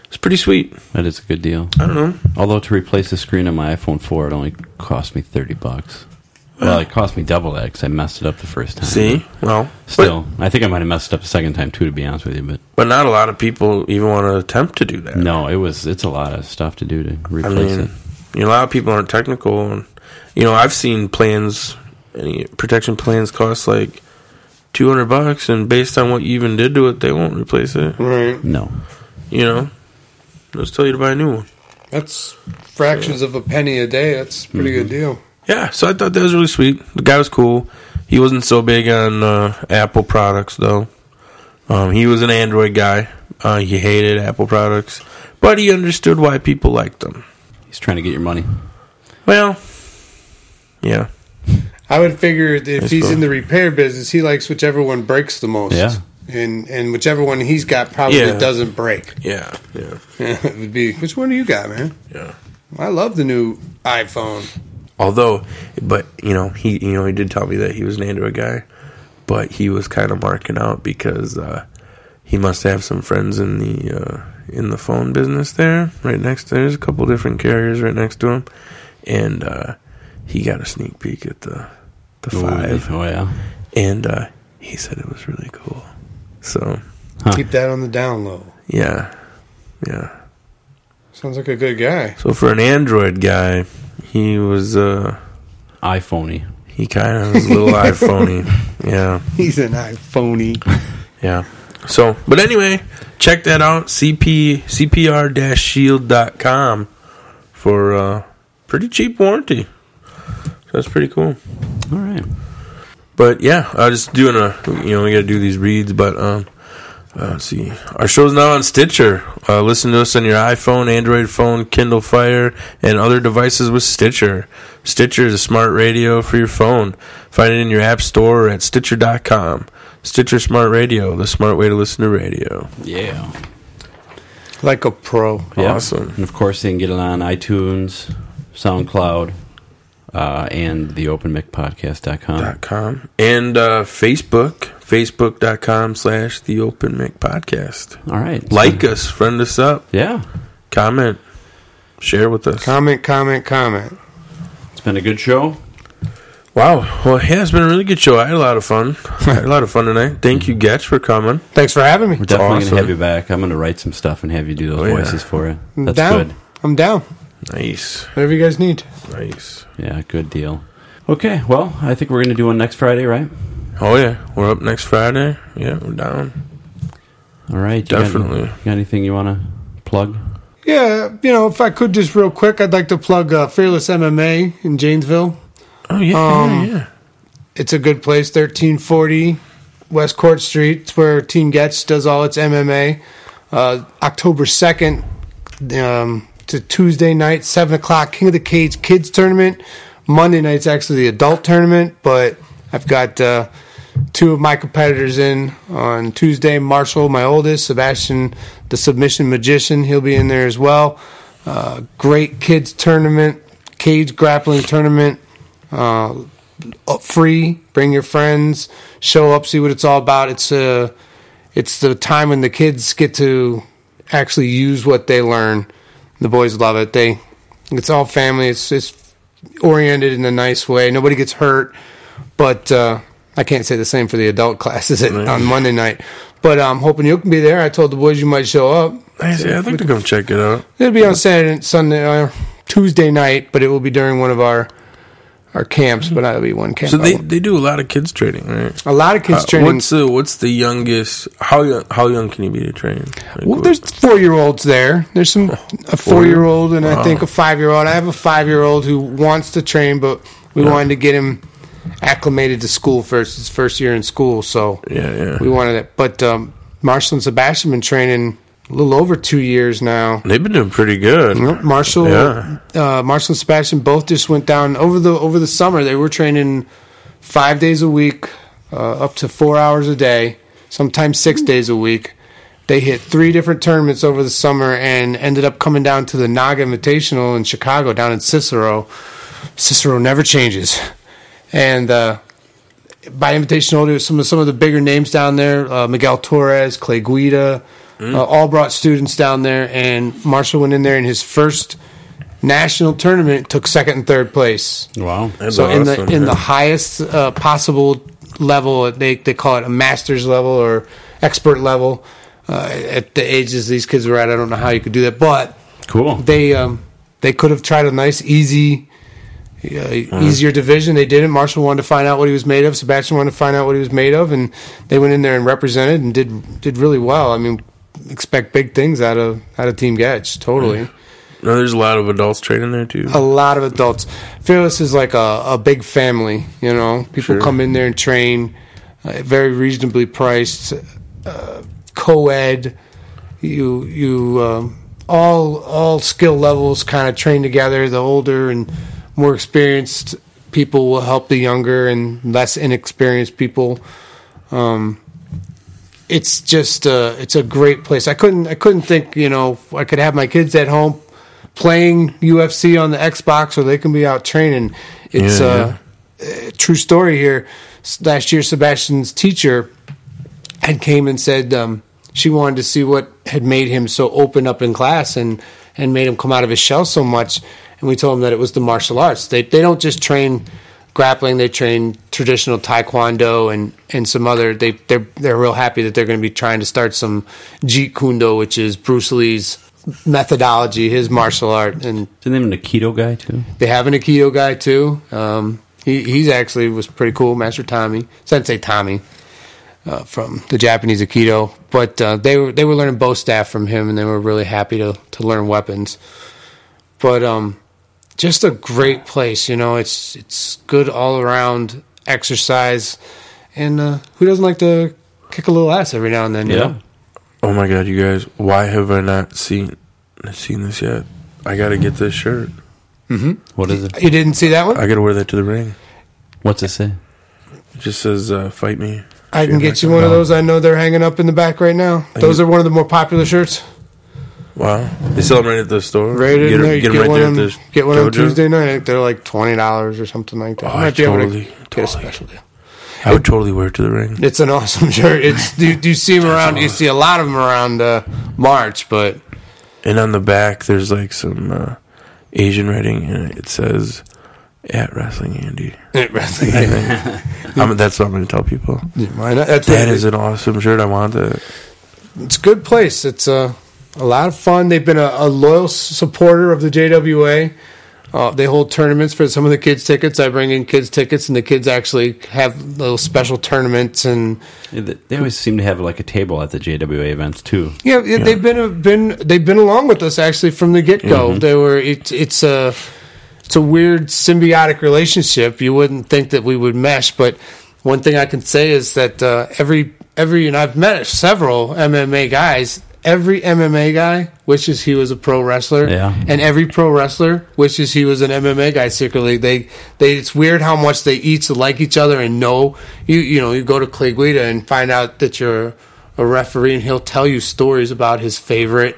S2: it's pretty sweet
S1: That is a good deal.
S2: i don't know
S1: Although to replace the screen on my iPhone 4, it only cost me 30 bucks. Well, it cost me double that 'cause I messed it up the first time.
S2: see well but-
S1: Still, I think I might have messed it up the second time too, to be honest with you. But
S2: but not a lot of people even want to attempt to do that
S1: no, it was it's a lot of stuff to do to
S2: I
S1: replace
S2: mean,
S1: it.
S2: you know, a lot of people aren't technical, and you know, I've seen plans, any protection plans cost like two hundred bucks, and based on what you even did to it, they won't replace it.
S3: Right.
S1: No,
S2: You know, let's tell you to buy a new one.
S3: That's fractions of a penny a day. That's a pretty
S1: Mm-hmm.
S3: good deal.
S2: Yeah, so I thought that was really sweet. The guy was cool. He wasn't so big on uh, Apple products though. Um, he was an Android guy. Uh, he hated Apple products, but he understood why people liked them.
S1: He's trying to get your money.
S2: Well, yeah,
S3: I would figure that if
S2: That's
S3: he's
S2: cool.
S3: in the repair business, he likes whichever one breaks the most.
S1: Yeah.
S3: And and whichever one he's got probably
S2: Yeah.
S3: doesn't break.
S2: yeah, yeah,
S3: it would be which one do you got, man?
S2: yeah.
S3: I love the new iPhone.
S2: Although, but you know, he you know he did tell me that he was an Android guy, but he was kind of marking out because uh, he must have some friends in the uh, in the phone business there. Right next, there's a couple different carriers right next to him, and uh, he got a sneak peek at the the five,
S1: Oh yeah.
S2: and uh, he said it was really cool. So
S1: Huh.
S3: Keep that on the down low.
S2: yeah, yeah.
S3: Sounds like a good guy.
S2: So for an Android guy, he was uh,
S1: iPhoney.
S2: he kind of was a little iPhoney, yeah.
S3: He's an iPhoney.
S2: Yeah. So, but anyway, check that out. CP, CPR-shield.com for uh, pretty cheap warranty. So that's pretty cool.
S1: All right.
S2: But yeah, I was just doing a, you know, we got to do these reads, but um, uh, let's see. Our show's now on Stitcher. Uh, listen to us on your iPhone, Android phone, Kindle Fire, and other devices with Stitcher. Stitcher is a smart radio for your phone. Find it in your app store or at Stitcher.com. Stitcher Smart Radio, the smart way to listen to radio.
S1: Yeah.
S3: Like a pro.
S1: Yeah.
S2: Awesome.
S1: And of course, they can get it on iTunes, SoundCloud, uh, and the OpenMicPodcast.com.
S2: Dot com. And uh, Facebook, Facebook.com slash The Open Mic Podcast.
S1: All right.
S2: Like us, friend us up,
S1: Yeah.
S2: comment, share with us.
S3: Comment, comment, comment.
S1: It's been a good show.
S2: Wow. Well, yeah, it's been a really good show. I had a lot of fun. I had a lot of fun tonight. Thank you, Getch, for coming.
S3: Thanks for having me.
S1: We're definitely
S2: awesome.
S1: gonna have you back. I'm gonna write some stuff and have you do those
S2: Oh, yeah.
S1: voices for it.
S3: I'm
S1: That's
S3: down.
S1: good.
S3: I'm down.
S2: Nice.
S3: Whatever you guys need.
S2: Nice.
S1: Yeah, good deal. Okay, well, I think we're gonna do one next Friday, right?
S2: Oh, yeah. We're up next Friday. Yeah, we're down.
S1: All right. you got-
S2: Definitely.
S1: You got, anything you wanna plug?
S3: Yeah, you know, if I could just real quick, I'd like to plug uh, Fearless MMA in Janesville.
S2: Oh, yeah.
S3: Um,
S2: yeah, yeah.
S3: It's a good place, 1340 West Court Street. It's where Team Getz does all its MMA. Uh, October 2nd, um, it's a Tuesday night, 7 o'clock, King of the Cage Kids Tournament. Monday night's actually the adult tournament, but I've got uh, two of my competitors in on Tuesday. Marshall, my oldest, Sebastian, the submission magician, he'll be in there as well. Uh, great kids tournament, cage grappling tournament. Uh, up free. Bring your friends. Show up. See what it's all about. It's uh, it's the time when the kids get to actually use what they learn. The boys love it. They it's all family. It's it's oriented in a nice way. Nobody gets hurt. But uh, I can't say the same for the adult classes at, on Monday night. But I'm hoping you can be there. I told the boys you might show up.
S2: Nice. Yeah, I'd like to come check it out.
S3: It'll be on Saturday, and Sunday, uh, Tuesday night, but it will be during one of our our camps. But I'll be one camp.
S2: So
S3: I
S2: they,
S3: won't-
S2: they do a lot of kids training, right?
S3: a lot of kids
S2: Uh,
S3: training.
S2: What's the What's the youngest? How young How young can you be to train? Like,
S3: Well,
S2: what-
S3: there's four year olds there. There's some a four year old and I think a five year old. I have a five year old who wants to train, but we wanted to get him acclimated to school first. His first year in school, so
S2: yeah, yeah.
S3: we wanted it. But um, Marshall and Sebastian been training a little over two years now.
S2: They've been doing pretty good.
S3: Yep, Marshall,
S2: Yeah.
S3: uh, Marshall and Sebastian both just went down over the over the summer. They were training five days a week, uh, up to four hours a day, sometimes six days a week. They hit three different tournaments over the summer and ended up coming down to the Naga Invitational in Chicago, down in Cicero. Cicero never changes, and uh, by invitation only, some of some of the bigger names down there, uh, Miguel Torres, Clay Guida, uh, all brought students down there, and Marshall went in there in his first national tournament, took second and third place.
S1: Wow.
S2: That's
S3: so in
S2: awesome,
S3: the in
S2: yeah.
S3: the highest uh, possible level, they they call it a master's level or expert level. Uh, at the ages these kids were at, I don't know how you could do that, but
S1: Cool.
S3: they um, they could have tried a nice, easy, uh,
S2: Uh-huh.
S3: easier division. They didn't. Marshall wanted to find out what he was made of. Sebastian wanted to find out what he was made of, and they went in there and represented and did did really well. I mean, expect big things out of out of Team Gatch. Totally,
S2: No, there's a lot of adults trading there too.
S3: a lot of adults. Fearless is like a, a big family. You know, people
S2: Sure.
S3: come in there and train, uh, very reasonably priced, uh, co-ed. You you um, all all skill levels kind of train together. The older and more experienced people will help the younger and less inexperienced people. Um, it's just uh, it's a great place. I couldn't I couldn't think you know I could have my kids at home playing UFC on the Xbox or they can be out training. It's
S2: Yeah,
S3: uh, a true story here. S- Last year, Sebastian's teacher had came and said um, she wanted to see what had made him so open up in class and and made him come out of his shell so much. And we told him that it was the martial arts. They they don't just train grappling; they train traditional taekwondo and and some other. They they're they're real happy that they're going to be trying to start some jeet kundo, which is Bruce Lee's methodology, his martial art, and
S1: Isn't there a Nikito guy too?
S3: they have an Aikido guy too. Um, he he's actually was pretty cool, Master Tommy Sensei Tommy uh, from the Japanese Aikido. But uh, they were they were learning bow staff from him, and they were really happy to to learn weapons. But um, just a great place, you know. It's it's good all around exercise, and uh, who doesn't like to kick a little ass every now and then? You know?
S2: Oh my god, you guys! Why have I not seen seen this yet? I gotta get this shirt.
S1: What is it?
S3: You didn't see that one?
S2: I gotta wear that to the ring.
S1: What's it say?
S2: It just says uh, "fight me."
S3: I can get you one of those. I know they're hanging up in the back right now. Those are one of the more popular shirts.
S2: Wow, they sell them right at the store.
S3: Right
S2: get,
S3: in there, you
S2: get
S3: get,
S2: 'em right
S3: one
S2: there
S3: on,
S2: at the
S3: get one on
S2: dojo.
S3: Tuesday night. I think they're like twenty dollars or something like that.
S2: Oh,
S3: I might be able to
S2: totally,
S3: get a
S2: totally.
S3: special deal.
S2: I would totally wear it to the ring.
S3: It's an awesome shirt. It's do, do you see them around? You see a lot of them around uh, March, but
S2: And on the back, there's like some uh, Asian writing, and it says "at wrestling Andy." I'm, that's what I'm gonna tell people.
S3: why not? That's
S2: That
S3: what-
S2: is an awesome shirt. I want that.
S3: it's a good place. It's a a lot of fun. They've been a, a loyal s- supporter of the JWA. Uh, they hold tournaments for some of the kids' tickets. I bring in kids' tickets, and the kids actually have little special tournaments and.
S1: Yeah, They they always seem to have like a table at the JWA events too.
S3: Yeah, yeah, they've been been they've been along with us actually from the get go. They were it's it's uh, a it's a weird symbiotic relationship. You wouldn't think that we would mesh, but one thing I can say is that uh, every every and I've met several MMA guys. Every MMA guy wishes he was a pro wrestler,
S1: Yeah.
S3: and every pro wrestler wishes he was an MMA guy. Secretly, they they it's weird how much they each like each other and know you you know you go to Clay Guida and find out that you're a referee and he'll tell you stories about his favorite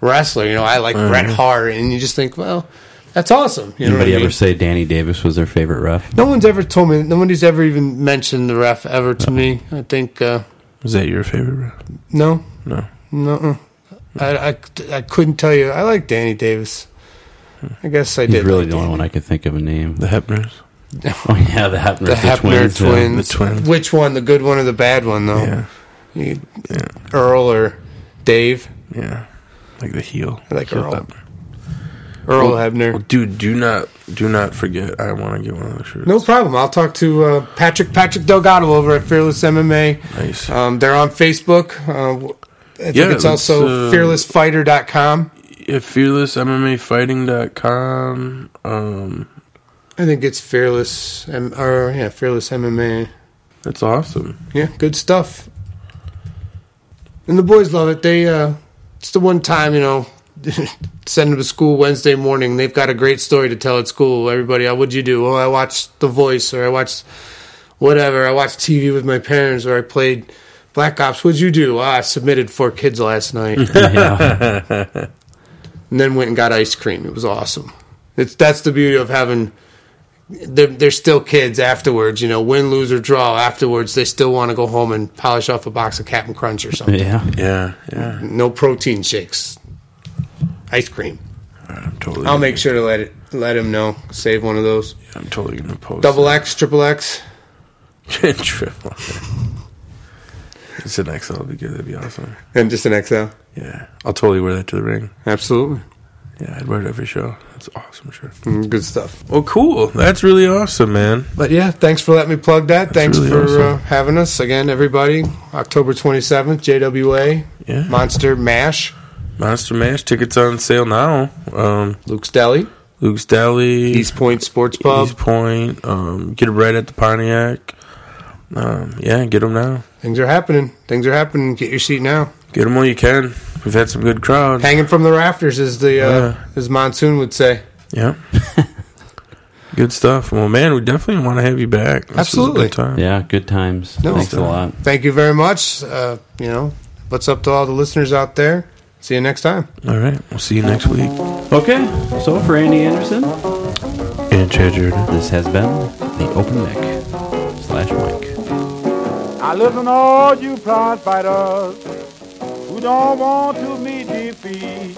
S3: wrestler. You know, I like Bret Hart, and you just think, well, that's awesome. You know what I
S1: Anybody
S3: mean?
S1: ever say Danny Davis was their favorite ref?
S3: No one's ever told me. Nobody's ever even mentioned the ref ever to me. I think uh,
S2: Is that your favorite? ref?
S3: no,
S2: No.
S3: no. I, I, I couldn't tell you. I like Danny Davis. I guess I
S1: He's
S3: did.
S1: really
S3: like
S1: the only
S3: Danny.
S1: one I could think of a name.
S2: The Hepners.
S1: Oh yeah, the Hepner,
S3: The Hepner twins.
S1: yeah.
S2: The twins.
S3: Which one? The good one or the bad one? Though
S2: Yeah,
S3: You- Earl or Dave?
S2: yeah. Like the heel.
S3: I like
S2: heel
S3: Earl.
S2: Hebner.
S3: Earl
S2: Well,
S3: Hebner.
S2: dude, do not do not forget. I want to get one of those shirts.
S3: No problem. I'll talk to uh, Patrick Patrick Delgado over at Fearless MMA.
S2: Nice.
S3: Um, they're on Facebook. Uh, w- I think
S2: Yeah, let's,
S3: it's also
S2: uh,
S3: fearlessfighter.com.
S2: Yeah, fearlessmmafighting.com. Um,
S3: I think it's fearless M- or yeah, fearless MMA.
S2: that's awesome.
S3: Yeah, good stuff. And the boys love it. They uh it's the one time, you know, send them to school Wednesday morning. They've got a great story to tell at school. Everybody, oh, what'd you do? Oh, I watched The Voice or I watched whatever. I watched TV with my parents or I played Black Ops. What'd you do? Ah, I submitted four kids last night. and then went and got ice cream. It was awesome. It's that's the beauty of having they're, they're still kids afterwards, you know, win, lose, or draw. Afterwards, they still want to go home and polish off a box of Captain Crunch or something.
S1: Yeah,
S2: Yeah, yeah.
S3: No protein shakes, ice cream.
S2: I'm totally.
S3: I'll make sure to let it let him know. Save one of those
S2: I'm totally gonna post
S3: double X, triple X.
S2: that. triple. it's an XL. That'd be good. That'd be awesome.
S3: And just an XL.
S2: Yeah, I'll totally wear that to the ring.
S3: Absolutely.
S2: Yeah, I'd wear it every show. That's an awesome shirt.
S3: Mm, Good stuff.
S2: Well, cool. That's really awesome, man.
S3: But yeah, thanks for letting me plug that. thanks
S2: really
S3: for uh,
S2: awesome.
S3: having us again, everybody. October 27th, JWA,
S2: Yeah.
S3: Monster Mash,
S2: Monster Mash tickets on sale now. Um,
S3: Luke's Deli,
S2: Luke's Deli,
S3: East Point Sports Pub,
S2: East Point. Um, get it right at the Pontiac. Um, yeah, get them now.
S3: Things are happening. Things are happening. Get your seat now.
S2: Get them while you can. We've had some good crowd.
S3: Hanging from the rafters, as the uh,
S2: Yeah.
S3: as Monsoon would say.
S2: Yeah. good stuff. Well, man, we definitely want to have you back. This was a
S3: Absolutely.
S2: good time.
S1: Yeah, good times.
S3: No,
S1: Thanks
S3: sir.
S1: a lot.
S3: Thank you very much. Uh, you know, what's up to all the listeners out there? See you next time.
S2: All right. We'll see you next week.
S1: Okay, so for Andy Anderson,
S2: And Chad Jordan.
S1: this has been the open mic slash mic.
S5: I listen to all you prize fighters who don't want to meet defeat.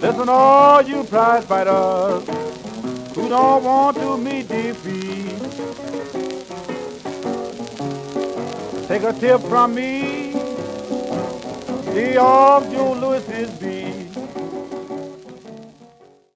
S5: Listen to all you prize fighters who don't want to meet defeat. Take a tip from me, stay off Joe Lewis's beat.